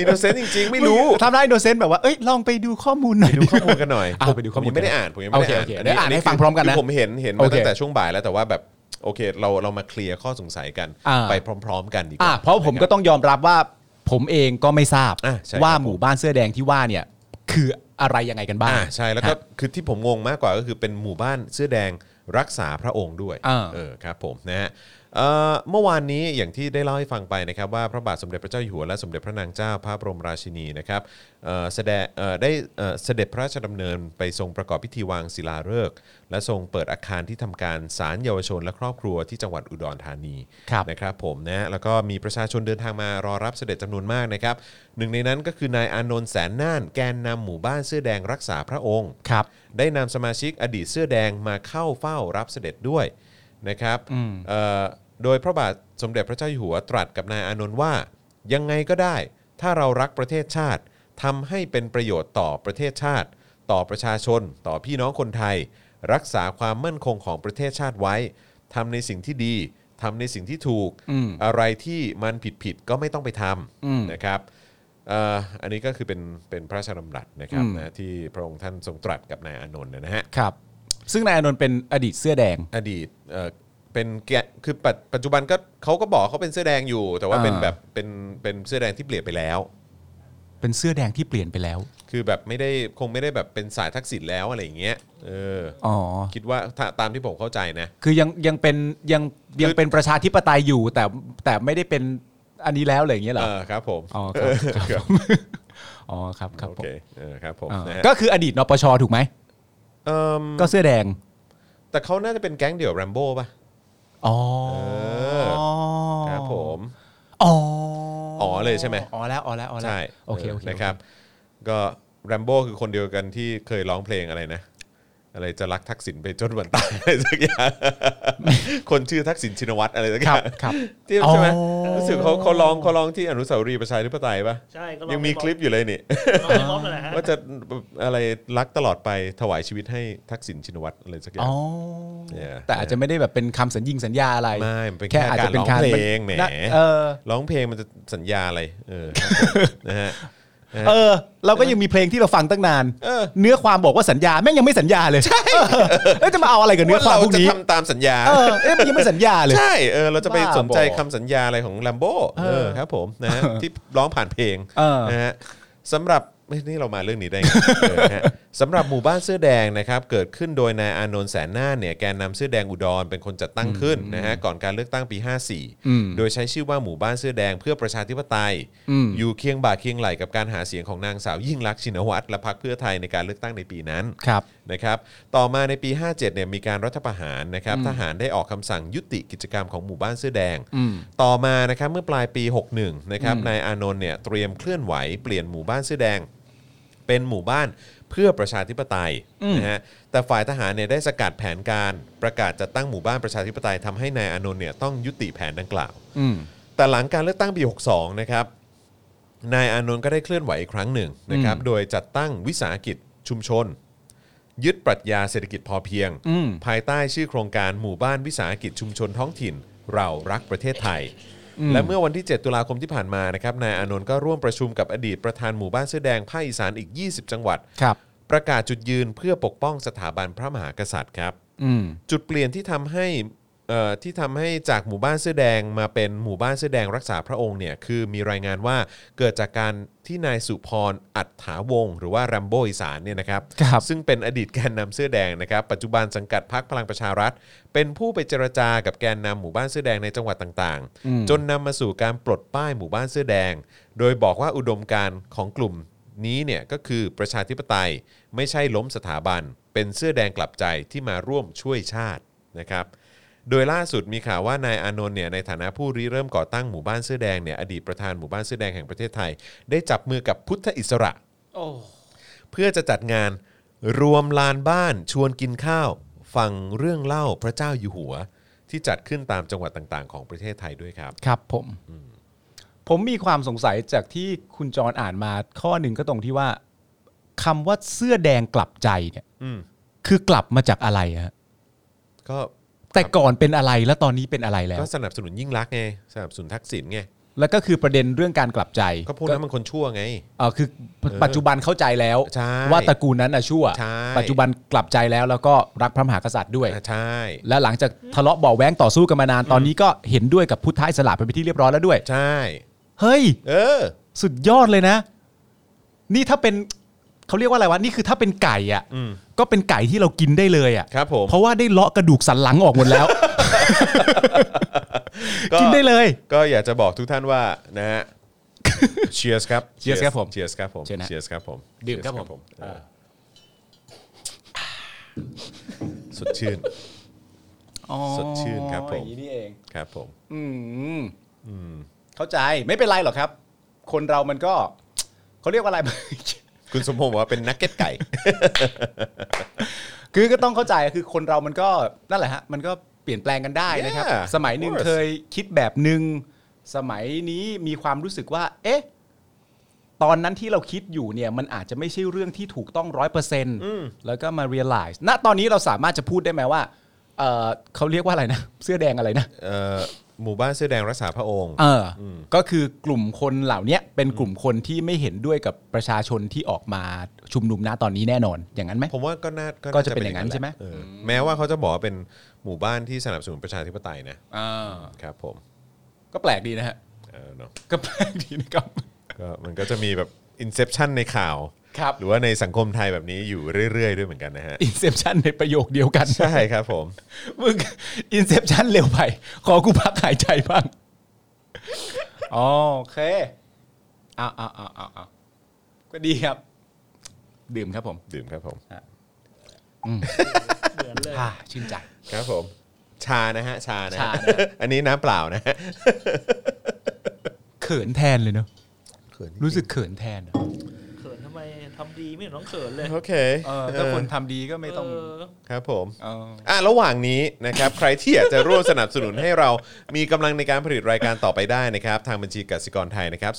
S1: อินโนเซนต์จริง ๆ ไม่รู้
S2: งทำหน้าอินโนเซนต์แบบว่า เอ้ย ลองไปดูข้อมูลหน่อย
S1: ดูข้อมูลกันหน่อย
S2: อ่ะ
S1: ผม
S2: ไปดูข้อมูล
S1: ผมยังไม่ได้
S2: กัน
S1: อ่านผมยังไม่ได้
S2: โอเคโอเค
S1: อ่าน
S2: เดี๋ยวอ่านให้ฟังพร้อมกันนะ
S1: คืผมเห็นเห็น
S2: โอ
S1: มา
S2: เค
S1: ตั้งแต่ช่วงบ่ายแล้วแต่ว่าแบบโอเคเราเรามาเคลียร์ข้อสงสัยกัน
S2: อ่า
S1: ไปพร้อม ๆ กันดีก
S2: อ่ะ
S1: ว่า
S2: เพราะผมก็ต้องยอมรับว่าผมเองก็ไม่ทราบ
S1: อ่ะใช่
S2: ว่า
S1: ครับผม
S2: หมู่บ้านเสื้อแดงที่ว่าเนี่ย คืออะไรยังไงกันบ้าง
S1: อ่าใช่แล้วก็คือที่ผมงงมากกว่าก็คือเป็นหมู่บ้านเสื้อแดงรักษาพระองค์ด้วย
S2: อ่า
S1: เออครับผมนะฮะเอ่อเมื่อวานนี้อย่างที่ได้เล่าให้ฟังไปนะครับว่าพระบาทสมเด็จพระเจ้าอยู่หัวและสมเด็จพระนางเจ้าพระบรมราชินีนะครับเอ่อแสดงเอ่อได้เอ่อเสด็จพระราชดำเนินไปทรงประกอบพิธีวางศิลาฤกษ์และทรงเปิดอาคารที่ทำการศาลเยาวชนและครอบครัวที่จังหวัดอุดรธานี
S2: ครับ
S1: นะครับผมนะแล้วก็มีประชาชนเดินทางมารอรับเสด็จจำนวนมากนะครับหนึ่งในนั้นก็คือนายอานนท์แสนน่านแกนนำหมู่บ้านเสื้อแดงรักษาพระองค์
S2: ครับ
S1: ได้นำสมาชิกอดีตเสื้อแดงมาเข้าเฝ้ารับเสด็จด้วยนะครับเอ่อโดยพระบาทสมเด็จพระเจ้าอยู่หัวตรัสกับนายอานนท์ว่า ยังไงก็ได้ ถ้าเรารักประเทศชาติทำให้เป็นประโยชน์ต่อประเทศชาติ ต่อประชาชน ต่อพี่น้องคนไทย รักษาความมั่นคงของประเทศชาติไว้ทำในสิ่งที่ดีทำในสิ่งที่ถูก
S2: อืม
S1: อะไรที่มันผิดผิดๆก็ไม่ต้องไปท
S2: อืม
S1: ำนะครับ เอ่ออันนี้ก็คือเป็นเป็นพระราชดำรัสนะครับ
S2: อืม
S1: นะที่พระองค์ท่านทรงตรัสกับนายอานนท์นะฮะ
S2: ครับ ซึ่งนายอานนท์เป็นอดีตเสื้อแดง
S1: อดีตเอ่อเป็นแกะคือปัจปัจจุบันก็เขาก็บอกเขาเป็นเสื้อแดงอยู่ แต่ว่า
S2: อ่า
S1: เป็นแบบเป็นเป็นเสื้อแดงที่เปลี่ยนไปแล้ว
S2: เป็นเสื้อแดงที่เปลี่ยนไปแล้ว
S1: คือแบบไม่ได้คงไม่ได้แบบเป็นสายทักษิณแล้วอะไรอย่างเงี้ยเออ
S2: อ๋อ
S1: คิดว่าถ้าตามที่ผมเข้าใจนะ
S2: คือยังยังเป็นยังยังเป็นประชาธิปไตยอยู่แต่แต่ไม่ได้เป็นอันนี้แล้วอะไรอย่างเงี้ยเหร
S1: เอ
S2: อ
S1: อครับผม
S2: อ๋อครับครับอ๋อครับครับ
S1: โอ
S2: ผ ม
S1: เคเออครับผม
S2: อ่า
S1: นะฮะ
S2: ก็คืออดีตนปชถูกไหม
S1: เอิ่ม
S2: ก็เสื้อแดง
S1: แต่เขาน่าจะเป็นแก๊งเดี่ยวแรมโบ้ป่ะ
S2: อ๋อ
S1: อ ครับผม
S2: อ๋อ
S1: อ๋
S2: อ๋
S1: อเลยใช่ไหม
S2: อ๋อแล้วอ๋อแล้วอ๋อแล้ว
S1: ใช่
S2: โอเคโอเค
S1: นะครับ ก็แรมโบ้คือคนเดียวกันที่เคยร้องเพลงอะไรนะ อะไรจะรักทักษิณไปจนวันตาย อะไรสักอย่าง คนชื่อทักษิณชินวัตรอะไรสักอ
S2: ครั
S1: ย่า
S2: บ
S1: ง
S2: ครับ
S1: ที่ใช่ไหม
S2: อ๋อ
S1: รู้สึกเขาเขาร้องเขาร้องที่อนุสาวรีย์ประชาธิปไตยปะ
S3: ใช่ก็ลอง
S1: ยังมีคลิปอยู่เลยนี่
S3: ลองไปมอบกันแหละฮะ
S1: ว่าจะอะไรรักตลอดไปถวายชีวิตให้ทักษิณชินวัตรอะไรสักอย่า
S2: อ๋
S1: ง
S2: อ
S1: Yeah.
S2: แต่อาจจะไม่ได้แบบเป็นคำสัญญิงสัญญาอะไร
S1: ไม่มันเป็น
S2: แค่
S1: แค่
S2: อาจ
S1: การ
S2: จะเป็น
S1: ร้อง
S2: การ
S1: เพลงแหม
S2: เออ
S1: ร้องเพลงมันจะสัญญาอะไรเอ อ นะฮะ
S2: เออ เราก็ยังมีเพลงที่เราฟังตั้งนาน
S1: เออ
S2: เนื้อความบอกว่าสัญญาแม่งยังไม่สัญญาเลยใช่แล้วจะมาเอาอะไรกับเนื้อความ
S1: เรา
S2: พวก
S1: จะ
S2: นี้
S1: ทำตามสัญญา
S2: เออเอ๊ะมันยังไม่สัญญาเลย
S1: ใช่เออเราจะไป
S2: บ้า
S1: สนใจ
S2: บอ
S1: คำสัญญาอะไรของลัมโบเอ
S2: เอ
S1: อ
S2: อ
S1: ครับผมนะฮะ ที่ร้องผ่านเพลง
S2: เออ
S1: นะฮะสำหรับเอ้ยนี่เรามาเรื่องนี้ได้ไงเออฮะสำหรับหมู่บ้านเสื้อแดงนะครับ เกิดขึ้นโดยนายอานนท์แสนหน้าเนี่ยแกนนำเสื้อแดงอุดรเป็นคนจัดตั้งขึ้นนะฮะก่อนการเลือกตั้งปี 54 โดยใช้ชื่อว่าหมู่บ้านเสื้อแดงเพื่อประชาธิปไตย อยู่เคียงบ่าเคียงไหลกับการหาเสียงของนางสาวยิ่งลักษณ์ชินวัตรและพรรคเพื่อไทยในการเลือกตั้งในปีนั้น
S2: ครับ
S1: นะครับต่อมาในปี 57เนี่ยมีการรัฐประหารนะครับทหารได้ออกคำสั่งยุติกิจกรรมของหมู่บ้านเสื้อแดง ต่อมานะครับเมื่อปลายปี 61นะครับนายอานนท์เนี่ยเตรียมเคลื่อนไหวเปลี่ยนหมู่บ้านเสื้อแดง เป็นหมู่บ้านเพื่อประชาธิปไตยนะฮะแต่ฝ่ายทหารเนี่ยได้สกัดแผนการประกาศจัดตั้งหมู่บ้านประชาธิปไตยทำให้นายอานนท์เนี่ยต้องยุติแผนดังกล่าว
S2: อืม
S1: แต่หลังการเลือกตั้งปี 62 นะครับ นายอานนท์ก็ได้เคลื่อนไหวอีกครั้งหนึ่งนะครับ โดยจัดตั้งวิสาหกิจชุมชน ยึดปรัชญาเศรษฐกิจพอเพียง
S2: อืม
S1: ภายใต้ชื่อโครงการหมู่บ้านวิสาหกิจชุมชนท้องถิ่น เรารักประเทศไทย และเมื่อวันที่ 7 ตุลาคมที่ผ่านมานะครับนายอานนท์ก็ร่วมประชุมกับอดีตประธานหมู่บ้านเสื้อแดงภาคอีสานอีก 20 จังหวัด
S2: ครับ
S1: ประกาศจุดยืนเพื่อปกป้องสถาบันพระมหากษัตริย์ครับ
S2: อืม
S1: จุดเปลี่ยนที่ทำให้เอ่อที่ทำให้จากหมู่บ้านเสื้อแดงมาเป็นหมู่บ้านเสื้อแดงรักษาพระองค์เนี่ยคือมีรายงานว่าเกิดจากการที่นายสุพรอัฏฐาวงศ์หรือว่าแรมโบอีสานเนี่ยนะครับ
S2: ครับ
S1: ซึ่งเป็นอดีตแกนนำเสื้อแดงนะครับ ปัจจุบันสังกัดพรรคพลังประชารัฐ เป็นผู้ไปเจรจากับแกนนำหมู่บ้านเสื้อแดงในจังหวัดต่างๆ จนนำมาสู่การปลดป้ายหมู่บ้านเสื้อแดง โดยบอกว่าอุดมการณ์ของกลุ่มนี้เนี่ยก็คือประชาธิปไตยไม่ใช่ล้มสถาบัน เป็นเสื้อแดงกลับใจที่มาร่วมช่วยชาตินะครับ โดยล่าสุดมีข่าวว่านายอานนท์เนี่ยในฐานะผู้ริเริ่มก่อตั้งหมู่บ้านเสื้อแดงเนี่ยอดีตประธานหมู่บ้านเสื้อแดงแห่งประเทศไทย ได้จับมือกับพุทธอิสระ
S3: โอ้
S1: เพื่อจะจัดงานรวมลานบ้านชวนกินข้าว ฟังเรื่องเล่าพระเจ้าอยู่หัว ที่จัดขึ้นตามจังหวัดต่างๆ ของประเทศไทยด้วยครับ
S2: ครับผม ผมมีความสงสัยจากที่คุณจรอ่านมาข้อหนึ่งก็ตรงที่ว่าคำว่าเสื้อแดงกลับใจเนี่ย
S1: อืม
S2: คือกลับมาจากอะไรฮะ
S1: ก็
S2: แต่ก่อนเป็นอะไรแล้วตอนนี้เป็นอะไรแล้ว
S1: ก็สนับสนุนยิ่งรักษณ์ไงสนับสนุนทักษิณไง
S2: แล้วก็คือประเด็นเรื่องการกลับใจ
S1: ก็พวกนั้นมันคนชั่วไง
S2: เออคือปัจจุบันเข้าใจแล้ว
S1: ใช่
S2: ว่าตระกูลนั้นอะชั่ว
S1: ใช่
S2: ปัจจุบันกลับใจแล้วแล้วก็รักพระมหากษัตริย์ด้วย
S1: อ่าใช่
S2: และหลังจากทะเลาะเบาะแว้งต่อสู้กันมานานตอนนี้ก็เห็นด้วยกับพุทธอิสระไปนที่เรียบร้อยแล้วด้วย
S1: ใช่
S2: เฮ้ย
S1: เออ
S2: สุดยอดเลยนะ นี่ถ้าเป็นเขาเรียกว่าอะไรวะนี่คือถ้าเป็นไก่อ่ะ
S1: อืม
S2: ก็เป็นไก่ที่เรากินได้เลยอ่ะ
S1: ครับผม
S2: เพราะว่าได้เลาะกระดูกสันหลังออกหมดแล้ว
S1: ก็
S2: กินได้เลย
S1: ก็อยากจะบอกทุกท่านว่านะ ฮะ เชียร์สครับ
S2: Cheers ครับผม
S1: เชียร์สครับผม
S2: เชิญนะ
S1: ยร์สครับผม
S2: ดื่มครับ
S1: Cheers
S2: ผม
S1: เออสดชื่น สดชื่นครับผม
S2: อย่างนี้นี่เอง
S1: ครับผม
S2: อืม
S1: อืม
S2: เข้าใจไม่เป็นไรหรอกครับ คนเรามันก็เขาเรียกว่า อะไร
S1: คุณสมพงศ์บอกว่าเป็นนักเก็ตไก่
S2: คือก็ต้องเข้าใจคือคนเรามันก็นั่นแหละฮะมันก็เปลี่ยนแปลงกันได้นะครับ
S1: Yeah,
S2: สมัยหนึ่ง
S1: of course.
S2: เคยคิดแบบหนึ่งสมัยนี้มีความรู้สึกว่า เอ๊ะ ตอนนั้นที่เราคิดอยู่เนี่ย มันอาจจะไม่ใช่เรื่องที่ถูกต้องร้อยเปอร์เซ็นต์แล้วก็มา realize ณตอนนี้เราสามารถจะพูดได้ไหมว่าเอ่อเขาเรียกว่าอะไรนะ เสื้อแดงอะไรนะ
S1: เอ่อหมู่บ้านเสื้อแดงรักษาพระองค์
S2: เอออก็คือกลุ่มคนเหล่าเนี้ยเป็นกลุ่มคนที่ไม่เห็นด้วยกับประชาชนที่ออกมาชุมนุมณตอนนี้แน่นอน อย่างนั้นไหม
S1: ผมว่าก็น่า
S2: ก็จะเป็นอย่างนั้นใช่ไหม
S1: แลเออแม้ว่าเขาจะบอกว่าเป็นหมู่บ้านที่สนับสนุนประชาธิปไตยนะ
S2: อ่า
S1: ครับผม
S2: ก็แปลกดีนะฮะ
S1: เออเนาะ
S2: ก็แปลกดีนะครับ
S1: ก็มันก็จะมีแบบ inception ในข่าว
S2: ครับ
S1: หรือว่าในสังคมไทยแบบนี้อยู่เรื่อย ๆ ด้วยเหมือนกันนะฮะ
S2: อินเซพชันในประโยคเดียวกัน
S1: ใช่ครับผม
S2: มึงอินเซพชันเร็วไป ขอกูพักหายใจบ้างอ๋อโอเคอ้าวอ้าวอ้าวอ้าวอ้าวก็ดีครับ ดื่มครับผม
S1: ดื่มครับผม
S3: เหมือนเลย
S2: อ่าชื่นใจ
S1: ครับผม ชานะฮะ ชานะฮะ
S2: ชานะ
S1: อันนี้น้ำเปล่านะฮะ
S2: เขินแทนเลยเนอะรู้สึกเขินแทนอะ
S3: เขินทำไม ทำดีไม่เห็นต้องเขินเลย
S1: โอเค
S2: เออถ้าคน
S1: เออ
S2: ทำดีก็ไม่ต้อง
S3: เออ
S1: ครับผม
S2: เออ
S1: อ่ะระหว่างนี้นะครับ ใครที่อยากจะร่วมสนับสนุนให้เรามีกำลังในการผลิตรายการต่อไปได้นะครับ ทางบัญชีกสิกรไทยนะครับ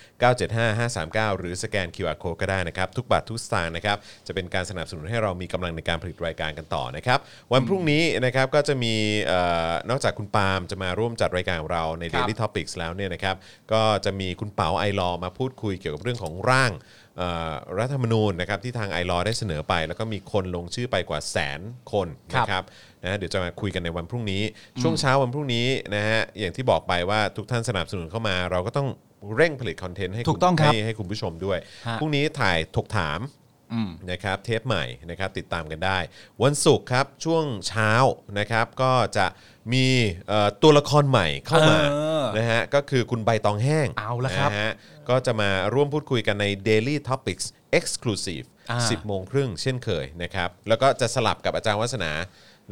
S1: 0698 975 539 หรือสแกน QR Code ก็ได้นะครับ ทุกบาททุกสตางค์นะครับ จะเป็นการสนับสนุนให้เรามีกำลังในการผลิตรายการกันต่อนะครับ วันพรุ่งนี้นะครับก็จะมีเอ่อนอกจากคุณปาล์มจะมาร่วมจัดรายการของเราใน
S2: ครับ
S1: Daily Topics แล้วเนี่ยนะครับ ก็จะมีคุณเป๋าไอรอว์มาพูดคุยเกี่ยวกับเรื่องของร่าง เอ่อรัฐธรรมนูญนะครับที่ทางไอรอได้เสนอไป แล้วก็มีคนลงชื่อไปกว่าแสนคน
S2: ครับ
S1: นะครับนะเดี๋ยวจะมาคุยกันในวันพรุ่งนี้ ช่วงเช้าวันพรุ่งนี้นะฮะอย่างที่บอกไปว่าทุกท่านสนับสนุนเข้ามา เราก็ต้องเร่งผลิตคอนเทนต์ให้
S2: ถูกต้องครับ
S1: ให้ให้คุณผู้ชมด้วย
S2: ฮะ
S1: พรุ่งนี้ถ่ายถกถาม
S2: อืม
S1: นะครับเทปใหม่นะครับติดตามกันได้ วันศุกร์ครับช่วงเช้านะครับก็จะมีเอ่อตัวละครใหม่เข้ามา
S2: เออ
S1: นะฮะก็คือคุณใบตองแห้ง
S2: เอาละครับ
S1: นฮก็จะมาร่วมพูดคุยกันใน Daily Topics Exclusive
S2: อ่า
S1: 10 โมงครึ่งเช่นเคยนะครับแล้วก็จะสลับกับอาจารย์วัฒนา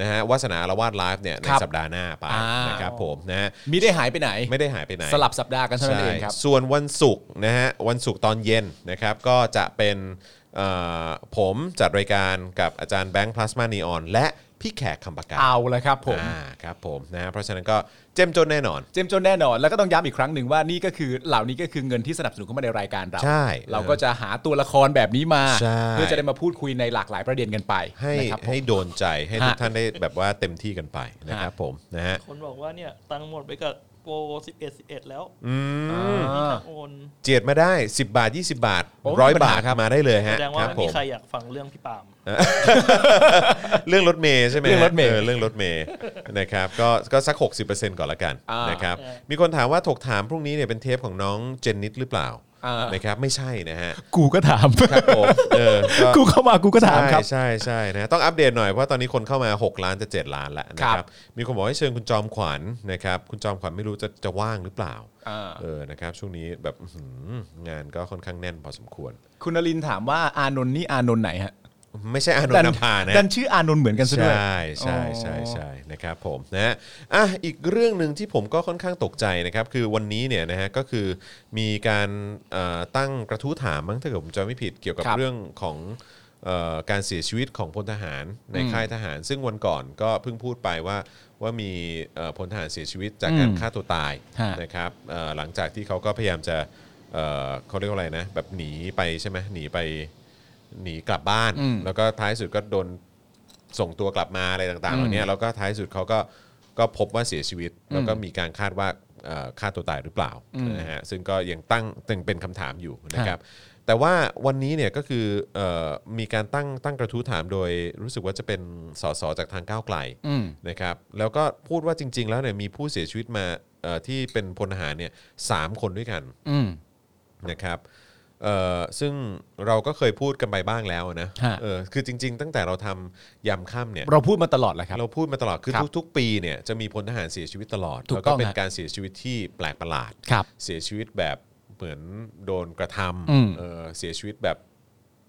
S1: นะฮะวัฒนาละวาดไลฟ์เนี่ยใน
S2: ครับ
S1: สัปดาห์หน้าไป
S2: อ่าน
S1: นะครับผมนะฮะ
S2: มีได้หายไปไหน
S1: ไม่ได้หายไปไหน
S2: สลับสัปดาห์กันเท่านั้นเอง
S1: ใช่
S2: ครับ
S1: ส่วนวันศุกร์นะฮะวันศุกร์ตอนเย็นนะครับก็จะเป็นเอ่อผมจัดรายการกับอาจารย์แบงค์พลาสมานีออนและพี่แขกคำปากกา
S2: เอาละครับผม
S1: อ่าครับผมนะฮะเพราะฉะนั้นก็เจ้มจนแน่นอน
S2: เจ้มจนแน่นอน แล้วก็ต้องย้ำอีกครั้งหนึ่งว่านี่ก็คือเหล่านี้ก็คือเงินที่สนับสนุนเข้ามาในรายการเรา
S1: ใช่
S2: เราก็จะหาตัวละครแบบนี้มา
S1: ใช่
S2: เพื่อจะได้มาพูดคุยในหลากหลายประเด็นกันไป
S1: ให้
S2: นะครับผม
S1: ให้โดนใจให้ทุก
S2: ฮะ
S1: ท่านได้แบบว่าเต็มที่กันไปนะครับ
S2: ฮะ
S1: ผมนะฮะ
S3: คนบอกว่าเนี่ยตังค์หมดไปกับโปรสิบเอ็ดสิบเอ็ดแล้ว
S1: อืม
S2: อ่า
S3: โอน
S1: เจียดมาได้ 10 บาท 20 บาท
S2: โอ้ไม่
S1: ร้อย
S2: มีปัญ
S1: บา
S2: หา
S1: ท
S2: ครับ
S1: มาได้เลย
S3: แส
S1: ฮะ
S3: ดงว่า
S1: ครับ
S3: ไม่
S1: ผ
S3: มี
S1: ม
S3: ใครอยากฟังเรื่องพี่ปาล์ม
S1: เรื่องรถเมย์ใช่ไหม
S2: เรื่องรถเมย์
S1: เรื่องรถเมย์นะครับก็ก็สัก 60%ก่อนละกัน
S2: อ่าน
S1: นะครับ
S3: เออ
S1: มีคนถามว่าถกถามพรุ่งนี้เนี่ยเป็นเทปของน้องเจนนิดหรือเปล่า
S2: อ่า
S1: นะครับไม่ใช่นะฮะ
S2: กูก็ถาม
S1: ครับผมเออ
S2: กูเข้ามากูก็ถามครับ
S1: ใช่ใช่ใช่นะต้องอัปเดตหน่อยเพราะตอนนี้คนเข้ามา 6 ล้านจะ 7 ล้านแล้วนะค
S2: ครั
S1: รับบ มีคนบอกให้เชิญคุณจอมขวัญนะครับคุณจอมขวัญไม่รู้จะจะว่างหรือเปล่า
S2: อ่า
S1: เออนะครับช่วงนี้แบบอื้อหืองานก็ค่อนข้างแน่นพอสมควร
S2: คุณนรินทร์ถามว่าอานนท์นี่อานนท์ไหนฮะ
S1: ไม่ใช่อานน
S2: ดั
S1: ท์นภานะ
S2: ดันชื่ออานนท์เหมือนกันซะด้วย
S1: ใช่ใช่ใช่
S2: อ๋อ
S1: ใช่นะครับผมนะฮะอ่ะอีกเรื่องหนึ่งที่ผมก็ค่อนข้างตกใจนะครับ คือวันนี้เนี่ยนะฮะก็คือมีการเอ่อตั้งกระทู้ถามมั้งถ้าเกิดผมจำไม่ผิดเกี่ยวกับ
S2: ครับ
S1: เรื่องของเอ่อการเสียชีวิตของพลทหารใน
S2: อืม
S1: ค่ายทหาร ซึ่งวันก่อนก็เพิ่งพูดไปว่าว่ามีเอ่อพลทหารเสียชีวิตจากการ
S2: อืม
S1: ฆ่าตัวตาย
S2: ฮะ
S1: นะครับเอ่อหลังจากที่เขาก็พยายามจะเอ่อเขาเรียกว่าอะไรนะแบบหนีไปใช่ไหมหนีไปหนีกลับบ้าน
S2: อืม
S1: แล้วก็ท้ายสุดก็โดน ส่งตัวกลับมาอะไรต่างๆ
S2: อืม
S1: เหล่านี้แล้วก็ท้ายสุดเขาก็ก็พบว่าเสียชีวิต
S2: อืม
S1: แล้วก็มีการคาดว่าเอ่อฆ่าตัวตายหรือเปล่า
S2: อืม
S1: นะฮะซึ่งก็ยังตั้งตึงเป็นคำถามอยู่นะครับ แต่ว่าวันนี้เนี่ยก็คือเออมีการตั้งตั้งกระทู้ถามโดยรู้สึกว่าจะเป็นสสจากทางก้าวไกล
S2: อืม
S1: นะครับ แล้วก็พูดว่าจริง ๆ แล้วเนี่ยมีผู้เสียชีวิตมาเอ่อที่เป็นพลทหารเนี่ยสามคนด้วยกัน
S2: อืม
S1: นะครับเอ่อซึ่งเราก็เคยพูดกันไปบ้างแล้วนะ
S2: ฮะ
S1: เออคือจริง ๆ ตั้งแต่เราทำยำค่ำเนี่ย
S2: เราพูดมาตลอดแหละครับ
S1: เราพูดมาตลอดคือ
S2: ครับ
S1: ทุก ๆ ปีเนี่ยจะมีพลทหารเสียชีวิตตลอด
S2: ถูก
S1: แล้วก็
S2: ต้อง
S1: เป็น
S2: ฮะ
S1: การเสียชีวิตที่แปลกประหลาด
S2: ครับ
S1: เสียชีวิตแบบเหมือนโดนกระท
S2: อืม
S1: ำเออเสียชีวิตแบบ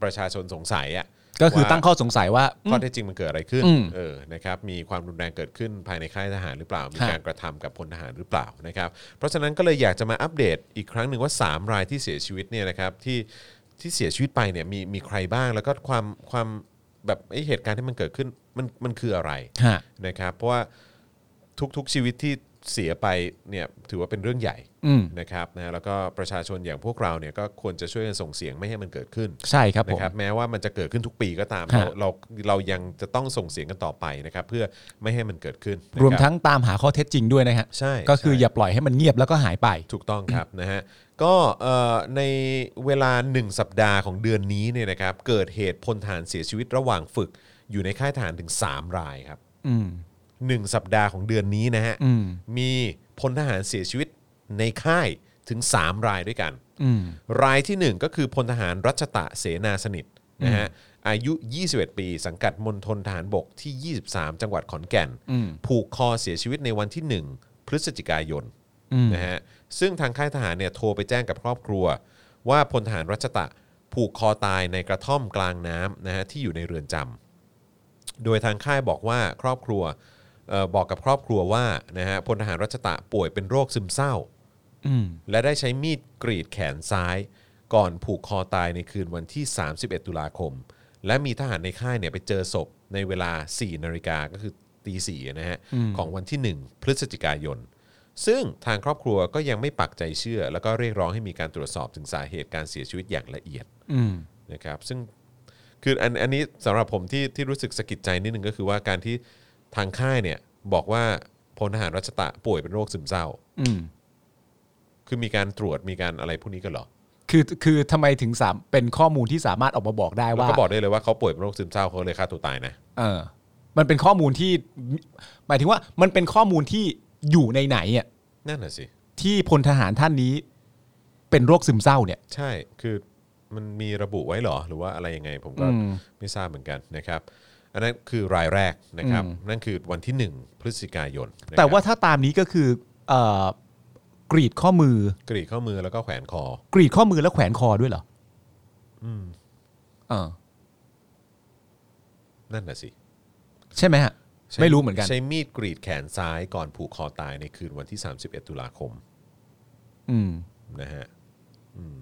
S1: ประชาชนสงสัยอ่ะ
S2: ก็คือ
S1: ว่า
S2: ตั้งข้อสงสัยว่า
S1: ข้อเท็จจริงมันเกิดอะไรขึ้น
S2: อืม
S1: เออนะครับมีความรุนแรงเกิดขึ้นภายในค่ายทหารหรือเปล่า มี
S2: ฮะ
S1: การกระทำกับพลทหารหรือเปล่านะครับเพราะฉะนั้นก็เลยอยากจะมาอัปเดตอีกครั้งหนึ่งว่า 3 รายที่เสียชีวิตเนี่ยนะครับที่ที่เสียชีวิตไปเนี่ยมีมีใครบ้างแล้วก็ความความแบบไอ้เหตุการณ์ที่มันเกิดขึ้นมันมันคืออะไร
S2: ฮะ
S1: นะครับเพราะว่าทุกๆชีวิตที่เสียไปเนี่ยถือว่าเป็นเรื่องใหญ่
S2: อืม
S1: นะครับนะแล้วก็ประชาชนอย่างพวกเราเนี่ยก็ควรจะช่วยกันส่งเสียงไม่ให้มันเกิดขึ้น
S2: ใช่ครับผ
S1: นะ
S2: ม
S1: ครับแม้ว่ามันจะเกิดขึ้นทุกปีก็ตาม
S2: ครั
S1: เรา
S2: บ
S1: เราเรายังจะต้องส่งเสียงกันต่อไปนะครับ เพื่อไม่ให้มันเกิดขึ้นนะคบ
S2: รวมทั้งตามหาข้อเท็จจริงด้วยนะฮะ
S1: ใช่
S2: ก็คือ
S1: ใช่
S2: อย่าปล่อยให้มันเงียบแล้วก็หายไป
S1: ถูกต้องครับ นะฮะก็เอ่อในเวลา 1 สัปดาห์ของเดือนนี้เนี่ยนะครับ เกิดเหตุพลทหารเสียชีวิตระหว่างฝึกอยู่ในค่ายทหารถึง 3 รายครับ
S2: อืม
S1: 1 สัปดาห์ของเดือนนี้นะฮะ
S2: อืม
S1: มีพลทหารเสียชีวิตในค่ายถึง 3 รายด้วยกัน
S2: อืม
S1: รายที่หนึ่งก็คือพลทหารรัชตะเสนาสนิทนะฮะอายุ 21 ปี สังกัดมณฑลทหารบกที่ 23 จังหวัดขอนแก่น
S2: อืม
S1: ผูกคอเสียชีวิตในวันที่ 1 พฤศจิกายน
S2: อืม
S1: นะฮะซึ่งทางค่ายทหารเนี่ยโทรไปแจ้งกับครอบครัว ว่าพลทหารรัชตะผูกคอตายในกระท่อมกลางน้ำนะฮะที่อยู่ในเรือนจำ โดยทางค่ายบอกว่าครอบครัวเอ่อบอกกับครอบครัวว่านะฮะพลทหารรัชตะป่วยเป็นโรคซึมเศร้า
S2: อืม
S1: และได้ใช้มีดกรีดแขนซ้าย ก่อนผูกคอตายในคืนวันที่ 31 ตุลาคม และมีทหารในค่ายเนี่ยไปเจอศพในเวลา 4 นาฬิกาก็คือตีสี่นะฮะ ของวันที่ 1 พฤศจิกายน ซึ่งทางครอบครัวก็ยังไม่ปักใจเชื่อ แล้วก็เรียกร้องให้มีการตรวจสอบถึงสาเหตุการเสียชีวิตอย่างละเอียด
S2: อืม
S1: นะครับซึ่งคืออันอันนี้สำหรับผมที่ที่รู้สึกสะกิดใจนิดนึงก็คือว่าการที่ทางค่ายเนี่ยบอกว่าพลทหารรัชตะป่วยเป็นโรคซึมเศร้า
S2: อืม
S1: คือมีการตรวจมีการอะไรพวกนี้กันเหรอ
S2: คือคือทำไมถึงสามเป็นข้อมูลที่สามารถออกมาบอกได้
S1: แล้ว
S2: ว่า
S1: ก็บอกได้เลยว่าเขาป่วยเป็นโรคซึมเศร้าเขาเลยฆ่าตัวตายนะ
S2: เออ มันเป็นข้อมูลที่ หมายถึงว่ามันเป็นข้อมูลที่อยู่ในไหนอ่ะ
S1: นั่นน่ะสิ
S2: ที่พลทหารท่านนี้ เป็นโรคซึมเศร้าเนี่ย
S1: ใช่คือมันมีระบุไว้เหรอ หรือว่าอะไรยังไง ผมก็ไม่ทราบเหมือนกันนะครับ อันนั้นคือรายแรกนะครับ นั่นคือวันที่ 1 พฤศจิกายนนะครับ
S2: แต่ว่าถ้าตามนี้ก็คือเอ่อกรีดข้อมือ
S1: กรีดข้อมือแล้วก็แขวนคอ
S2: กรีดข้อมือแล้วแขวนคอด้วยเหรอ
S1: อืม
S2: เออ
S1: นั่นน่ะสิ
S2: ใช่ไหมฮะ
S1: ใช้
S2: ไม่รู้เหมือนกัน
S1: ใช้มีดกรีดแขนซ้ายก่อนผูกคอตายในคืนวันที่ 31 ตุลาคม
S2: อืม
S1: นะฮะอืม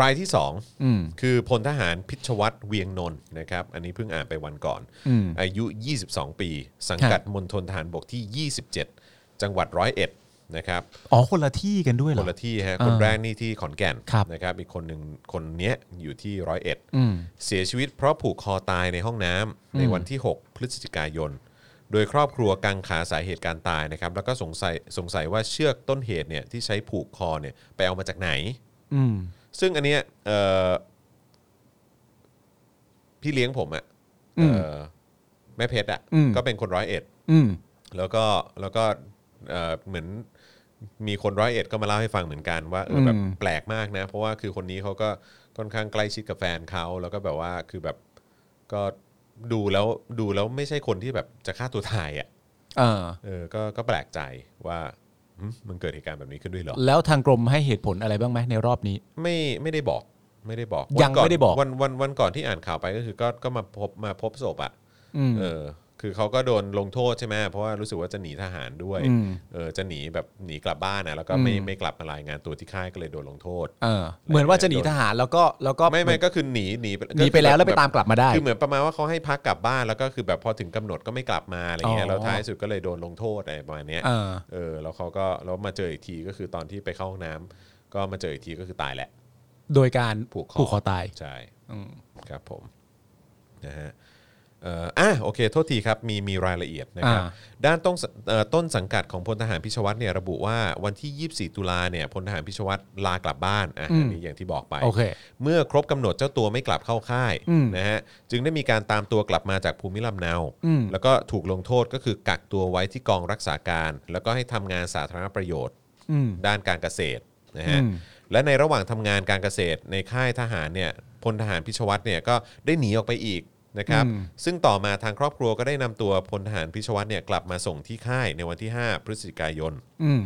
S1: รายที่
S2: อืม
S1: 2 คือพลทหารพิชวัตรเวียงนนท์นะครับ อันนี้เพิ่งอ่านไปวันก่อน
S2: อืม
S1: อายุ 22 ปี สังกัดมณฑลทหารบกที่ 27 จังหวัดร้อยเอ็ดนะครับ
S2: อ๋อคนละที่กันด้วยเห
S1: ค
S2: รอ
S1: นละที่ฮะคน
S2: อ่า
S1: แรกนี่ที่ขอนแก่น
S2: ครับ
S1: นะครับอีกคนหนึ่งคนเนี้ยอยู่ที่ร้อยเอ็ด
S2: อืม
S1: เสียชีวิตเพราะผูกคอตายในห้องน้ำในวันที่ 6 พฤศจิกายน โดยครอบครัวกังขาสาเหตุการตายนะครับ แล้วก็สงสัยสงสัยว่าเชือกต้นเหตุเนี่ยที่ใช้ผูกคอเนี่ยไปเอามาจากไหน
S2: อืม
S1: ซึ่งอันเนี้ยเอ่อพี่เลี้ยงผมอะ
S2: อืม
S1: เอ่อแม่เพชรอะ
S2: อืม
S1: ก็เป็นคนร้อยเอ็ด
S2: อืม
S1: แล้วก็แล้วก็เอ่อเหมือนมีคนร้อยเอ็ดก็มาเล่าให้ฟังเหมือนกันว่าเออ
S2: ม
S1: แบบแปลกมากนะ เพราะว่าคือคนนี้เขาก็ค่อนข้างใกล้ชิดกับแฟนเขาแล้วก็แบบว่าคือแบบก็ดูแล้วดูแล้วไม่ใช่คนที่แบบจะฆ่าตัวตายอ่ะ
S2: เออ
S1: เออก็ก็แปลกใจว่าหึมันเกิดเหตุการณ์แบบนี้ขึ้นด้วยเหรอ
S2: แล้วทางกรมให้เหตุผลอะไรบ้างไหมในรอบนี้
S1: ไม่ไม่ได้บอกไม่ได้บอก
S2: ยัง
S1: วันน
S2: ไม่ได้บอก
S1: วันวันวันก่อนที่อ่านข่าวไปก็คือก็ก็มาพบมาพบศพอ่ะ
S2: อืม
S1: เออ คือเขาก็โดนลงโทษใช่ไหม เพราะว่ารู้สึกว่าจะหนีทหารด้วย
S2: อืม
S1: เออ จะหนีแบบหนีกลับบ้านนะแล้วก็ไม่
S2: อืม
S1: ไม่กลับมารายงานตัวที่ค่ายก็เลยโดนลงโทษ
S2: เออ เหมือนว่าจะหนีทหารแล้วก็แล้วก็
S1: ไม่ไม่ก็คือหนีหนี
S2: หนีไปแล้วแล้วไปตามกลับมาได้
S1: คือเหมือนประมาณว่าเขาให้พักกลับบ้านแล้วก็คือแบบพอถึงกำหนดก็ไม่กลับมาอะไรเงี้ย
S2: อ๋อ
S1: แล้วท้ายสุดก็เลยโดนลงโทษอะไรประมาณเนี้ย
S2: เออ
S1: เออ แล้วเขาก็แล้วมาเจออีกทีก็คือตอนที่ไปเข้าห้องน้ำก็มาเจออีกทีก็คือตายแหละ
S2: โดยการ
S1: ผูกคอ
S2: ผูกคอตาย
S1: ใช่
S2: อืม
S1: ครับผมนะฮะเอ่ออ่ะโอเค โทษทีครับ มีมีรายละเอียดนะครับ
S2: อ่า
S1: ด้านต้นเอ่อต้นสังกัดของพลทหารพิชวัตรเนี่ยระบุว่าวันที่ 24 ตุลาเนี่ยพลทหารพิชวัตรลากลับบ้านอ่ะอันนี้อย่างที่บอกไป
S2: โอเค
S1: เมื่อครบกำหนดเจ้าตัวไม่กลับเข้าค่าย
S2: อืม
S1: นะฮะจึงได้มีการตามตัวกลับมาจากภูมิลำเนา
S2: อืม
S1: แล้วก็ถูกลงโทษก็คือกักตัวไว้ที่กองรักษาการ แล้วก็ให้ทำงานสาธารณประโยชน์
S2: อืม
S1: ด้านการเกษตรนะฮะ
S2: อืม
S1: และในระหว่างทำงานการเกษตรในค่ายทหารเนี่ยพลทหารพิชวัตรเนี่ยก็ได้หนีออกไปอีกนะครับซึ่งต่อมาทางครอบครัวก็ได้นำตัวพลทหารพิชวัตรเนี่ยกลับมาส่งที่ค่ายในวันที่ 5 พฤศจิกายน
S2: อืม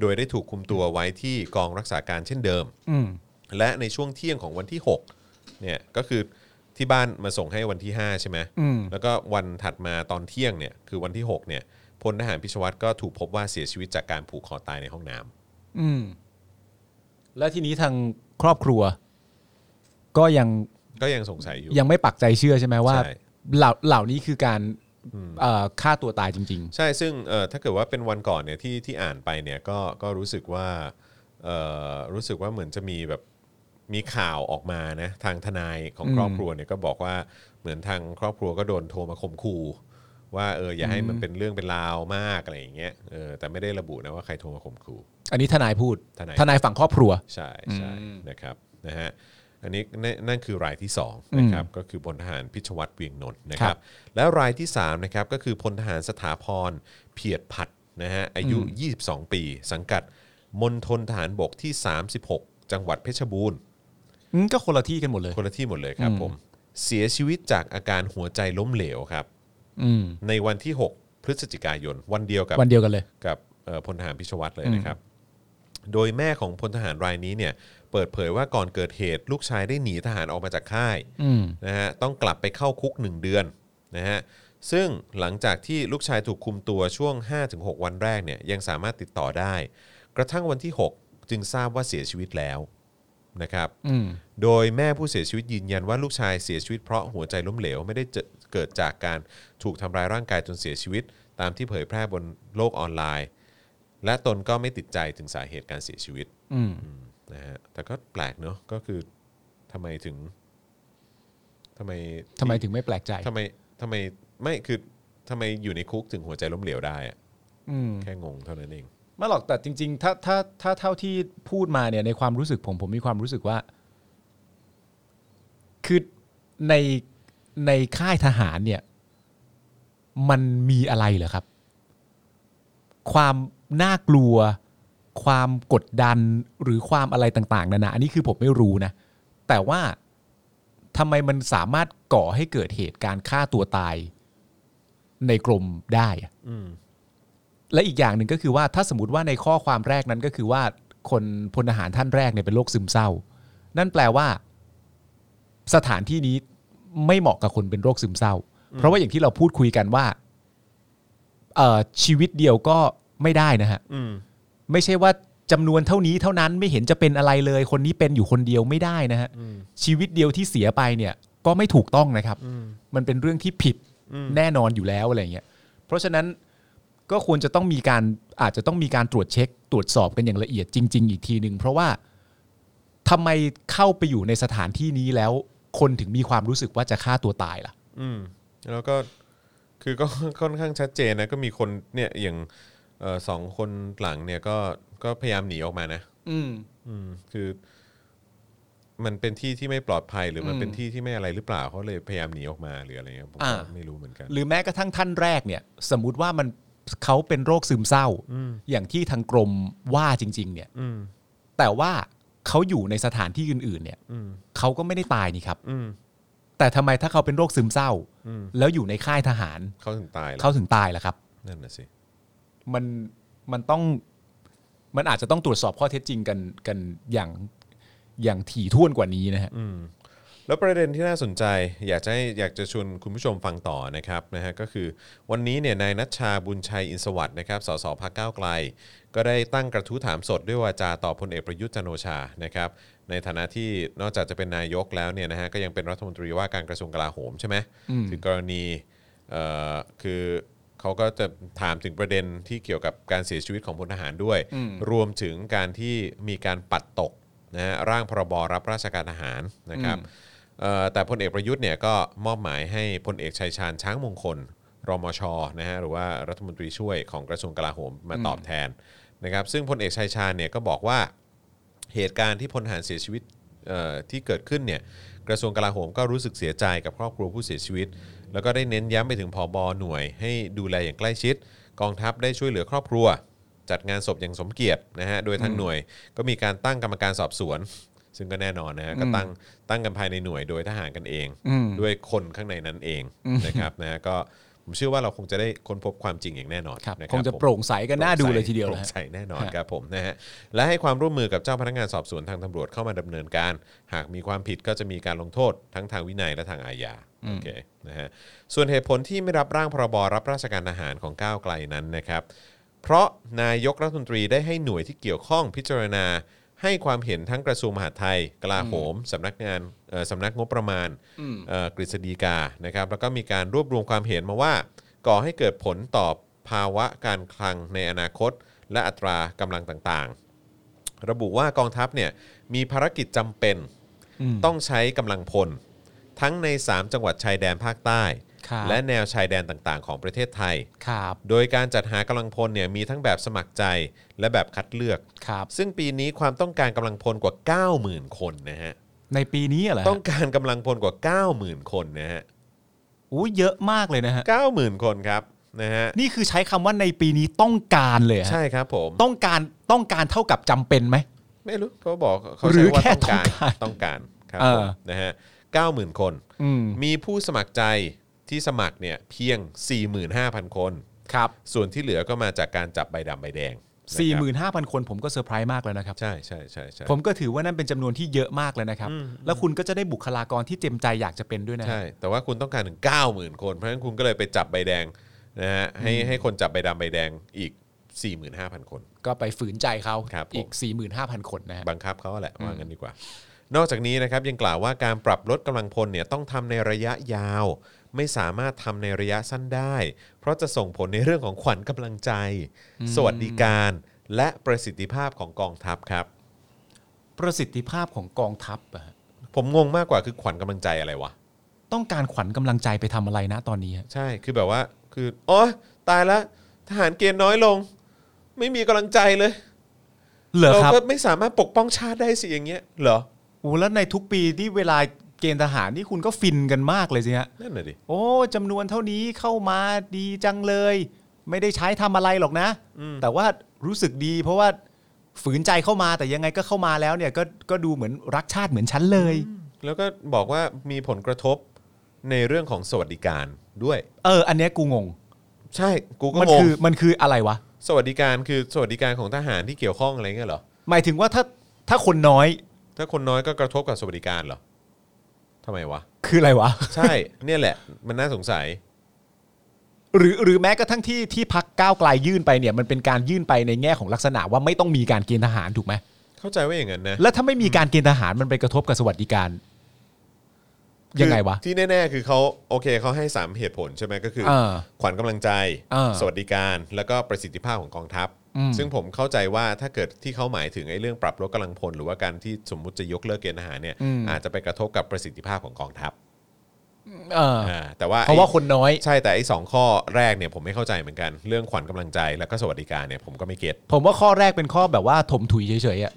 S1: โดยได้ถูกคุมตัวไว้ที่กองรักษาการเช่นเดิม
S2: อืม
S1: และในช่วงเที่ยงของวันที่6เนี่ยก็คือที่บ้านมาส่งให้วันที่ 5 ใช่ไหม
S2: อืม
S1: แล้วก็วันถัดมาตอนเที่ยงเนี่ยคือวันที่หกเนี่ยพลทหารพิชวัตรก็ถูกพบว่าเสียชีวิตจากการผูกคอตายในห้องน้ำ
S2: อืม และทีนี้ทางครอบครัว ก็ยัง
S1: ก็ยังสงสัยอยู่
S2: ยังไม่ปักใจเชื่อใช่ไหมว่า
S1: ใช่
S2: เหล่าเหล่านี้คือการเอ่อฆ่าตัวตายจริง
S1: ใช่ ซึ่งเอ่อถ้าเกิดว่าเป็นวันก่อนเนี่ยที่ที่อ่านไปเนี่ยก็ก็รู้สึกว่าเอ่อรู้สึกว่าเหมือนจะมีแบบมีข่าวออกมานะทางทนายของ
S2: อืม
S1: ครอบครัวเนี่ยก็บอกว่าเหมือนทางครอบครัวก็โดนโทรมาข่มขู่ว่าเอออย่าให้มัน
S2: อืม
S1: เป็นเรื่องเป็นราวมากอะไรอย่างเงี้ยเออแต่ไม่ได้ระบุนะว่าใครโทรมาข่มขู่
S2: ๆ อันนี้ทนายพูด
S1: ทนาย
S2: ทนายฝั่งครอบครัว
S1: ใช่ใช่
S2: อืม
S1: นะครับนะฮะอันนี้นั่นนั่นคือรายที่2นะครับก็คือพลทหารพิชวัตรเวียงนนท์นะค
S2: ค
S1: รั
S2: รั
S1: บบ แล้วรายที่3นะครับก็คือพลทหารสถาพรเพียรผัดนะฮะอายุ 22 ปี สังกัดมณฑลทหารบกที่ 36 จังหวัดเพชรบูรณ์
S2: อืมก็คนละที่กันหมดเลย
S1: คนละที่หมดเลยครับ
S2: อืม
S1: ผมเสียชีวิตจากอาการหัวใจล้มเหลวครับ
S2: อืม
S1: ในวันที่ 6 พฤศจิกายน วันเดียวกับ
S2: วันเดียวกันเลย
S1: กับเอ่อพลทหารพิชวัตรเลยนะครับ โดยแม่ของพลทหารรายนี้เนี่ยเปิดเผยว่าก่อนเกิดเหตุ ลูกชายได้หนีทหารออกมาจากค่าย
S2: อืม
S1: นะฮะต้องกลับไปเข้าคุก 1 เดือนนะฮะซึ่งหลังจากที่ลูกชายถูกคุมตัวช่วง 5-6 วันแรกเนี่ยยังสามารถติดต่อได้ กระทั่งวันที่ 6 จึงทราบว่าเสียชีวิตแล้ว นะครับ
S2: อืม
S1: โดยแม่ผู้เสียชีวิตยืนยันว่าลูกชายเสียชีวิตเพราะหัวใจล้มเหลวไม่ได้เจอเกิดจากการถูกทำร้ายร่างกายจนเสียชีวิต ตามที่เผยแพร่บนโลกออนไลน์ และตนก็ไม่ติดใจถึงสาเหตุการเสียชีวิต
S2: อืม
S1: นะฮะแต่ก็แปลกเนอะก็คือทำไมถึงทำไม
S2: ทำไมถึงไม่แปลกใจ
S1: ทำไมทำไมไม่คือทำไมอยู่ในคุกถึงหัวใจล้มเหลวได้อะ
S2: อืม
S1: แค่งงเท่านั้นเอง
S2: ไม่หรอกแต่จริง ๆ ถ้าถ้าถ้าเท่าที่พูดมาเนี่ยในความรู้สึกผมผมมีความรู้สึกว่า คือในในค่ายทหารเนี่ย มันมีอะไรเหรอครับ ความน่ากลัว ความกดดันหรือความอะไรต่าง ๆนานาอันนี้คือผมไม่รู้นะ แต่ว่าทำไมมันสามารถก่อให้เกิดเหตุการณ์ฆ่าตัวตายในกรมได้อะ
S1: อืม
S2: และอีกอย่างหนึ่งก็คือว่าถ้าสมมติว่าในข้อความแรกนั้นก็คือว่าคนพลทหารท่านแรกเนี่ยเป็นโรคซึมเศร้า นั่นแปลว่า สถานที่นี้ไม่เหมาะกับคนเป็นโรคซึมเศร้า เพราะว่าอย่างที่เราพูดคุยกันว่าเอ่อชีวิตเดียวก็ไม่ได้นะฮะ
S1: อืม
S2: ไม่ใช่ว่าจำนวนเท่านี้เท่านั้นไม่เห็นจะเป็นอะไรเลย คนนี้เป็นอยู่คนเดียวไม่ได้นะฮะ
S1: อืม
S2: ชีวิตเดียวที่เสียไปเนี่ยก็ไม่ถูกต้องนะครับ
S1: อืม
S2: มันเป็นเรื่องที่ผิด
S1: อืม
S2: แน่นอนอยู่แล้วอะไรเงี้ย เพราะฉะนั้นก็ควรจะต้องมีการอาจจะต้องมีการตรวจเช็ค ตรวจสอบกันอย่างละเอียดจริง ๆ อีกทีหนึ่งเพราะว่าทำไมเข้าไปอยู่ในสถานที่นี้แล้ว คนถึงมีความรู้สึกว่าจะฆ่าตัวตายล่ะ
S1: อืมแล้วก็คือก็ ค่อนข้างชัดเจนนะก็มีคนเนี่ยอย่างเอ่อสองคนหลังเนี่ยก็ก็พยายามหนีออกมานะ
S2: อืม
S1: อืมคือ มันเป็นที่ที่ไม่ปลอดภัยหรือมัน
S2: อืม
S1: เป็นที่ที่ไม่อะไรหรือเปล่าเขาเลยพยายามหนีออกมาหรืออะไรเงี้ยผม
S2: อ่า
S1: ก็ไม่รู้เหมือนกัน
S2: หรือแม้กระทั่งท่านแรกเนี่ย สมมติว่ามันเขาเป็นโรคซึมเศร้า
S1: อืม
S2: อย่างที่ทางกรมว่าจริง ๆ เนี่ย
S1: อืม
S2: แต่ว่าเขาอยู่ในสถานที่อื่น ๆ เนี่ย
S1: อืม
S2: เขาก็ไม่ได้ตายนี่ครับ
S1: อืม
S2: แต่ทำไมถ้าเขาเป็นโรคซึมเศร้า
S1: อืม
S2: แล้วอยู่ในค่ายทหาร
S1: เขาถึงตายแล้ว
S2: เขาถึงตายแล้วครับ
S1: นั่นน่ะสิ
S2: มันมันต้องมันอาจจะต้องตรวจสอบข้อเท็จจริงกันกันอย่างอย่างถี่ถ้วนกว่านี้นะฮะ
S1: อืมแล้วประเด็นที่น่าสนใจอยากจะให้อยากจะชวนคุณผู้ชมฟังต่อนะครับนะฮะก็คือวันนี้เนี่ยนายนัชชาบุญชัยอินสวัสด์นะครับสสพรรคก้าวไกล ก็ได้ตั้งกระทู้ถามสดด้วยวาจาต่อพลเอกประยุทธ์จันทร์โอชานะครับในฐานะที่นอกจากจะเป็นนายกแล้วเนี่ยนะฮะก็ยังเป็นรัฐมนตรีว่าการกระทรวงกลาโหมใช่ไหม
S2: อืม
S1: ถึงกรณีเอ่อคือเขาก็จะถามถึงประเด็นที่เกี่ยวกับการเสียชีวิตของพลทหารด้วย รวมถึงการที่มีการปัดตกนะฮะร่างพรบรับราชการทหารนะครับเอ่อแต่พลเอกประยุทธ์เนี่ยก็มอบหมายให้พลเอกชัยชาญช้างมงคล รมชนะฮะหรือว่ารัฐมนตรีช่วยของกระทรวงกลาโหมมาตอบแทนนะครับซึ่งพลเอกชัยชาญเนี่ยก็บอกว่า เหตุการณ์ที่พลทหารเสียชีวิตเอ่อที่เกิดขึ้นเนี่ยกระทรวงกลาโหมก็รู้สึกเสียใจกับครอบครัวผู้เสียชีวิต แล้วก็ได้เน้นย้ำไปถึงผอบอหน่วย ให้ดูแลอย่างใกล้ชิด กองทัพได้ช่วยเหลือครอบครัว จัดงานศพอย่างสมเกียรตินะฮะโดยทางหน่วยก็มีการตั้งกรรมการสอบสวน ซึ่งก็แน่นอนนะฮะก็ตั้งตั้งกันภายในหน่วยโดยทหารกันเอง
S2: อืม
S1: ด้วยคนข้างในนั้นเองนะครับนะฮะก็ผมเชื่อว่าเราคงจะได้ค้นพบความจริงอย่างแน่นอน
S2: ครับ
S1: นรับ
S2: คงจะ
S1: ผม
S2: โปร่งใสกันน่าดูเลยทีเดียว
S1: โปร่ง
S2: นะฮะ
S1: ใสแน่นอน
S2: ฮะ
S1: ครับผมนะฮะและให้ความร่วมมือกับเจ้าพนักงานสอบสวนทางตำรวจเข้ามาดำเนินการ หากมีความผิดก็จะมีการลงโทษทั้งทางวินัยและทางอาญาโอเคนะฮะส่วนเหตุผลที่ไม่รับร่างพรบรับราชการทหารของก้าวไกลนั้นนะครับ เพราะนายกรัฐมนตรีได้ให้หน่วยที่เกี่ยวข้องพิจารณา ให้ความเห็นทั้งกระทรวงมหาดไทย กลาโหมสำนักงานเอ่อสำนักงบประมาณเอ่อกฤษฎีกานะครับแล้วก็มีการรวบรวมความเห็นมาว่า ก่อให้เกิดผลต่อภาวะการคลังในอนาคต และอัตรากำลังต่างๆ ระบุว่ากองทัพเนี่ยมีภารกิจจำเป็นต้องใช้กำลังพล ทั้งใน 3 จังหวัดชายแดนภาคใต้
S2: ครับ
S1: และแนวชายแดนต่างๆ ของประเทศไทย
S2: ครับ
S1: โดยการจัดหากำลังพลเนี่ยมีทั้งแบบสมัครใจและแบบคัดเลือก
S2: ครับ
S1: ซึ่งปีนี้ความต้องการกำลังพลกว่า 90,000 คนนะฮะ
S2: ในปีนี้เหรอ
S1: ต้องการกำลังพลกว่า 90,000 คนนะฮะ
S2: อู้เยอะมากเลยนะฮะ
S1: 90,000 คนครับนะฮะ
S2: นี่คือใช้คำว่าในปีนี้ต้องการเลยฮะ
S1: ใช่ครับผม
S2: ต้องการต้องการเท่ากับจำเป็นไหม
S1: ไม่รู้เขาบอกเขา
S2: หรื
S1: ใช้
S2: อ
S1: ว่า
S2: แค่
S1: ต้องการ
S2: ต้
S1: ต้อ
S2: อง ง
S1: การครับ
S2: เออ
S1: ผมนะฮะ90,000 คน
S2: อืม
S1: มีผู้สมัครใจที่สมัครเนี่ยเพียง 45,000 คน
S2: ครับ
S1: ส่วนที่เหลือก็มาจากการจับใบดำใบแดงนะครับ
S2: 45,000 คนผมก็เซอร์ไพรส์มากแล้วนะครับ
S1: ใช่ใช่ใช่ใช่
S2: ผมก็ถือว่านั่นเป็นจำนวนที่เยอะมากเลยนะครับ แล้วคุณก็จะได้บุคลากรที่เต็มใจอยากจะเป็นด้วยนะฮะ
S1: ใช่ แต่ว่าคุณต้องการถึง 90,000 คน เพราะฉะนั้นคุณก็เลยไปจับใบแดงนะฮะ ให้ให้คนจับใบดำใบแดงอีก 45,000 คน
S2: ก็ไปฝืนใจเขา
S1: ครับผม
S2: อีก 45,000 คนนะฮะ
S1: บังคับเขาแหละว่างั้นดีกว่า นอกจากนี้นะครับยังกล่าวว่าการปรับลดกำลังพลเนี่ยต้องทำในระยะยาว ไม่สามารถทำในระยะสั้นได้ เพราะจะส่งผลในเรื่องของขวัญกำลังใจ สวัสดิการ และประสิทธิภาพของกองทัพครับ
S2: ประสิทธิภาพของกองทัพอะฮะ
S1: ผมงงมากกว่าคือขวัญกำลังใจอะไรวะ
S2: ต้องการขวัญกำลังใจไปทำอะไรนะตอนนี้ฮะ
S1: ใช่คือแบบว่าคืออ๋อตายแล้วทหารเกณฑ์น้อยลง ไม่มีกำลังใจเลย
S2: เหรอ
S1: เรา
S2: ครับ
S1: ก็ไม่สามารถปกป้องชาติได้สิอย่างเงี้ยเหรอ
S2: โอ้แล้วในทุกปีที่เวลาเกณฑ์ทหารนี่คุณก็ฟินกันมากเลยสิฮะ
S1: นั่นน่ะดิ
S2: โอ้จำนวนเท่านี้เข้ามาดีจังเลย ไม่ได้ใช้ทำอะไรหรอกนะ แต่ว่ารู้สึกดี เพราะว่าฝืนใจเข้ามาแต่ยังไงก็เข้ามาแล้วเนี่ยก็ก็ดูเหมือนรักชาติเหมือนฉันเลย
S1: แล้วก็บอกว่ามีผลกระทบในเรื่องของสวัสดิการด้วย
S2: เออ อันเนี้ยกูงง
S1: ใช่กูก็
S2: มัน
S1: งง
S2: คือมันคืออะไรวะ
S1: สวัสดิการคือสวัสดิการของทหารที่เกี่ยวข้องอะไรเงี้ยเหรอ
S2: หมายถึงว่าถ้าถ้าคนน้อย
S1: ถ้าคนน้อยก็กระทบกับสวัสดิการเหรอทำไมวะ
S2: คืออะไรวะ
S1: ใช่ เนี่ยแหละ มันน่าสงสัย
S2: หรือหรือแม้กระทั่งที่ที่พักก้าวไกลยื่นไปเนี่ยมันเป็นการยื่นไปในแง่ของลักษณะว่าไม่ต้องมีการเกณฑ์ทหารถูกไหม
S1: เข้าใจว่าอย่างนั้นนะ
S2: แล้วถ้าไม่มีการเกณฑ์ทหารมันไปกระทบกับสวัสดิการยังไงวะ
S1: คือที่แน่ๆคือเขาโอเคเขาให้ 3 เหตุผลใช่ไหมก็คือ
S2: เออ
S1: ขวัญกำลังใจ
S2: เออ
S1: สวัสดิการ แล้วก็ประสิทธิภาพของกองทัพ
S2: อืม
S1: ซึ่งผมเข้าใจว่าถ้าเกิดที่เขาหมายถึงไอ้เรื่องปรับลดกำลังพล หรือว่าการที่สมมุติจะยกเลิกเกณฑ์ทหารเนี่ยอาจจะไปกระทบกับประสิทธิภาพของกองทัพ
S2: เออ
S1: อ่าแต่ว่า
S2: เพราะว่า
S1: ไอ้
S2: คนน้อย
S1: ใช่แต่ไอ้สองข้อแรกเนี่ยผมไม่เข้าใจเหมือนกันเรื่องขวัญกำลังใจแล้วก็สวัสดิการเนี่ยผมก็ไม่เก็ต
S2: ผมว่าข้อแรกเป็นข้อแบบว่าถมถุยเฉยๆอ่ะ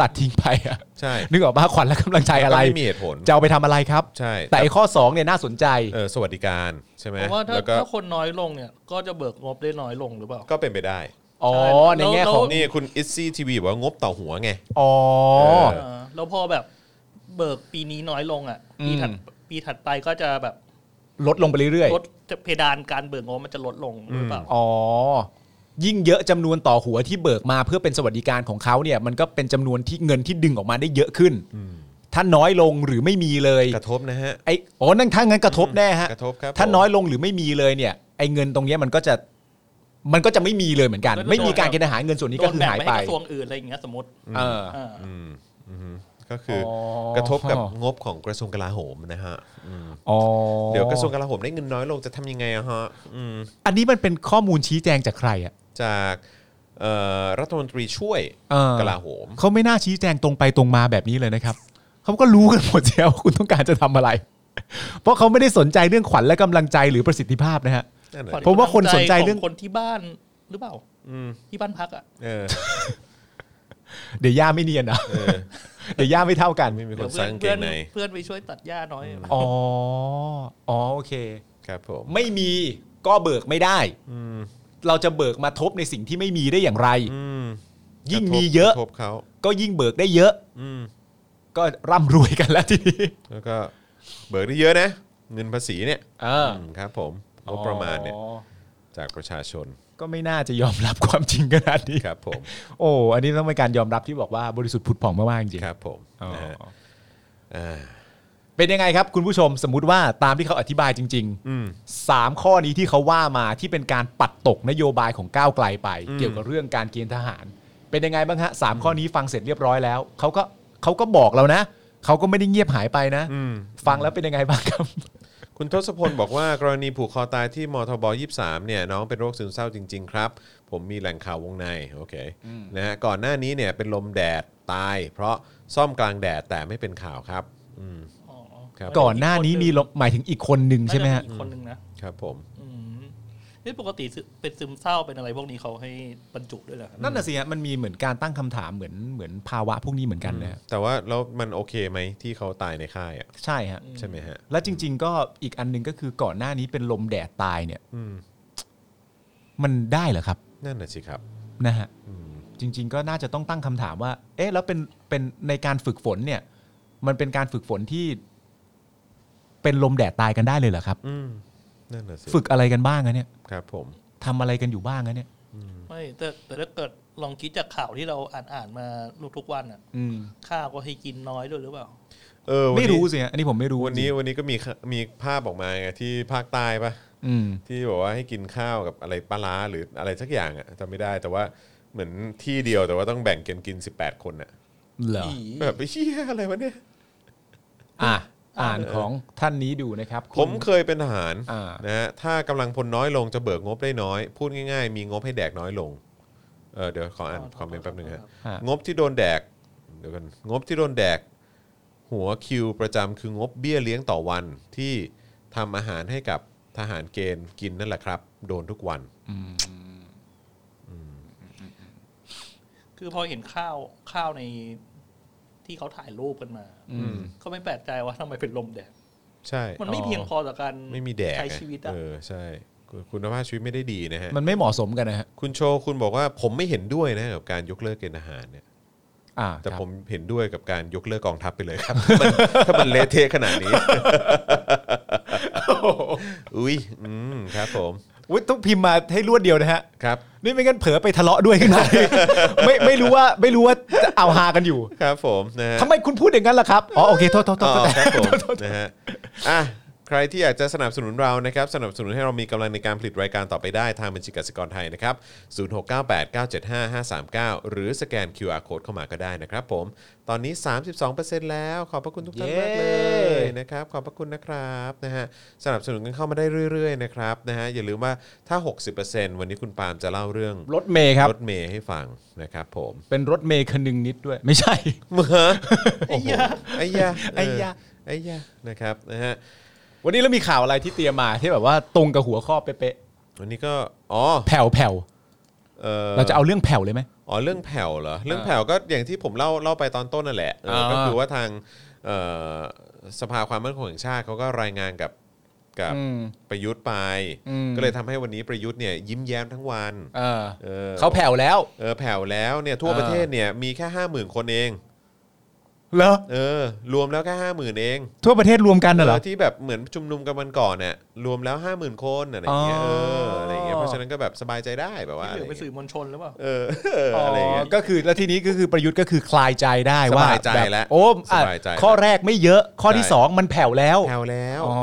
S2: ตัดทิ้งไปอ่ะ
S1: ใช่
S2: นึกออกปะขวัญและกำลังใจอะไร
S1: ก็ไม่มีเหตุผล
S2: จะเอาไปทำอะไรครับ
S1: ใช่
S2: แต่ไอ้ข้อ 2 เนี่ยน่าสนใจ
S1: เออสวัสดิการใช่ไหม
S3: เพราะว่าถ้า
S1: แล้วก็
S3: ถ้าคนน้อยลงเนี่ย ก็จะเบิกงบได้น้อยลงหรือเปล่า
S1: ก็เป็นไปได้
S2: อ๋อ
S3: ใช่
S2: ในแง่ของ
S3: แล้ว
S1: นี่คุณอิซี่ทีวีบอกว่างบต่อหัวไง
S2: อ๋อ
S1: เออ
S3: เออแล้วพอแบบเบิกปีนี้น้อยลงอ่ะ
S2: อืม
S3: ปีถัดปีถัดไปก็จะแบบ
S2: ลดลงไปเรื่อย
S3: ลดจะเพดานการเบิกงบมันจะลดลงหรือเปล่า
S2: ๆ อ๋อ ยิ่งเยอะจำนวนต่อหัวที่เบิกมาเพื่อเป็นสวัสดิการของเขาเนี่ย มันก็เป็นจำนวนที่เงินที่ดึงออกมาได้เยอะขึ้น ถ้าน้อยลงหรือไม่มีเลย
S1: กระทบนะฮะ
S2: ไอ้อ๋อนั่นถ้างั้นกระทบแน่ฮะ
S1: กระทบครับ
S2: ถ้า
S1: ผม
S2: น้อยลงหรือไม่มีเลยเนี่ยไอ้เงินตรงเนี้ยมันก็จะมันก็จะไม่มีเลยเหมือนกัน
S3: แล้ว
S2: ไม่มี
S3: โดน
S2: การเกณฑ์ทหารเงินส่วนนี้
S3: โด
S2: ก็
S3: น
S2: คือ
S3: แบ่ง
S2: หาย
S3: ไป
S2: ไป
S3: ให้กระทรวงอื่นอะไรอย่างเงี้ยสมมติ
S2: เออ
S3: อ่า
S1: อืมอืมก็คืออ
S2: อ
S1: กระทบกับงบของกระทรวงกลาโหมนะฮะอืม
S2: อ๋อ
S1: เดี๋ยวกระทรวงกลาโหมได้เงินน้อยลงจะทำยังไงอะฮะอืม
S2: อันนี้มันเป็นข้อมูลชี้แจงจากใครอ่ะ
S1: จากเอ่อรัฐมนตรีช่วย
S2: เออก
S1: ลาโหม
S2: เขาไม่น่าชี้แจงตรงไปตรงมาแบบนี้เลยนะครับ เขาก็รู้กันหมดแล้ว ว่าคุณต้องการจะทำอะไร เพราะเขาไม่ได้สนใจเรื่องขวัญและกำลังใจหรือประสิทธิภาพนะฮะ
S1: นั่นแหละ
S3: ขวัญ
S1: ดิ
S2: ผมว่าคนสนใจเรื่อง
S3: ขคนที่บ้านหรือเปล่า
S1: อืม
S3: ที่บ้านพักอ่ะ
S1: เออ
S2: เดี๋ยวย่าไม่เนียนนะ
S1: เออ
S2: เดี๋ยวย่าไม่เท่ากัน
S1: ไม่มีค
S3: เดี๋ย
S1: น
S3: ว
S1: ส
S3: เพื่อ
S1: ร้าน งเก
S3: เพื่อง น
S1: ใน
S3: เพื่อนไปช่วยตัดหญ้าน้อย
S2: อ๋ออ๋อโอเค
S1: ครับผม
S2: ไม่มีก็เบิกไม่ได้
S1: อืม
S2: เราจะเบิกมาทบในสิ่งที่ไม่มีได้อย่างไร
S1: อืม
S2: ยิ่งมีเยอะ
S1: กรทบเขา
S2: ก็ยิ่งเบิกได้เยอะ
S1: อืม
S2: ก็ร่ำรวยกันแล้วทีนี้
S1: แล้วก็เบิกได้เยอะนะ เงินภาษีเนี่ย
S2: เออ
S1: มครับผมงบประมาณเนี่ย
S2: อ๋อ
S1: จากประชาชน
S2: ก็ไม่น่าจะยอมรับความจริงขนาดนี้
S1: ครับผม
S2: โอ้ อันนี้ต้องเป็นการยอมรับที่บอกว่าบริสุทธิ์ผุดผ่องมากๆจริง
S1: ครับผม
S2: อ๋อ
S1: นะฮะอ่า
S2: เป็นยังไงครับคุณผู้ชมสมมุติว่าตามที่เขาอธิบายจริง
S1: อืม
S2: ๆ 3 ข้อนี้ที่เขาว่ามาที่เป็นการปัดตกนโยบายของก้าวไกลไป
S1: อืม
S2: เกี่ยวกับเรื่องการเกณฑ์ทหาร เป็นยังไงบ้างฮะสามข้อนี้ฟังเสร็จเรียบร้อยแล้วเขาก็เขาก็บอกเรานะเขาก็ไม่ได้เงียบหายไปนะ
S1: อืม
S2: ฟังแล้วเป็นยังไงบ้างครับ
S1: คุณทศพลบอกว่ากรณีผูกคอตายที่มทบ23เนี่ยน้องเป็นโรคซึมเศร้าจริง ๆ ครับ ผมมีแหล่งข่าววงในโอเคนะฮะก่อนหน้านี้เนี่ยเป็นลมแดดตาย เพราะซ่อมกลางแดดแต่ไม่เป็นข่าวครับ อืมครับผม
S2: ก่อนหน้านี้มีลมหมายถึงอีกคนหนึ่งใช่ไหมฮะ
S3: น่าจอีกคนนึงนะครับ
S1: ผม
S3: อืมนี่ปกติซึเป็นซึมเศร้าเป็นอะไรพวกนี้เขาให้บรรจุด้วยเหรอครับ
S2: นั่นน่ะสิฮะมันมีเหมือนการตั้งคำถามเหมือนเหมือนภาวะพวกนี้เหมือนกันนะฮะ
S1: แต่ว่าแล้วมันโอเคไหมที่เขาตายในค่ายอ่ะ
S2: ใช่ฮะ
S1: ใช่ไหมฮะ
S2: และจริง ๆ ก็อีกอันหนึงก็คือก่อนหน้านี้เป็นลมแดดตายเนี่ย
S1: อืม
S2: มันได้เหรอครับ
S1: นั่นน่ะสิครับ
S2: นะฮะ
S1: อืม
S2: จริง ๆ ก็น่าจะต้องตั้งคำถามว่า เอ๊ะแล้วเป็นเป็นในการฝึกฝนเนี่ย มันเป็นการฝึกฝนที่ เป็นลมแดดตายกันได้เลยเหรอครับ
S1: อืม นั่นน่ะสิ
S2: ฝึกอะไรกันบ้างอะเนี่ย
S1: ครับผม
S2: ทำอะไรกันอยู่บ้างอะเนี่ย
S3: ไม่แต่แต่ถ้าเกิดลองคิดจากข่าวที่เราอ่านอ่านมาทุกๆวันอ่ะ
S2: อืม
S3: ข้าวก็ให้กินน้อยด้วยหรือเปล่า
S1: เอ เออวัน
S2: ไม่
S1: นี้
S2: รู้สิฮะอันนี้ผมไม่รู้
S1: วันนี้วันนี้ก็มีมีภาพออกมาไงที่ภาคใต้ปะ
S2: อืม
S1: ที่บอกว่าให้กินข้าวกับอะไรปลาร้าหรืออะไรสักอย่างอะจำไม่ได้แต่ว่าเหมือนที่เดียวแต่ว่าต้องแบ่งกันกิน 18 คนอะ
S2: เหรอ
S1: แบบไอ้เหี้ยอะไรวะเนี่ย
S2: อ่ะอ่านของท่านนี้ดูนะครับ
S1: ผม
S2: คุณ
S1: เคยเป็นทหาร
S2: อ่าน
S1: นะฮะถ้ากำลังพลน้อยลงจะเบิกงบได้น้อย พูดง่ายๆ มีงบให้แดกน้อยลงเออเดี๋ยวขออ่านคอมเมนต์แป๊บหนึงฮะ
S2: อ่ะ
S1: งบที่โดนแดกเดี๋ยวกันงบที่โดนแดก หัวคิวประจำคืองบเบี้ยเลี้ยงต่อวันที่ทำอาหารให้กับทหารเกณฑ์กินนั่นแหละครับ โดนทุกวัน
S3: คือพอเห็นข้าวข้าวในที่เขาถ่ายรูปกันมา
S2: อืม
S3: ก็ไม่แปลกใจว่าทำไมเป็นลมแดด
S1: ใช่
S3: มันไม่
S2: อ๋อ
S3: เพียงพอต่อการ
S1: ไม่มีแดก
S3: ใช้
S1: ไง
S3: ชีวิตอะ
S1: เออใช่คุณคุณภาพชีวิตไม่ได้ดีนะฮะ
S2: มันไม่เหมาะสมกันนะฮะ
S1: คุณโชว์คุณบอกว่าผมไม่เห็นด้วยนะกับการยกเลิกเกณฑ์อาหารเนี่ย
S2: อ่า
S1: แต่
S2: ครับ
S1: ผมเห็นด้วยกับการยกเลิกกองทัพไปเลยครับ ถ้ามัน ถ้ามันเละเทะขนาดนี้ อุ้ยอืมครับผม
S2: อุ๊ยต้องพิมพ์มาให้รวดเดียวนะฮะ
S1: ครับ
S2: นี่ไม่งั้นเผลอไปทะเลาะด้วยขึ้นมา ไม่ไม่รู้ว่าไม่รู้ว่าจะเอาฮากันอยู่
S1: ครับผมนะฮะ
S2: ทำไมคุณพูดอย่างนั้นล่ะครับอ๋อโอเคโทษโทษโทษ
S1: อ๋อครับผมนะฮะอ่ะใครที่อยากจะสนับสนุนเรานะครับสนับสนุนให้เรามีกำลังในการผลิตรายการต่อไปได้ทางบัญชีกสิกรไทยนะครับ 0698975539 หรือสแกน QR Code เข้ามาก็ได้นะครับผม ตอนนี้ 32%แล้ว ขอบพระคุณทุกท่านมากเล
S2: เย้
S1: ย นะครับขอบพระคุณนะครับนะฮะสนับสนุนกันเข้ามาได้เรื่อยๆนะครับนะฮะอย่าลืมว่าถ้า 60%วันนี้คุณปาล์มจะเล่าเรื่อง
S2: รถเมย์ครับ
S1: รถเมย์ให้ฟังนะครับผม
S2: เป็นรถเมย์คนหนึงนิดด้วย ไม่ใช่
S1: เหมือโอ้โหไอ้ยา
S2: ไอ้ยะ
S1: ไอ้ยานะครับนะฮะ
S2: วันนี้เรามีข่าวอะไรที่เตรียมมาที่แบบว่าตรงกับหัวข้อเป๊ะ
S1: วันนี้ก็ อ๋อ
S2: ๆแผ่วแผ่ว
S1: เออ
S2: เราจะเอาเรื่องแผ่วเลยไหม
S1: อ๋อ เรื่องแผ่วเหรอ เรื่องแผ่วก็อย่างที่ผมเล่าเล่าไปตอนต้นนั่นแหละเออ
S2: อ่า
S1: ก็คือว่าทางเอ่อสภาความมั่นคงแห่งชาติเขาก็รายงานกับกับ
S2: อืม
S1: ประยุทธ์ไป
S2: อืม
S1: ก็เลยทำให้วันนี้ประยุทธ์เนี่ยยิ้มแย้มทั้งวัน
S2: เออ
S1: เออ
S2: เขาแผ่วแล้ว
S1: เออแผ่วแล้วเนี่ยทั่ว
S2: เออ
S1: ประเทศเนี่ยมีแค่ห้าหมื่นคนเอง
S2: เหรอ
S1: เออ รวมแล้วแค่ห้าหมื่นเอง
S2: ทั่วประเทศรวมกันน่ะเหรอ
S1: เออที่แบบเหมือนชุมนุมกันวันก่อนเนี่ยรวมแล้วห้าหมื่นคนอะไรอย่างเงี้ย
S2: อ๋
S1: เอ
S2: อ
S1: ออะไรอย่างเงี้ยเพราะฉะนั้นก็แบบสบายใจได้แบบว่า
S3: ที่เหลือ
S1: อะไร
S3: ไป
S1: อย่าง
S3: สื่
S1: เงี้ย
S3: อมวลชนหรือเปล่า
S1: เออ อะไรอย่างเงี้ย
S2: ก็คือแล้วทีนี้ก็คือประยุทธ์ก็คือคลายใจได้ว่า
S1: สบายใจ
S2: บบ
S1: แล้ว
S2: โอ้อ่ะ
S1: สบายใจ
S2: ข้อแรกไม่เยอะข้อที่
S1: ใช่
S2: สองมันแผ่วแล้ว
S1: แถวแล้ว
S2: อ๋อ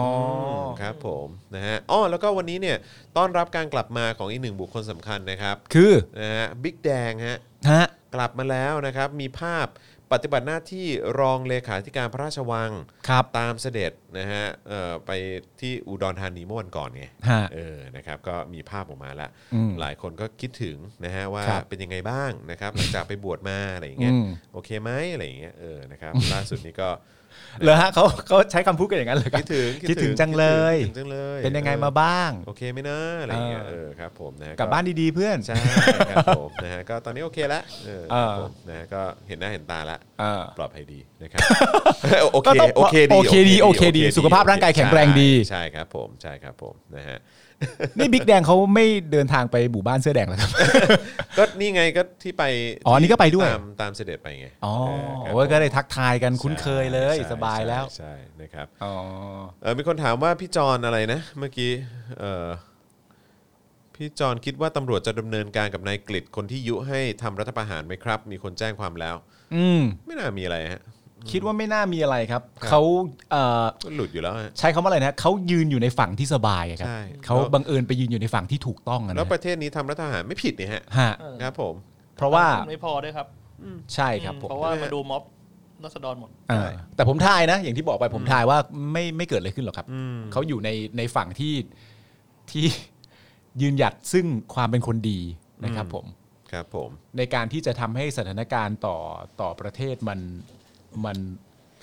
S2: อื
S1: มครับผมนะฮะอ๋อแล้วก็วันนี้เนี่ยต้อนรับการกลับมาของอีกหนึ่งบุคคลสำคัญนะครับ
S2: คือ
S1: นะฮะบิ๊กแดงฮะ
S2: ฮะ
S1: กลับมาแล้วนะครับมีภาพปฏิบัติหน้าที่รองเลขาธิการพระราชวัง
S2: ครับ
S1: ตามเสด็จนะฮะเอ่อไปที่อุดรธานีเมื่อวันก่อนไง
S2: ฮะ
S1: เออนะครับก็มีภาพออกมาละ
S2: อืม
S1: หลายคนก็คิดถึงนะฮะว่า
S2: ครับ
S1: เป็นยังไงบ้างนะครับหลังจากไปบวชมาอะไรอย่างเงี้ย
S2: อืม
S1: โอเคไหมอะไรอย่างเงี้ยเออนะครับล่าสุดนี้ก็
S2: เหรอฮะเขาเขาใช้คำพูดกันอย่างนั้นเลยครั
S1: คิ
S2: บ
S1: ดถึง
S2: คิดถึงจังเลย
S1: คิดถึงจังเลย
S2: เป็นยังไง
S1: ออ
S2: มาบ้าง
S1: โอเคไหมนะอะไรอย่างเงี้ย
S2: เออ
S1: เออครับผมนะ
S2: กลับบ้านดีๆเพื่อน
S1: ใช่ครับผมนะฮะก็ตอนนี้โอเคละเออครับ
S2: เออ
S1: ผมนะฮะก็เห็นหน้าเห็นตาละ
S2: เออ
S1: ปลอดภัยดีนะครับโอเค
S2: ก็ต้อง
S1: โอเคดี
S2: โอเคดีโอเคดีสุขภาพร่างกายแข็งแรงดี
S1: ใช่ครับผมใช่ครับผมนะฮะ
S2: นี่บิ๊กแดงเขาไม่เดินทางไปหมู่บ้านเสื้อแดงเหรอครับ
S1: ก็นี่ไงก็ที่ไป
S2: อ๋อนี่ก็ไปด้วย
S1: ตามตามเสด็จไปไง
S2: อ๋อ
S1: เครับ
S2: โอ้ย
S1: ผม
S2: ก็ได้ทักทายกันคุ้นเคยเลย
S1: ใช่
S2: สบายแล้ว
S1: ใช่ใช่นะครับ
S2: อ๋อ
S1: เออมีคนถามว่าพี่จอนอะไรนะ เมื่อกี้เออพี่จอนคิดว่าตำรวจจะดำเนินการกับนายกฤษคนที่ยุให้ทำรัฐประหารไหมครับ มีคนแจ้งความแล้ว
S2: อืม
S1: ไม่น่ามีอะไรฮะ
S2: คิดว่าไม่น่ามีอะไรครับ
S1: ครับ
S2: เขาเอ่อ
S1: ก็หลุดอยู่แล้วฮะ
S2: ใช้คำว่าอะไรนะเขายืนอยู่ในฝั่งที่สบายอะครับ
S1: ใช่
S2: เขาบังเอิญไปยืนอยู่ในฝั่งที่ถูกต้องอะ
S1: แล้
S2: นะ
S1: วประเทศนี้ทำรัฐประหารไม่ผิดนี่ฮะ
S2: ฮะ
S3: เออ
S1: ครับผม
S2: เพราะว่า
S3: ไม่พอด้วยครับ
S2: ใช่ครับผม
S3: เพราะว่ามาดูม็อบรัษฎรหมด
S2: เออแต่ผมทายนะ อย่างที่บอกไปผมทายว่าไม่ไม่เกิดอะไรขึ้นหรอกครับ
S1: อืม
S2: เขาอยู่ในในฝั่งที่ที่ ยืนหยัดซึ่งความเป็นคนดีนะครับผม
S1: ครับผม
S2: ในการที่จะทำให้สถานการณ์ต่อต่อประเทศมันมัน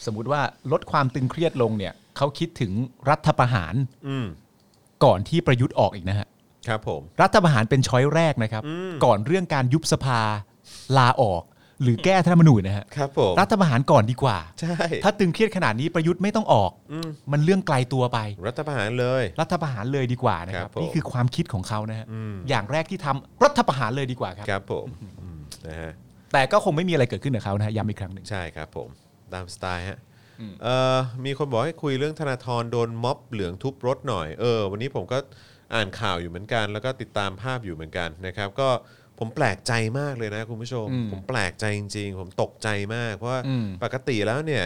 S2: สมมติว่าลดความตึงเครียดลงเนี่ยเขาคิดถึงรัฐประหาร
S1: อืม
S2: ก่อนที่ประยุทธ์ออกอีกนะฮะ
S1: ครับผม
S2: รัฐประหารเป็นช้อยแรกนะครับ ก่อนเรื่องการยุบสภาลาออก หรือแก้รัฐธรรมนูญนะฮะ
S1: ครับผม
S2: รัฐประหารก่อนดีกว่า
S1: ใช่
S2: ถ้าตึงเครียดขนาดนี้ประยุทธ์ไม่ต้องออก
S1: อืม
S2: มันเรื่องไกลตัวไป
S1: รัฐประหารเลย
S2: รัฐประหารเลยดีกว่านะค
S1: ครั
S2: รับบ
S1: ผม
S2: นี่คือความคิดของเขานะฮะ
S1: อืม
S2: อย่างแรกที่ทำรัฐประหารเลยดีกว่าครับ
S1: ครับผมอืมนะฮะ
S2: แต่ก็คงไม่มีอะไรเกิดขึ้นกับเขานะฮะย้ำอีกครั้งหนึ่ง
S1: ใช่ครับผมตามสไตล์ฮะเอ่อมีคนบอกให้คุยเรื่องธนาธรโดนม็อบเหลืองทุบรถหน่อยเออวันนี้ผมก็อ่านข่าวอยู่เหมือนกัน แล้วก็ติดตามภาพอยู่เหมือนกันนะครับ ก็ผมแปลกใจมากเลยนะคุณผู้ชม
S2: อืม
S1: ผมแปลกใจจริง ๆ ผมตกใจมากเพราะว่า
S2: อืม
S1: ปกติแล้วเนี่ย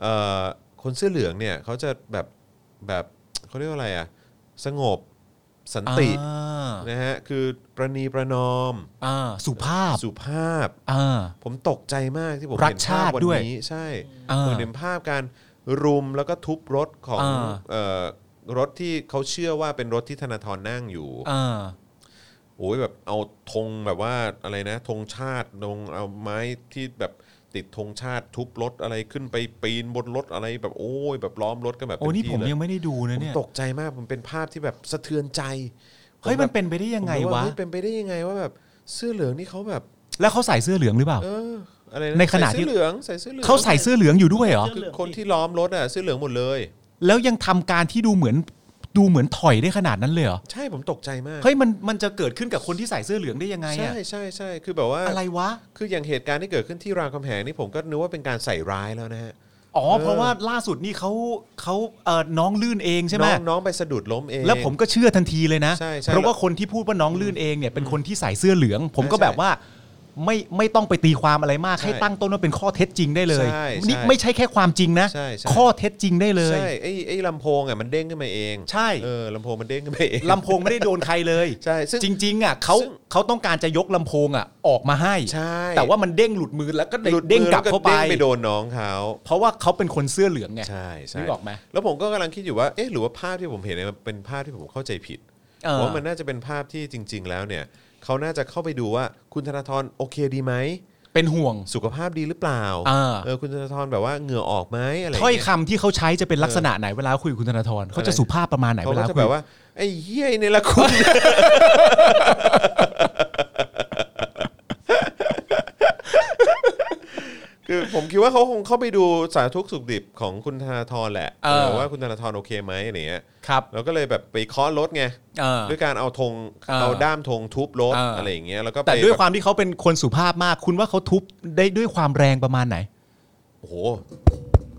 S1: เอ่อคนเสื้อเหลืองเนี่ยเขาจะแบบแบบเขาเรียกว่าอะไรอ่ะสงบสันติ
S2: อ่า
S1: นะฮะคือประนีประนอม
S2: อ่าสุภาพ
S1: สุภาพ
S2: อ่า
S1: ผมตกใจมากที่ผม
S2: รัก
S1: เห็นภาพ
S2: ชาติ
S1: วัน
S2: ด้วย
S1: นี้ใช่
S2: อ่า
S1: ผมเห็นภาพการรุมแล้วก็ทุบรถของ
S2: อ่า
S1: เอ่อรถที่เขาเชื่อว่าเป็นรถที่ธนาธรนั่งอยู่
S2: อ่า
S1: โอ้ยแบบเอาธงแบบว่าอะไรนะธงชาติลงเอาไม้ที่แบบติดธงชาติทุบรถอะไรขึ้นไปปีนบนรถอะไรแบบโอ้ยแบบล้อมรถกันแบบ
S2: โอ้
S1: เต็
S2: นี่
S1: ที่
S2: ผม
S1: เลย
S2: ยังไม่ได้ดู
S1: ผ
S2: นะ
S1: ม
S2: เนี่ย
S1: ตกใจมากผมเป็นภาพที่แบบสะเทือนใจ
S2: เฮ้ย มั
S1: ผ
S2: น
S1: แบบ
S2: เป็นไปได้ยังไง
S1: ผมแบบ
S2: วะ
S1: เฮ้ยเป็นไปได้ยังไงว่าแบบเสื้อเหลืองนี่เขาแบบ
S2: แล้วเขาใส่เสื้อเหลืองหรือเปล่า
S1: เอออะไรนะ
S2: ในขณะ
S1: ใส่
S2: ที่
S1: เสื้อเหลืองใส่เสื้อเหลือง
S2: เขาใส่เสื้อเหลืองอยู่ด้วยเหรอ
S1: คือคนที่ล้อมรถอ่ะเสื้อเหลืองหมดเลย
S2: แล้วยังทำการที่ดูเหมือนดูเหมือนถอยได้ขนาดนั้นเลยเหรอ
S1: ใช่ผมตกใจมาก
S2: เฮ้ย มันมันจะเกิดขึ้นกับคนที่ใส่เสื้อเหลืองได้ยังไง
S1: ใช่
S2: อะ
S1: ใช่ใช่คือแบบว่า
S2: อะไรวะ
S1: คืออย่างเหตุการณ์ที่เกิดขึ้นที่รามคำแหงนี่ผมก็นึกว่าเป็นการใส่ร้ายแล้วนะฮะ
S2: อ๋อ
S1: เออ
S2: เพราะว่าล่าสุดนี่เขาเขาเอ่อน้องลื่นเองใช่ไหม
S1: น้องน้องไปสะดุดล้มเอง
S2: แล้วผมก็เชื่อทันทีเลยนะ
S1: ใช่ใช่
S2: เพราะว่าคนที่พูดว่าน้องลื่นเองเนี่ยเป็นคนที่ใส่เสื้อเหลือง ผมก็
S1: ใช่
S2: แบบว่าไม่ไม่ต้องไปตีความอะไรมาก
S1: ใช่
S2: ให้ตั้งต้นว่าเป็นข้อเท็จจริงได้เลย
S1: ใช่ใช่
S2: นี่ไม่ใช่แค่ความจริงนะ
S1: ใช่ใช่
S2: ข้อเท็จจริงได้เลย
S1: ใช่ไอ้ไอ้ลำโพงอ่ะมันเด้งขึ้นมาเอง
S2: ใช่
S1: เออลำโพงมันเด้งขึ้นมาเอง
S2: ลำโพงไม่ได้โดนใครเลย
S1: ใช่ซึ่ง
S2: จริงๆอ่ะเขา
S1: ซึ่ง
S2: เขาต้องการจะยกลำโพงอ่ะออกมาให้
S1: ใช่
S2: แต่ว่ามันเด้งหลุดมือแล้วก็
S1: หลุ
S2: เด้งกลับ
S1: มือ
S2: เข้าไป
S1: ด้งไปโดนน้องเขา
S2: เพราะว่าเขาเป็นคนเสื้อเหลืองไง
S1: ใช่ใช่
S2: นึกออกไหม
S1: แล้วผมก็กำลังคิดอยู่ว่าเอ๊ะหรือว่าภาพที่ผมเห็นเนี่ยมันเป็นภาพที่ผมเข้าใจผิด
S2: เออ
S1: ว่ามันน่าจะเป็นภาพที่จริง ๆ แล้วเนี่ยเขาน่าจะเข้าไปดูว่าคุณธนาธรโอเคดีไหม
S2: เป็นห่วง
S1: สุขภาพดีหรือเปล่า
S2: อ่า
S1: เออคุณธนาธรแบบว่าเหงื่อออกไหมอะไราง
S2: ถ้อย
S1: เงี้
S2: คำที่เขาใช้จะเป็นลักษณะไหนเวลาคุยกับคุณธนาธรเขาจะสุภาพประมาณไหน
S1: เขา
S2: เว
S1: ก็
S2: ลา
S1: จะ
S2: คุ
S1: แบ
S2: ย
S1: บว่าไอ้เหี้ยในละ คุณ คือผมคิดว่าเขาคงเข้าไปดูสารทุกข์สุขดิบของคุณธนาธรแหละเออว่าคุณธนาธรโอเคไหมอะไรเงี้ย
S2: ครับ
S1: แล้วก็เลยแบบไปเคาะรถไง
S2: เออ
S1: ด้วยการเอาธง
S2: เออ
S1: เอาด้ามธงทุบรถ
S2: เอออ
S1: อะไรอย่างเงี้ยแล้วก็ไป
S2: แต่ด้วย
S1: บบ
S2: ความที่เขาเป็นคนสุภาพมาก คุณว่าเขาทุบได้ด้วยความแรงประมาณไหน
S1: โอ้โห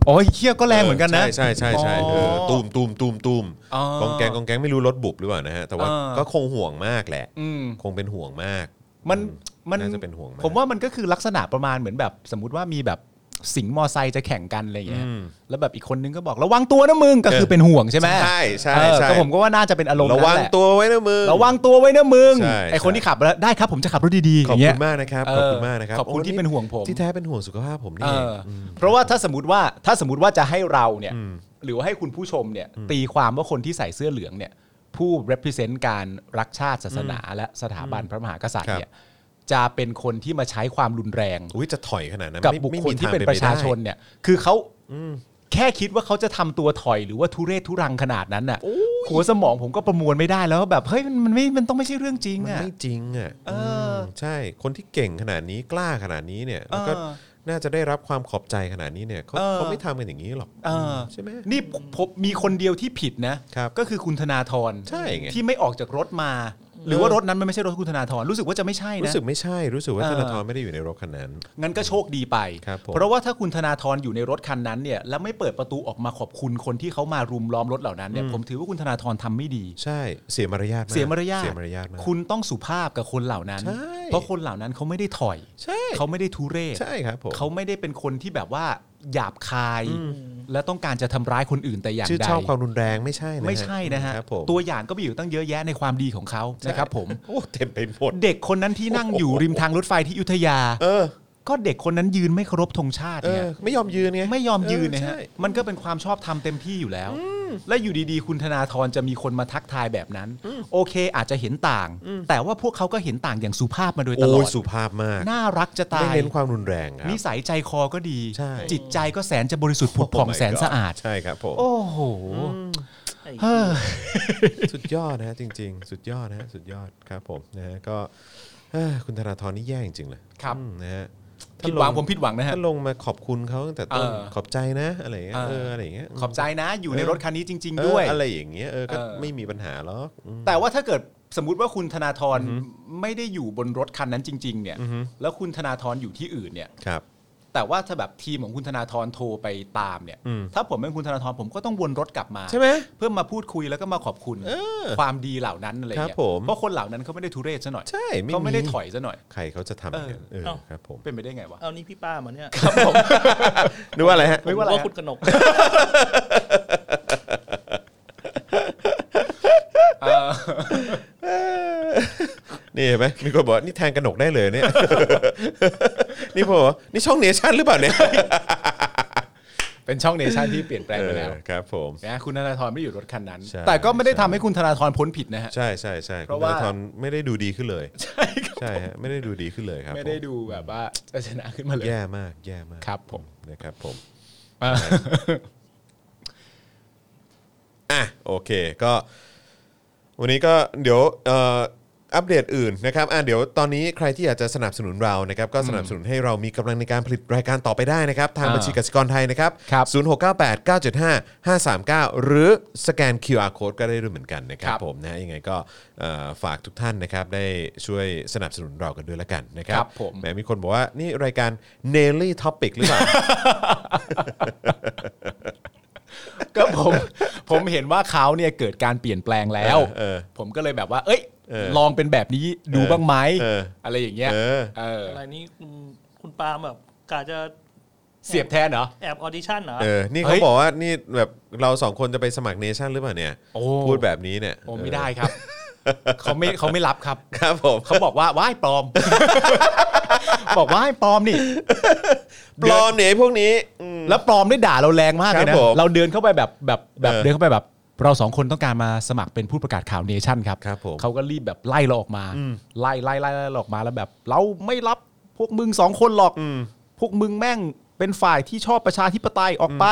S2: โอ้ยเคี้ยก็แรงเหมือนกันนะ
S1: ใช่ใช่ใช่ใช่เออ
S2: อ๋อ
S1: ตูมตูมตูมตูม
S2: อ๋อก
S1: องแกงกองแกงไม่รู้รถบุบหรือเปล่านะฮะแต่ว่า
S2: เออ
S1: ก็คงห่วงมากแหละ
S2: อืม
S1: คงเป็นห่วงมาก
S2: มันมัน
S1: น่าจะเป็นห่วงมาก
S2: ผมว่ามันก็คือลักษณะประมาณเหมือนแบบ สมมติว่ามีแบบสิงห์มอไซค์จะแข่งกันอะไรอย่างเงี้ยแล้วแบบอีกคนนึงก็บอกระวังตัวนะมึงก็คือเป็นห่วงใช่ไหม
S1: ใช่ใช่
S2: เออ
S1: ใช่
S2: ก็ผมก็ว่าน่าจะเป็นอารมณ์
S1: ระ
S2: นั้น
S1: วัง
S2: แหละ
S1: ตัวไว้นะมึง
S2: ระวังตัวไว้นะมึง
S1: ใช่
S2: ไอคน
S1: ใช่
S2: ที่ขับแล้วได้ครับผมจะขับรถดีๆอ
S1: ขอบ
S2: ย่างเงี้
S1: คุ
S2: ย
S1: ณมากนะครับ
S2: เอ
S1: ขอบ
S2: อ
S1: คุณมากนะครับ
S2: ขอบคุณ
S1: โ
S2: ที่เป็นห่วงผม
S1: ที่แท้เป็นห่วงสุขภาพผมนี่
S2: เอ
S1: เอง
S2: ออเพราะว่าถ้าสมมติว่าถ้าสมมติว่าจะให้เราเนี่ยหรือว่าให้คุณผู้ชมเนี่ยตีความว่าคนที่ใส่เสื้อเหลืองเนี่ยผู้ represent การรักชาติศาสนา และสถาบันพระมหากษัตริย์เนี่ยจะเป็นคนที่มาใช้ความรุนแรง
S1: อุ้ยจะถอยขนาดนั้น
S2: กับ
S1: ไม่
S2: บุค
S1: ไม่
S2: คล
S1: มี
S2: ที่เป็น
S1: ง
S2: ประชาชน
S1: ไได้
S2: เนี่ย คือเขาแค่คิดว่าเขาจะทำตัวถอยหรือว่าทุเรศทุรังขนาดนั้นน่ะหัวสมองผมก็ประมวลไม่ได้แล้วว่าแบบเฮ้ยมันมันไม่มันต้องไม่ใช่เรื่องจริง
S1: มัน
S2: อ่ะ
S1: ไม่จริงอ่ะ
S2: เออ
S1: มใช่ คนที่เก่งขนาดนี้กล้าขนาดนี้เนี่ยแล้วก็
S2: เออ
S1: น่าจะได้รับความขอบใจขนาดนี้เนี่ยเขา
S2: เออ
S1: เขาไม่ทำกันอย่างนี้หรอก
S2: เออ
S1: ใช่ไหม
S2: นี่ผมมีคนเดียวที่ผิดนะ
S1: ครับ
S2: ก็คือคุณธนาธร
S1: ใช่ไง
S2: ที่ไม่ออกจากรถมา หรือว่ารถนั้นมันไม่ใช่รถคุณธนาธรรู้สึกว่าจะไม่ใช่นะ
S1: รู้สึกไม่ใช่รู้สึกว่า
S2: เออ
S1: ธนาธรไม่ได้อยู่ในรถคันนั้น
S2: งั้นก็โชคดีไป
S1: ครับผม
S2: เพราะว่าถ้าคุณธนาธรอยู่ในรถคันนั้นเนี่ยแล้วไม่เปิดประตูออกมาขอบคุณคนที่เขามารุมล้อมรถเหล่านั้นเนี่ยผมถือว่าคุณธนาธรทำไม่ดี
S1: ใช่เสียมารยาทก
S2: เสียมารยาท
S1: เสียมารยาทมาก
S2: คุณต้องสุภาพกับคนเหล่านั้น
S1: ใช่
S2: เพราะคนเหล่านั้นเขาไม่ได้ถอย
S1: ใช่
S2: เขาไม่ได้ทุเรศ
S1: ใช่ครับผม
S2: เขาไม่ได้เป็นคนที่แบบว่าหยาบคาย และต้องการจะทำร้ายคนอื่นแต่อย่าง
S1: ชื่อ
S2: ใด
S1: ชอบความรุนแรงไม่ใช่นะฮะ
S2: ไม่ใช่นะฮะ
S1: ครับผม
S2: ตัวอย่างก็มีอยู่ตั้งเยอะแยะในความดีของเขานะครับผม
S1: โอ้เต็มไปหมด
S2: เด็กคนนั้นที่นั่งอยู่ริมทางรถไฟที่อยุธยา
S1: เออ
S2: ก็เด็กคนนั้นยืนไม่เคารพธงชาติ
S1: เอ
S2: เนี่
S1: อย ไม่ยอมยืนไง
S2: ไม่ยอมยืนนะ
S1: เออ
S2: ฮะ
S1: ใช่
S2: มันก็เป็นความชอบธรรมเต็มที่อยู่แล้ว และอยู่ดีๆ คุณธนาธรจะมีคนมาทักทายแบบนั้น โอเคอาจจะเห็นต่าง แต่ว่าพวกเขาก็เห็นต่างอย่างสุภาพมาโดยตลอ
S1: โอ้
S2: ด
S1: ยสุภาพมาก
S2: น่ารักจะตา
S1: ไม่
S2: ย
S1: เน้นความรุนแรงครับ
S2: นิสัยใจคอก็ดี
S1: ใช่
S2: จิตใจก็แสนจะบริสุทธิ์ผุดผ่อง
S1: Oh my
S2: แสนสะอาด
S1: God ใช่ครับผม
S2: โอ้โห
S3: เฮ้ย
S1: สุดยอดนะฮะจริง ๆ สุดยอดนะฮะสุดยอดครับผมนะฮะก็เอ้อคุณธนาธรนี่แย่จริงๆเลย
S2: ครับ
S1: อืมนะฮะ
S2: ผิดหวังผมผิดหวังนะฮะ
S1: ถ้าลงมาขอบคุณเขาตั้งแต่ต้น
S2: เออ
S1: ขอบใจนะ อะไรอย่างเงี้ย
S2: เออ
S1: เอออะไรอย่างเงี้ย
S2: ขอบใจนะ อยู่ในรถคันนี้จริง
S1: เออ
S2: ๆด้วย
S1: อะไรอย่างเงี้ยเออก็
S2: เออ
S1: ไม่มีปัญหาหรอกอืม
S2: แต่ว่าถ้าเกิดสมมติว่าคุณธนาธรไม่ได้อยู่บนรถคันนั้นจริง ๆ เนี่ย แล้วคุณธนาธรอยู่ที่อื่นเนี่ย
S1: ครับ
S2: แต่ว่าถ้าแบบทีมของคุณธนาธรโทรไปตามเนี่ย
S1: อืม
S2: ถ้าผมเป็นคุณธนาธรผมก็ต้องวนรถกลับมา
S1: ใช่ไหม
S2: เพื่อมาพูดคุยแล้วก็มาขอบคุณ
S1: เออ
S2: ความดีเหล่านั้นอะ
S1: ค
S2: ไร
S1: รับ
S2: เงี้ย
S1: ผม
S2: เพราะคนเหล่านั้นเขาไม่ได้ทุเรศซะหน่อย
S1: ใช่
S2: เขาไม่ได้ถอยซะหน่อย
S1: ใครเขาจะทำอย่างนั้นเออ
S3: เอ้า
S1: ครับผม
S2: เป็นไปได้ไงวะ
S3: เอานี่พี่ป้ามาเนี่ย
S1: นึกว่าอะไรฮะ
S2: เฮ้ยว่าอะไร
S3: ผมคุณกนก
S1: นี่เห็นไหมมีคนบอกว่านี่แทงกระหนกได้เลย เนี่ย นี่ผมบอกว่านี่ช่องเนชั่นหรือเปล่าเนี่ย
S2: เป็นช่องเนชั่นที่เปลี่ยนแปลงไปแล้ว
S1: เออครับผม
S2: นะคุณธนาธรไม่ได้อยู่รถคันนั้น
S1: ใช่
S2: แต่ก็ไม่ได้ทำให้คุณธนาธรพ้นผิดนะฮะ
S1: ใช่ใช่ใช่
S2: เพราะ
S1: คุณ
S2: ว่า
S1: ธนทรไม่ได้ดูดีขึ้นเลย
S2: ใช่ครับ
S1: ใช่ฮะไม่ได้ดูดีขึ้นเลยครับ
S2: ไม่ได้
S1: ผ
S2: ดูแบบว่าจะชนะขึ้นมาเลย
S1: แย่มากแย่มาก
S2: ครับผม
S1: นะครับผม
S2: อ่ะ
S1: อ่ะโอเคก็วันนี้ก็เดี๋ยวเอ่ออัปเดตอื่นนะครับอ่ะเดี๋ยวตอนนี้ใครที่อยากจะสนับสนุนเรานะครับก็สนับสนุนให้เรามีกำลังในการผลิตรายการต่อไปได้นะครับ ทาง
S2: อ่า
S1: บัญชีกสิกรไทยนะครับ
S2: ครับ
S1: 0698 975 539 หรือสแกน QR code ก็ได้ด้วยเหมือนกันนะครับ ผมนะฮะยังไงก็เอ่อฝากทุกท่านนะครับได้ช่วยสนับสนุนเรากันด้วยละกันนะครับ
S2: ครับผม
S1: แหมมีคนบอกว่านี่รายการ Daily Topic หรือเปล่า
S2: ก็ผม ผมเห็นว่าเขาเนี่ยเกิดการเปลี่ยนแปลงแล้ว
S1: เออ
S2: ผมก็เลยแบบว่า เอ้ย
S1: เออ
S2: ลองเป็นแบบนี้ดูบ้างไหม
S1: เออ
S2: อะไรอย่างเงี้ย
S1: เออ
S2: เออ
S3: อะไรนี่คุณคุณปาล์มแบบกาจะ
S2: เสียบแทนเหรอ
S3: แอบออดิชั่นเหรอ
S1: เออ นี่
S2: เฮ้
S1: เขา
S2: ย
S1: บอกว่านี่แบบเราสองคนจะไปสมัครเนชั่นหรือเปล่าเนี่ย
S2: โอ้
S1: พูดแบบนี้เนี่ย
S2: โอ้ไม่ได้ครับ เขาไม่เขาไม่รับครับ
S1: เออ ครับผม
S2: เขาบอกว่าว่ายปลอม บอกว่าให้ปลอมนี่
S1: ปลอมเนี่ยพวกนี้
S2: แล้วปลอมได้ด่าเราแรงมากเลย
S1: ครั
S2: นะ
S1: บผม
S2: เราเดินเข้าไปแบบแบบแบบ
S1: เออ
S2: เดินเข้าไปแบบ เราสองคนต้องการมาสมัครเป็นผู้ประกาศข่าวเนชั่นครับ
S1: ครับผม
S2: เขาก็รีบแบบไล่เราออกมาไล่ไล่ไล่ไล่เราออกมาแล้วแบบ เราไม่รับพวกมึงสองคนหรอกพวกมึงแม่งเป็นฝ่ายที่ชอบประชาธิปไตยออกไป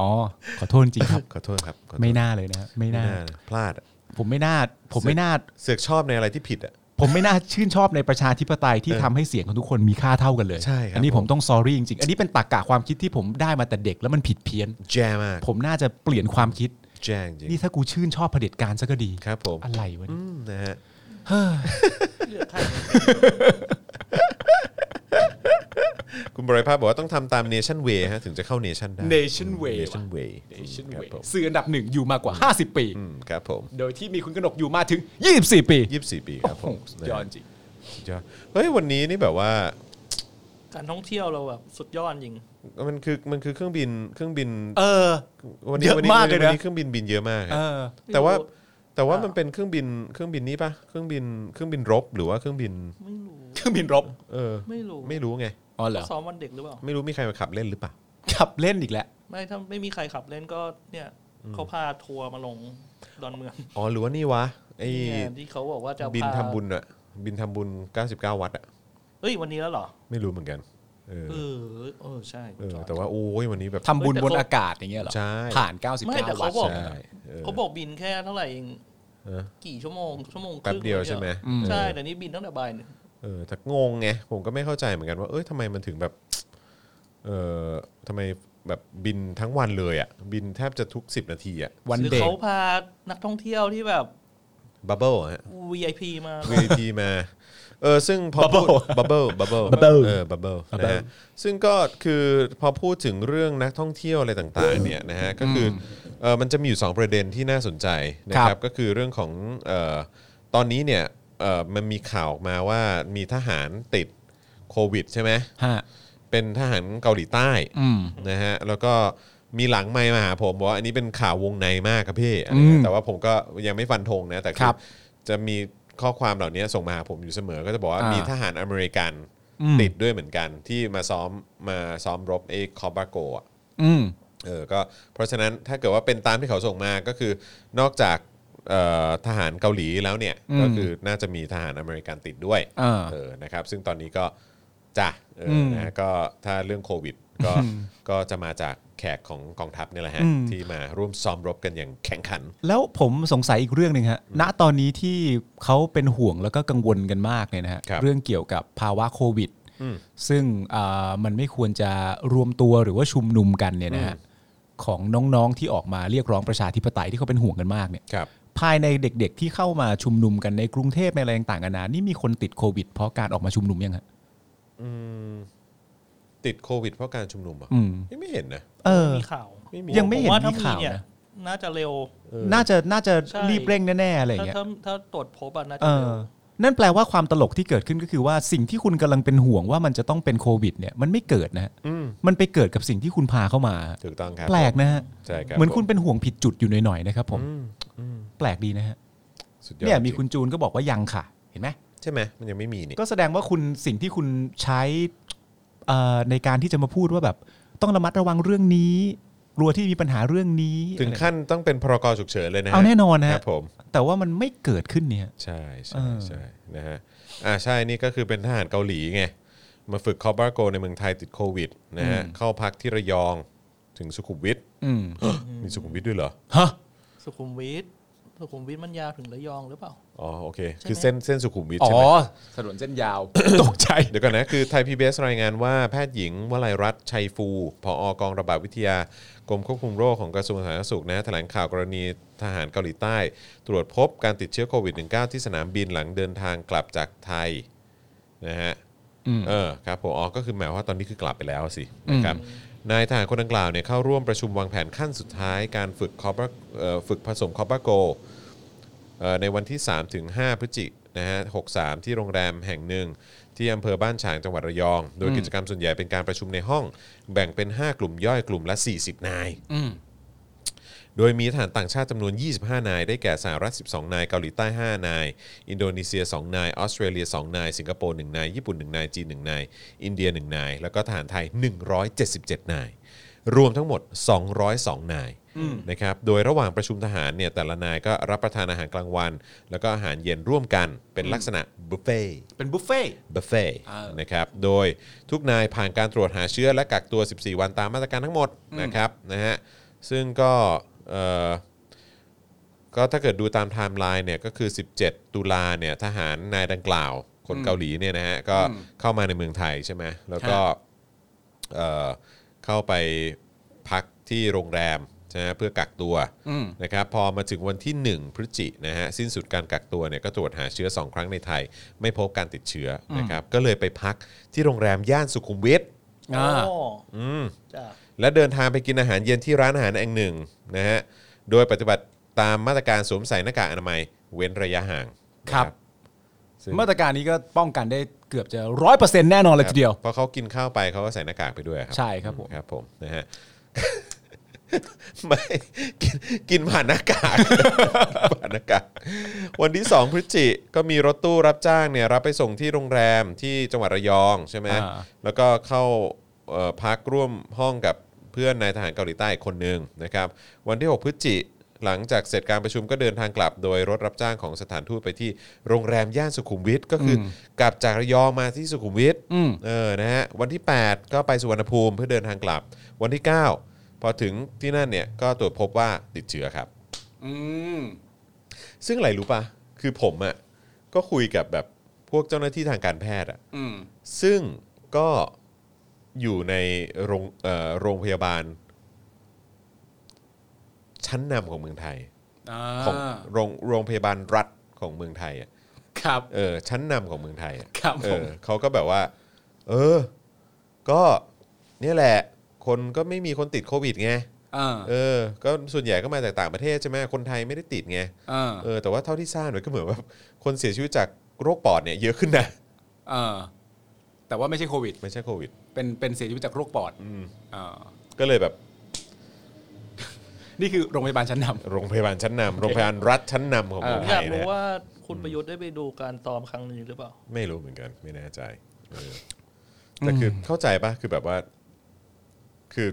S2: อ๋อขอโทษจริงครับ
S1: ขอโทษครับขอโทษ
S2: ไม่น่าเลยนะ ไม่
S1: ไม่
S2: น่า
S1: น่านะพลาดอะ
S2: ผมไม่น่า ผมไม่น่า
S1: เสือกชอบในอะไรที่ผิดอ่ะ
S2: ผมไม่น่าชื่นชอบในประชาธิปไตยที่
S1: เออ
S2: ทำให้เสียงของทุกคนมีค่าเท่ากันเลย
S1: ใช่ครับ
S2: อันี้
S1: ผ
S2: ผม มต้องซอรี่จริงๆ อันนี้เป็นตรกกะความคิดที่ผมได้มาแต่เด็กแล้วมันผิดเพี้ยน
S1: แจมาก
S2: ผมน่าจะเปลี่ยนความคิด
S1: แจงจริง
S2: นี่ถ้ากูชื่นชอบเผด็จการซะก็ดี
S1: ครับผม
S2: อะไรวะ
S1: อื
S2: เนี่
S1: ม
S2: ย
S1: นะฮะ
S3: เลือกใคร
S1: คุณบริภาพบอกว่าต้องทำตามเนชั่นเวย์ฮะถึงจะเข้าเนชั่นได้
S2: Nation Way
S1: เน
S2: ว่ะ
S1: ชั่นเวย์
S2: Nation
S1: ครับ
S2: Way
S1: ผม
S2: สื่ออันดับหนึ่งอยู่มากกว่า 50 ปี
S1: อืมครับผม
S2: โดยที่มีคุณกนกอยู่มาถึง 24 ปี
S1: ยี่สิบสี่ปีค
S2: โอ้
S1: รับ
S2: โห
S1: ผม
S2: สุดยอดจริง
S1: สุดยอดเฮ้ยวันนี้นี่แบบว่า
S3: การท่องเที่ยวเราแบบสุดยอดจริง
S1: มันคือมันคือเครื่องบินเครื่องบิน
S2: เออ
S1: วันนี้
S2: เยอะ
S1: วันนี้
S2: มากเลยนะ
S1: วันนี้เครื่องบินบินเยอะมากครับ
S2: เออ
S1: แต่ว่า
S3: ไม่รู้
S1: แต่ว่ามันเป็นเครื่องบินเครื่องบินนี้ปะเครื่องบินเครื่องบินรบหรือว่าเครื่องบิน
S3: ไม่รู้
S2: เครื่องบินรบ
S1: เออ
S3: ไม่รู้
S1: ไม่รู้ไง
S2: อ๋อเหรอ
S3: ซ้อมวันเด็กหรือเปล่า
S1: ไม่รู้มีใครมาขับเล่นหรือเปล่า
S2: ขับเล่นอีกแล้ว
S3: ไม่ถ้าไม่มีใครขับเล่นก็เนี่ยเขาพาทัวร์มาลงดอนเมือง
S1: อ๋อหรือว่านี่วะไอ้
S3: นี่ไงที่เขาบอกว่าจะ
S1: บิน
S3: พา
S1: ทำบุญอะบินทำบุญ 99 วัดอะ
S3: เอ้ยวันนี้แล้วเหรอ
S1: ไม่รู้เหมือนกันเออ
S3: เออเออใช่
S1: เออ
S3: จอย
S1: แต่ว่าโอ้ยวันนี้แบบ
S2: ทำบุญบนอากาศอย่างเงี้ยเหรอ
S1: ใช่
S2: ผ่าน
S3: ไม่แต่
S2: 99 วั
S3: เขา
S2: ต
S3: บอก
S1: ใช่
S2: ต์
S1: เออ
S3: เขาบอกบินแค่เท่าไหร่เอง
S1: เออ
S3: กี่ชั่วโมงชั่วโมงครึ่ง
S1: แป๊บเดียวใช่ไหม
S2: อืม
S3: ใช่แต่นี่บินตั้งแต่บ่ายหนึ่ง
S1: เออแต่งงไงผมก็ไม่เข้าใจเหมือนกันว่าเอ้ยทำไมมันถึงแบบเออทำไมแบบบินทั้งวันเลยอะบินแทบจะทุก 10 นาทีอะ
S2: วัน
S3: หรือ
S2: เด็ก
S3: เขาพานักท่องเที่ยวที่แบบ
S1: บับเบิ้ลฮะ
S3: VIP มา
S1: VIP มาเออซึ่งพอพูด Bubble Bubble
S2: Bubble
S1: เออ Bubble นะ
S2: Bubble
S1: ฮะซึ่งก็คือพอพูดถึงเรื่องนักท่องเที่ยวอะไรต่างๆเนี่ยนะฮะก็คือเออมันจะมีอยู่ 2 ประเด็นที่น่าสนใจนะค
S2: ครั
S1: รับบ ก็คือเรื่องของเออตอนนี้เนี่ยเออมันมีข่าวออกมาว่ามีทหารติดโควิดใช่ไหม
S2: ฮะ
S1: เป็นทหารเกาหลีใต้
S2: อืม
S1: นะฮะแล้วก็มีหลังไมค์มาหาผมบอกว่าอันนี้เป็นข่าววงในมากครับพี่อะไร
S2: อื
S1: เงี้ย
S2: ม
S1: แต่ว่าผมก็ยังไม่ฟันธงนะแต่คื
S2: ค
S1: อ
S2: รับ
S1: จะมีข้อความเหล่านี้ส่งมาหาผมอยู่เสมอ ก็จะบอกว่า
S2: อ่ามี
S1: มีทหารอเมริกัน
S2: อืม
S1: ติดด้วยเหมือนกันที่มาซ้อมมาซ้อมรบไอ้คอบาโกะ
S2: อืม
S1: เออก็เพราะฉะนั้นถ้าเกิดว่าเป็นตามที่เขาส่งมาก็คือนอกจากเอ่อทหารเกาหลีแล้วเนี่ย
S2: อืม
S1: ก็คือน่าจะมีทหารอเมริกันติดด้วย
S2: อ่า
S1: เออนะครับซึ่งตอนนี้ก็จ้ะเอออ
S2: ม
S1: นะฮะก็ถ้าเรื่องโควิดก็ก็จะมาจากแขกของกองทัพเนี่ยแหละฮะ
S2: อืม
S1: ที่มาร่วมซ้อมรบกันอย่างแข่งขัน
S2: แล้วผมสงสัยอีกเรื่องหนึ่งฮะ ณ ตอนนี้ที่เขาเป็นห่วงแล้วก็กังวลกันมากเนี่ยนะฮะ
S1: ครับ
S2: เรื่องเกี่ยวกับภาวะโควิด
S1: อืม
S2: ซึ่งอ่ามันไม่ควรจะรวมตัวหรือว่าชุมนุมกันเนี่ยนะฮะ ของน้องๆที่ออกมาเรียกร้องประชาธิปไตยที่เขาเป็นห่วงกันมากเนี่ย
S1: ครับ
S2: ภายในเด็กๆ ที่เข้ามาชุมนุมกันในกรุงเทพในอะไรต่างๆกันานานี่มีคนติดโควิด เพราะการออกมาชุมนุมยังฮะ
S1: อืม ติดโควิดเพราะการชุมนุมเหรอ่ะ
S2: อืม
S1: ยังไม่เห็นนะ
S2: เออ
S3: มีข่าว
S1: ไม่มี
S2: ยังไม่เห็น
S3: ผว่าถ้
S2: มีข่าว
S3: เนี่ย
S2: นะ
S3: น่าจะเร็ว
S1: เออ
S2: น่าจะน่าจะ
S3: ใช่
S2: รีบเร่งแน่ๆอะไรอย่า
S3: ถ้าง
S2: เงี้ย
S3: ถ้าถ้าตรวจพบอะน่า
S2: เอ
S3: จะเร็
S2: อ
S3: ว
S2: นั่นแปลว่าความตลกที่เกิดขึ้นก็คือว่าสิ่งที่คุณกำลังเป็นห่วงว่ามันจะต้องเป็นโควิด เนี่ยมันไม่เกิดนะฮะ
S1: อืม
S2: มันไปเกิดกับสิ่งที่คุณพาเข้ามา
S1: ถูกต้องครับ
S2: แปลกนะฮะ
S1: ใช่ครับ
S2: เหมือนคุณ
S1: ผ
S2: เป็นห่วงผิดจุดอยู่หน่อยๆนะครับ ผม
S1: อืมอืม
S2: แปลกดีนะฮะ
S1: สุดยอด
S2: เนี่ย
S1: จ
S2: มี
S1: ริง
S2: คุณจูนก็บอกว่ายังค่ะ เห็นไหม
S1: ใช่ไหมมันยังไม่มีนี่
S2: ก็แสดงว่าคุณสิ่งที่คุณใช้เอ่อในการที่จะมาพูดว่าแบบ ต้องระมัดระวังเรื่องนี้กลัวที่มีปัญหาเรื่องนี้
S1: ถึงขั้นต้องเป็นพรกฉุกเฉินเลยนะฮะ
S2: เอาแน่นอน
S1: ค
S2: นะฮะ
S1: รับผม
S2: แต่ว่ามันไม่เกิดขึ้นเนี่ย
S1: ใช่ใช่
S2: เออ
S1: ใช่นะฮะอ่าใช่นี่ก็คือเป็นทหารเกาหลีไง มาฝึกคอบบาโกในเมืองไทยติดโควิดนะฮะเข้าพักที่ระยองถึงสุขุมวิท
S2: อืม
S1: มีสุขุมวิทด้วยเหรอ
S2: ฮะ
S3: สุขุมวิทสุขุมวิทมันยาวถึงระยองหรือเปล่า
S1: อ๋อโอเค
S3: ใช่ไหม
S1: คือเส้นเส้นสุขุมวิท
S2: อ๋อ
S1: ใช่ไหม
S2: ถนนเส้นยาว ตกใจ
S1: เดี๋ยวก่อนนะ คือไทย PBS รายงานว่าแพทย์หญิงวลัยรัตน์ชัยฟูผออกองระบาดวิทยากรมควบคุมโรคของกระทรวงสาธารณสุขนะแถลงข่าวกรณีทหารเกาหลีใต้ ตรวจพบการติดเชื้อโควิด -19 ที่สนามบินหลังเดินทางกลับจากไทยนะฮะ เออครับผมอ๋อก็คือหมายความว่าตอนนี้คือกลับไปแล้วสินะครับนายทหารคนดังกล่าวเนี่ยเข้าร่วมประชุมวางแผนขั้นสุดท้ายการฝึกคอปฝึกผสมคอปโกในวันที่ 3 ถึง 5 พฤศจิกนะฮะ63 ที่โรงแรมแห่งหนึ่ง ที่อำเภอบ้านฉางจังหวัดระยอง โดยกิจกรรมส่วนใหญ่เป็นการประชุมในห้อง แบ่งเป็น 5 กลุ่มย่อยกลุ่มละ 40 นาย โดยมีทหารต่างชาติจำนวน 25 นาย ได้แก่สหรัฐ 12 นาย เกาหลีใต้ 5 นาย อินโดนีเซีย 2 นาย ออสเตรเลีย 2 นาย สิงคโปร์ 1 นาย ญี่ปุ่น 1 นาย จีน 1 นาย อินเดีย 1 นาย แล้วก็ทหารไทย 177 นาย รวมทั้งหมด 202 นายนะครับ โดยระหว่างประชุมทหารเนี่ยแต่ละนายก็รับประทานอาหารกลางวัน แล้วก็อาหารเย็นร่วมกันเป็นลักษณะบุฟเฟ่
S2: เป็นบุฟเฟ่ต์
S1: บุฟเฟ่ต์นะครับ โดยทุกนายผ่านการตรวจหาเชื้อและกักตัว 14 วันตามมาตรการทั้งหมดนะครับนะฮะ ซึ่งก็เอ่อก็ถ้าเกิดดูตามไทม์ไลน์เนี่ยก็คือ 17 ตุลาเนี่ยทหารนายดังกล่าว คนเกาหลีเนี่ยนะฮะก็เข้ามาในเมืองไทยใช่ไหมแล้วก็เอ่อเข้าไปพักที่โรงแรมใช่ไหมเพื่อกักตัว
S2: อืม
S1: นะครับพอมาถึงวันที่ 1 พฤศจินะฮะสิ้นสุดการกักตัวเนี่ยก็ตรวจหาเชื้อ 2 ครั้งในไทย ไม่พบการติดเชื้อนะครับก็เลยไปพักที่โรงแรมย่านสุขุมวิท
S2: อ่า
S3: อ๋ออ
S1: ม
S3: จ้ะ
S1: และเดินทางไปกินอาหารเย็นที่ร้านอาหารแห่งหนึ่งนะฮะ โดยปฏิบัติตามมาตรการสวมใส่หน้ากากอนามัยเว้นระยะห่าง
S2: ครับ
S1: นะซึ่ง
S2: มาตรการนี้ก็ป้องกันได้เกือบจะร้อยเปอร์เซ็นต์แน่นอนเลยทีเดียว
S1: ครับพอเขากินข้าวไปเขาก็ใส่หน้ากากไปด้วยครั
S2: ใช่ครับผม
S1: ครับผมนะ ฮะ ไม่กินกินผ่านหน้ากาก ผ่านหน้ากากวันที่ 2 พฤศจิก็มีรถตู้รับจ้างเนี่ยรับไปส่งที่โรงแรมที่จังหวัดระยองใช่ไหม
S2: อ่า
S1: แล้วก็เข้าเอ่อพักร่วมห้องกับเพื่อนนายทหารเกาหลีใต้อีกคนหนึ่งนะครับ วันที่ 6 พฤศจิหลังจากเสร็จการประชุมก็เดินทางกลับ โดยรถรับจ้างของสถานทูตไปที่โรงแรมย่านสุขุมวิทก็คืออกลับจากระยองมาที่สุขุมวิท
S2: อืม
S1: เออ นะฮะ วันที่ 8 ก็ไปสุวรรณภูมิเพื่อเดินทางกลับ วันที่ 9 พอถึงที่นั่นเนี่ย ก็ตรวจพบว่าติดเชื้อครับ
S2: อืม
S1: ซึ่งอะไรรู้ปะคือผมอะ่ะ ก็คุยกับแบบพวกเจ้าหน้าที่ทางการแพทย์อะ่ะ
S2: อืม
S1: ซึ่งก็อยู่ในโรงเอ่อโรงพยาบาล ชั้นนำของเมืองไทย ของโรงโรงพยาบาลรัฐของเมืองไทยอ่ะ
S2: ครับ
S1: เออชั้นนำของเมืองไทยอะ
S2: ครับผม
S1: เออเขาก็แบบว่า เออ ก็เนี่ยแหละ คนก็ไม่มีคนติดโควิดไง
S2: อ่า
S1: เออ ก็ส่วนใหญ่ก็มาจากต่างประเทศใช่ไหมคนไทยไม่ได้ติดไง
S2: อ่า
S1: เออแต่ว่าเท่าที่ทราบเนี่ยก็เหมือนว่าคนเสียชีวิตจากโรคปอดเนี่ยเยอะขึ้นนะ
S2: อ่าแต่ว่าไม่ใช่โควิด
S1: ไม่ใช่โควิด
S2: เป็นเป็นเสียชีวิตจากโรคปอด
S1: อืม
S2: อ่า
S1: ก็เลยแบบ
S2: นี่คือโรงพยาบาลชั้นน
S1: โรงพยาบาลชั้นนำโรงพยาบาลรัฐชั้นนำของเมือง
S3: ผม
S1: ไท
S3: อยาก
S1: ยนะ
S3: รู้
S1: ฮะ
S3: ว่าคุณประยุทธ์ได้ไปดูการซ้อมครั้งนี้หรือเปล่า
S1: ไม่รู้เหมือนกันไม่แน่ใจเออแต่คือเข้าใจปะคือแบบว่า คือ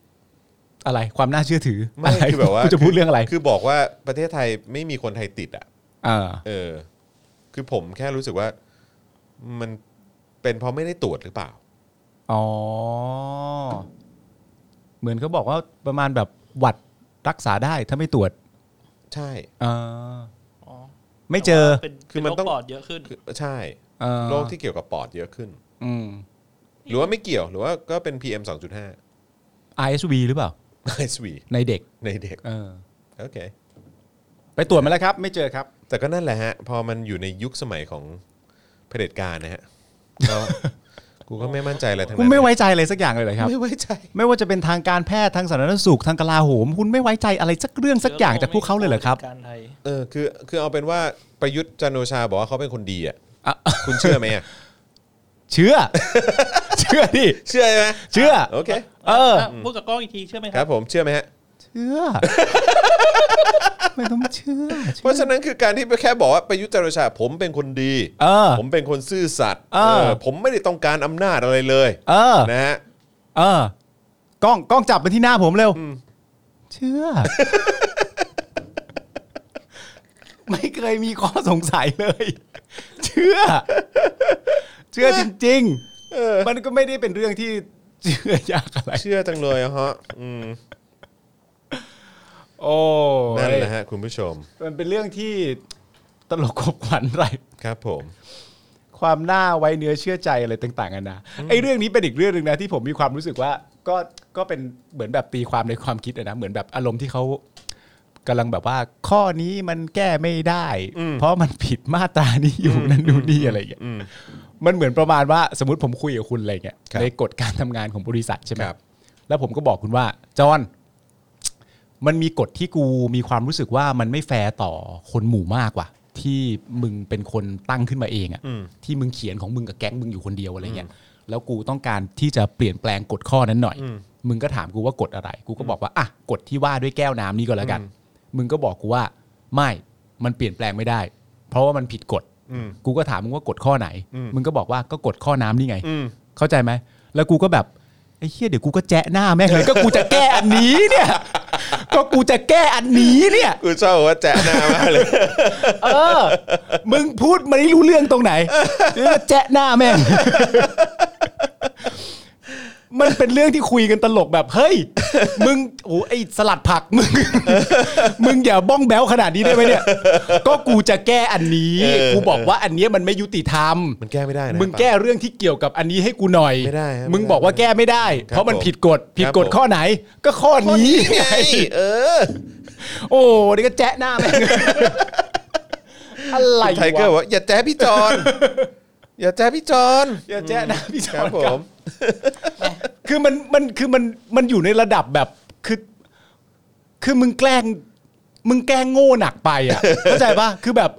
S2: ำอะไรความน่าเชื่อถือ
S1: ไม่
S2: ะร
S1: คือแบบว่า
S2: กูจะพูดเรื่องอะไร
S1: คือบอกว่าประเทศไทยไม่มีคนไทยติดอ่ะ
S2: อ่า
S1: เออ คือผมแค่รู้สึกว่ามันเป็นเพราะไม่ได้ตรวจหรือเปล่า
S2: อ๋อ เหมือนเขาบอกว่าประมาณแบบหวัดรักษาได้ถ้าไม่ตรวจ
S1: ใช่
S2: อ่า
S3: อ๋อ
S2: ไม่เจอ
S3: แต่ว่าเป็น
S1: คือ
S3: เป็
S1: น มัน
S3: โรค
S1: ต้อง
S3: ปอดเยอะขึ้น
S1: คือใช่
S2: อ่า
S1: โรคที่เกี่ยวกับปอดเยอะขึ้น
S2: อืม
S1: หรือว่าไม่เกี่ยวหรือว่าก็เป็น PM 2.5
S2: RSV หรือเปล่า
S1: i s v
S2: ในเด็ก
S1: ในเด็ก
S2: เออ
S1: โอเค
S2: ไปตรวจมาแล้วครับ ไม่เจอครับ
S1: แต่ก็นั่นแหละฮะ พอมันอยู่ในยุคสมัยของเผด็จการนะฮะก็ กู กูก็ไม่มั่นใจอะไรทั้ง
S2: คุ
S1: นั้
S2: ณ
S1: น
S2: ไม่ไว้ใจอะไรสักอย่างเลยเหรอครับ
S1: ไม่ไว้ใจ
S2: ไม่ว่าจะเป็นทางการแพทย์ทางสาธารณสุขทางกลาโหม คุณไม่ไว้ใจอะไรสักเรื่องสักอย่างจากพวกเขาเลยเหรอครับ
S3: การไทย
S1: เออคือคือเอาเป็นว่าประยุทธ์จันทร์โอชาบอกว่าเขาเป็นคนดีอ่ะคุณเชื่อไหมอะ
S2: เชื่อ เชื่อดิ
S1: เชื่อไหม
S2: เชื่อ
S1: โอเค
S2: เออ
S3: ะพูดกับกล้องอีกทีเชื่อไหม
S1: ค
S3: ค
S1: รั
S3: รั
S1: บบ ผมเชื่อไหมฮะ
S2: เชื่อ ไม่ต้องเชื่อ
S1: เพราะฉะนั้นคือการที่แค่บอกว่าประยุทธ์จันทร์โอชาผมเป็นคนดี
S2: เออ
S1: ผมเป็นคนซื่อสัตย์
S2: เออ
S1: เออผมไม่ได้ต้องการอำนาจอะไรเลย
S2: เออ
S1: นะฮะ
S2: เออกล้องกล้องจับไปที่หน้าผมเร็วเชื่ อ ไม่เคยมีข้อสงสัยเลย เชื่อ เชื่อจริงๆมันก็ไม่ได้เป็นเรื่องที่เชื่อยากอะไร
S1: เชื่อจังเลยอะฮะอืม
S2: โอ้ย
S1: นั่นแหละฮะคุณผู้ชม
S2: มันเป็นเรื่องที่ตลกขบขวัญไร
S1: ครับผม
S2: ความน่าไว้เนื้อเชื่อใจอะไรต่างๆกันานะไอ้เรื่องนี้เป็นอีกเรื่องหนึ่งนะที่ผมมีความรู้สึกว่าก็ก็เป็นเหมือนแบบตีความในความคิดอะนะเหมือนแบบอารมณ์ที่เขากำลังแบบว่า ข้อนี้มันแก้ไม่ได้ เพราะมันผิดมาตรานี้อยู่นั่นดูนี่อะไรอย่างเงี้ยมันเหมือนประมาณว่าสมมติผมคุยกับคุณอะไรเงี้ยในกฎการทำงานของบริษัทใช่ไหมแล้วผมก็บอกคุณว่าจอห์นมันมีกฎที่กูมีความรู้สึกว่ามันไม่แฟร์ต่อคนหมู่มากว่ะที่มึงเป็นคนตั้งขึ้นมาเองอะ ที่มึงเขียนของมึงกับแก๊งมึงอยู่คนเดียวอะไรเงี้ย แล้วกูต้องการที่จะเปลี่ยนแปลงกฎข้อนั้นหน่อย มึงก็ถามกูว่ากฎอะไร กูก็บอกว่าอ่ะกฎที่ว่าด้วยแก้วน้ำนี่ก็แล้วกัน มึงก็บอกกูว่าไม่ มันเปลี่ยนแปลงไม่ได้ เพราะว่ามันผิดกฎ
S1: อืม
S2: กูก็ถามมึงว่ากฎข้อไหน
S1: อืม
S2: มึงก็บอกว่าก็กฎข้อน้ำนี่ไง
S1: อืม
S2: เข้าใจไหม แล้วกูก็แบบไอ้เหี้ยเดี๋ยวกูก็แจ๊ะหน้าแม่งเลย ก็กูจะแก้อันนี้เนี่ย ก็กูจะแก้อันนี้เนี่ย
S1: กูชอบว่าแจะหน้ามาก เลย
S2: เออ มึงพูดไม่รู้เรื่องตรงไหนเดี๋ยวจะแจ๊ะหน้าแม่ง มันเป็นเรื่องที่คุยกันตลกแบบ เฮ้ย มึง โอ้ไอสลัดผัก มึง มึงอย่าบ้องแบ้วขนาดนี้ได้ไหมเนี่ย ก็กูจะแก้อันนี้
S1: เออ
S2: กูบอกว่าอันเนี้ยมันไม่ยุติธรรม
S1: มันแก้ไม่ได้นะ
S2: มึงแก้เรื่องที่เกี่ยวกับอันนี้ให้กูหน่อย
S1: ไม่ได้ครับ
S2: มึงบอกว่าแก้ไม่ได้
S1: ครับ
S2: เพราะมัน
S1: ผม
S2: ผิดกฎ ผิด
S1: ครับ
S2: กฎ
S1: ผม
S2: ข้อไหน ก็ข้อนี้ไง
S1: ไงเออ
S2: โอ้นี่ก็แจ๊ะหน้าแม่ง อะไร
S1: ไทเกอร์บอก
S2: วะ
S1: ว่าอย่าแจ๊ะพี่จอน อย่าแจ๊ะพี่จอน
S2: อย่าแจ๊ะหน้าพี่จ
S1: ค
S2: อ
S1: รั
S2: น
S1: บผ
S2: ครั
S1: ม
S2: บคือมันมันคือมันมันอยู่ในระดับแบบคือ คือมึงแกล้ง มึงแกล้งโง่หนักไป อ่ะ เข้าใจปะคือแบบ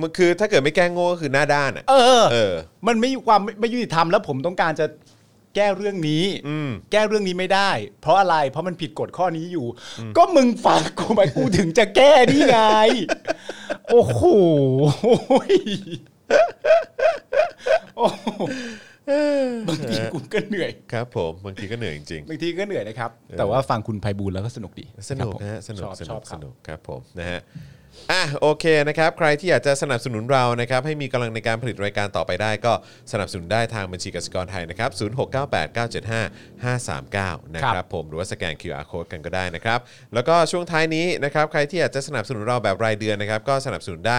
S1: มันคือถ้าเกิดไม่แกล้งโง่ก็คือหน้าด้านอ่ะ
S2: เออ
S1: เออ
S2: มันไม่มีความไม่ยุติธรรมแล้วผมต้องการจะแก้เรื่องนี้
S1: อืม
S2: แก้เรื่องนี้ไม่ได้ เพราะอะไร เพราะมันผิดกฎข้อนี้อยู่ ก็มึงฟังกูไปกูถึงจะแก้นี่ไง โอ้โห โอ้โหบางทีกูก็เหนื่อย
S1: ครับผมบางทีก็เหนื่อยจริง
S2: บางทีก็เหนื่อยนะครับ แต่ว่าฟังคุณไพบูลย์แล้วก็สนุกดี
S1: ๆ สนุกนะฮะ
S2: ค
S1: สนุก
S2: รับผม
S1: ส
S2: ช
S1: นุ
S2: อบ
S1: ก
S2: ช
S1: ส
S2: อบครับ
S1: นุกครับผมนะฮะอ่ะโอเคนะครับ ใครที่อยากจะสนับสนุนเรานะครับให้มีกำลังในการผลิตรายการต่อไปได้ก็สนับสนุนได้ทางบัญชีกสิกรไทยนะครับ 0698975539 นะครับผมหรือว่าสแกน QR code กันก็ได้นะครับ แล้วก็ช่วงท้ายนี้นะครับใครที่อยากจะสนับสนุนเราแบบรายเดือนนะครับ ก็สนับสนุนได้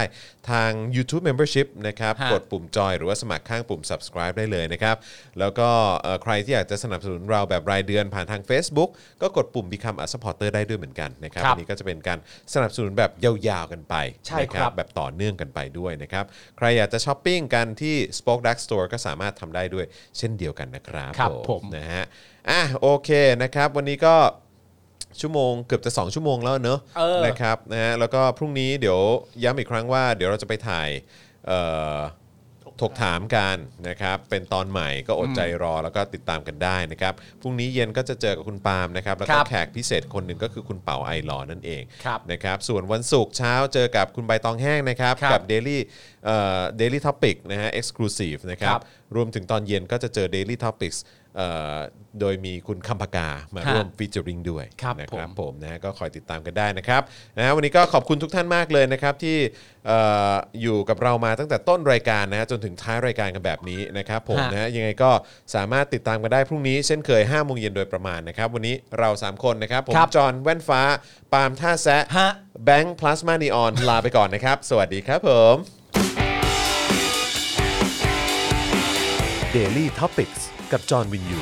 S1: ทาง YouTube Membership นะครับ
S2: ฮะ
S1: กด ปุ่มจอยหรือว่าสมัครข้างปุ่ม subscribe ได้เลยนะครับ แล้วก็เอ่อใครที่อยากจะสนับสนุนเราแบบรายเดือนผ่านทาง Facebook ก็กดปุ่ม Become a supporter ได้ด้วยเหมือนกันนะครับ
S2: ครับ
S1: อันนี้ก็จะเป็นการสนับสนุนแบบยาวๆกันไป
S2: ใช่
S1: นะครับ แบบต่อเนื่องกันไปด้วยนะครับ ใครอยากจะช้อปปิ้งกันที่ Spoke Dark Store ก็สามารถทำได้ด้วยเช่นเดียวกันนะครับ
S2: ครับผม
S1: นะฮะอ่ะโอเคนะครับ วันนี้ก็ชั่วโมงเกือบจะ 2 ชั่วโมงแล้วเนอะ
S2: เออ
S1: นะครับนะฮะแล้วก็พรุ่งนี้เดี๋ยวย้ำอีกครั้งว่า เดี๋ยวเราจะไปถ่ายเอ่อถกถามกันนะครับ เป็นตอนใหม่ก็อดใจรอแล้วก็ติดตามกันได้นะครับพรุ่งนี้เย็นก็จะเจอกับคุณปาล์มนะครับแล้ว
S2: ค
S1: ก็
S2: รับ
S1: แขกพิเศษคนหนึ่งก็คือคุณเป่าไอหลอนั่นเอง
S2: ครับ
S1: นะครับ ส่วนวันศุกร์เช้าเจอกับคุณใบตองแห้งนะครับ
S2: ครับ
S1: กับ Daily เอ่อ Daily Topic นะฮะ Exclusive นะครับ
S2: ครับ
S1: รวมถึงตอนเย็นก็จะเจอ Daily Topics เอ่อโดยมีคุณคำพกามา
S2: ฮะ
S1: ร่วมฟีเจอริงด้วย
S2: ครับ
S1: นะ
S2: ผม
S1: ผมนะฮะก็คอยติดตามกันได้นะครับนะฮะวันนี้ก็ขอบคุณทุกท่านมากเลยนะครับที่เอ่ออยู่กับเรามาตั้งแต่ต้นรายการนะฮะจนถึงท้ายรายการกันแบบนี้นะครับผม
S2: ฮะ
S1: นะฮะยังไงก็สามารถติดตามกันได้พรุ่งนี้เช่นเคย5โมงเย็นโดยประมาณนะครับ วันนี้เรา 3 คนนะครับ ผมจอห์นแว่นฟ้า ปาล์มท่าแซะ
S2: ฮะ
S1: แบงค์พลาสมานีออนลาไปก่อนนะครับ สวัสดีครับผม Daily Topics กับจอห์นวินยู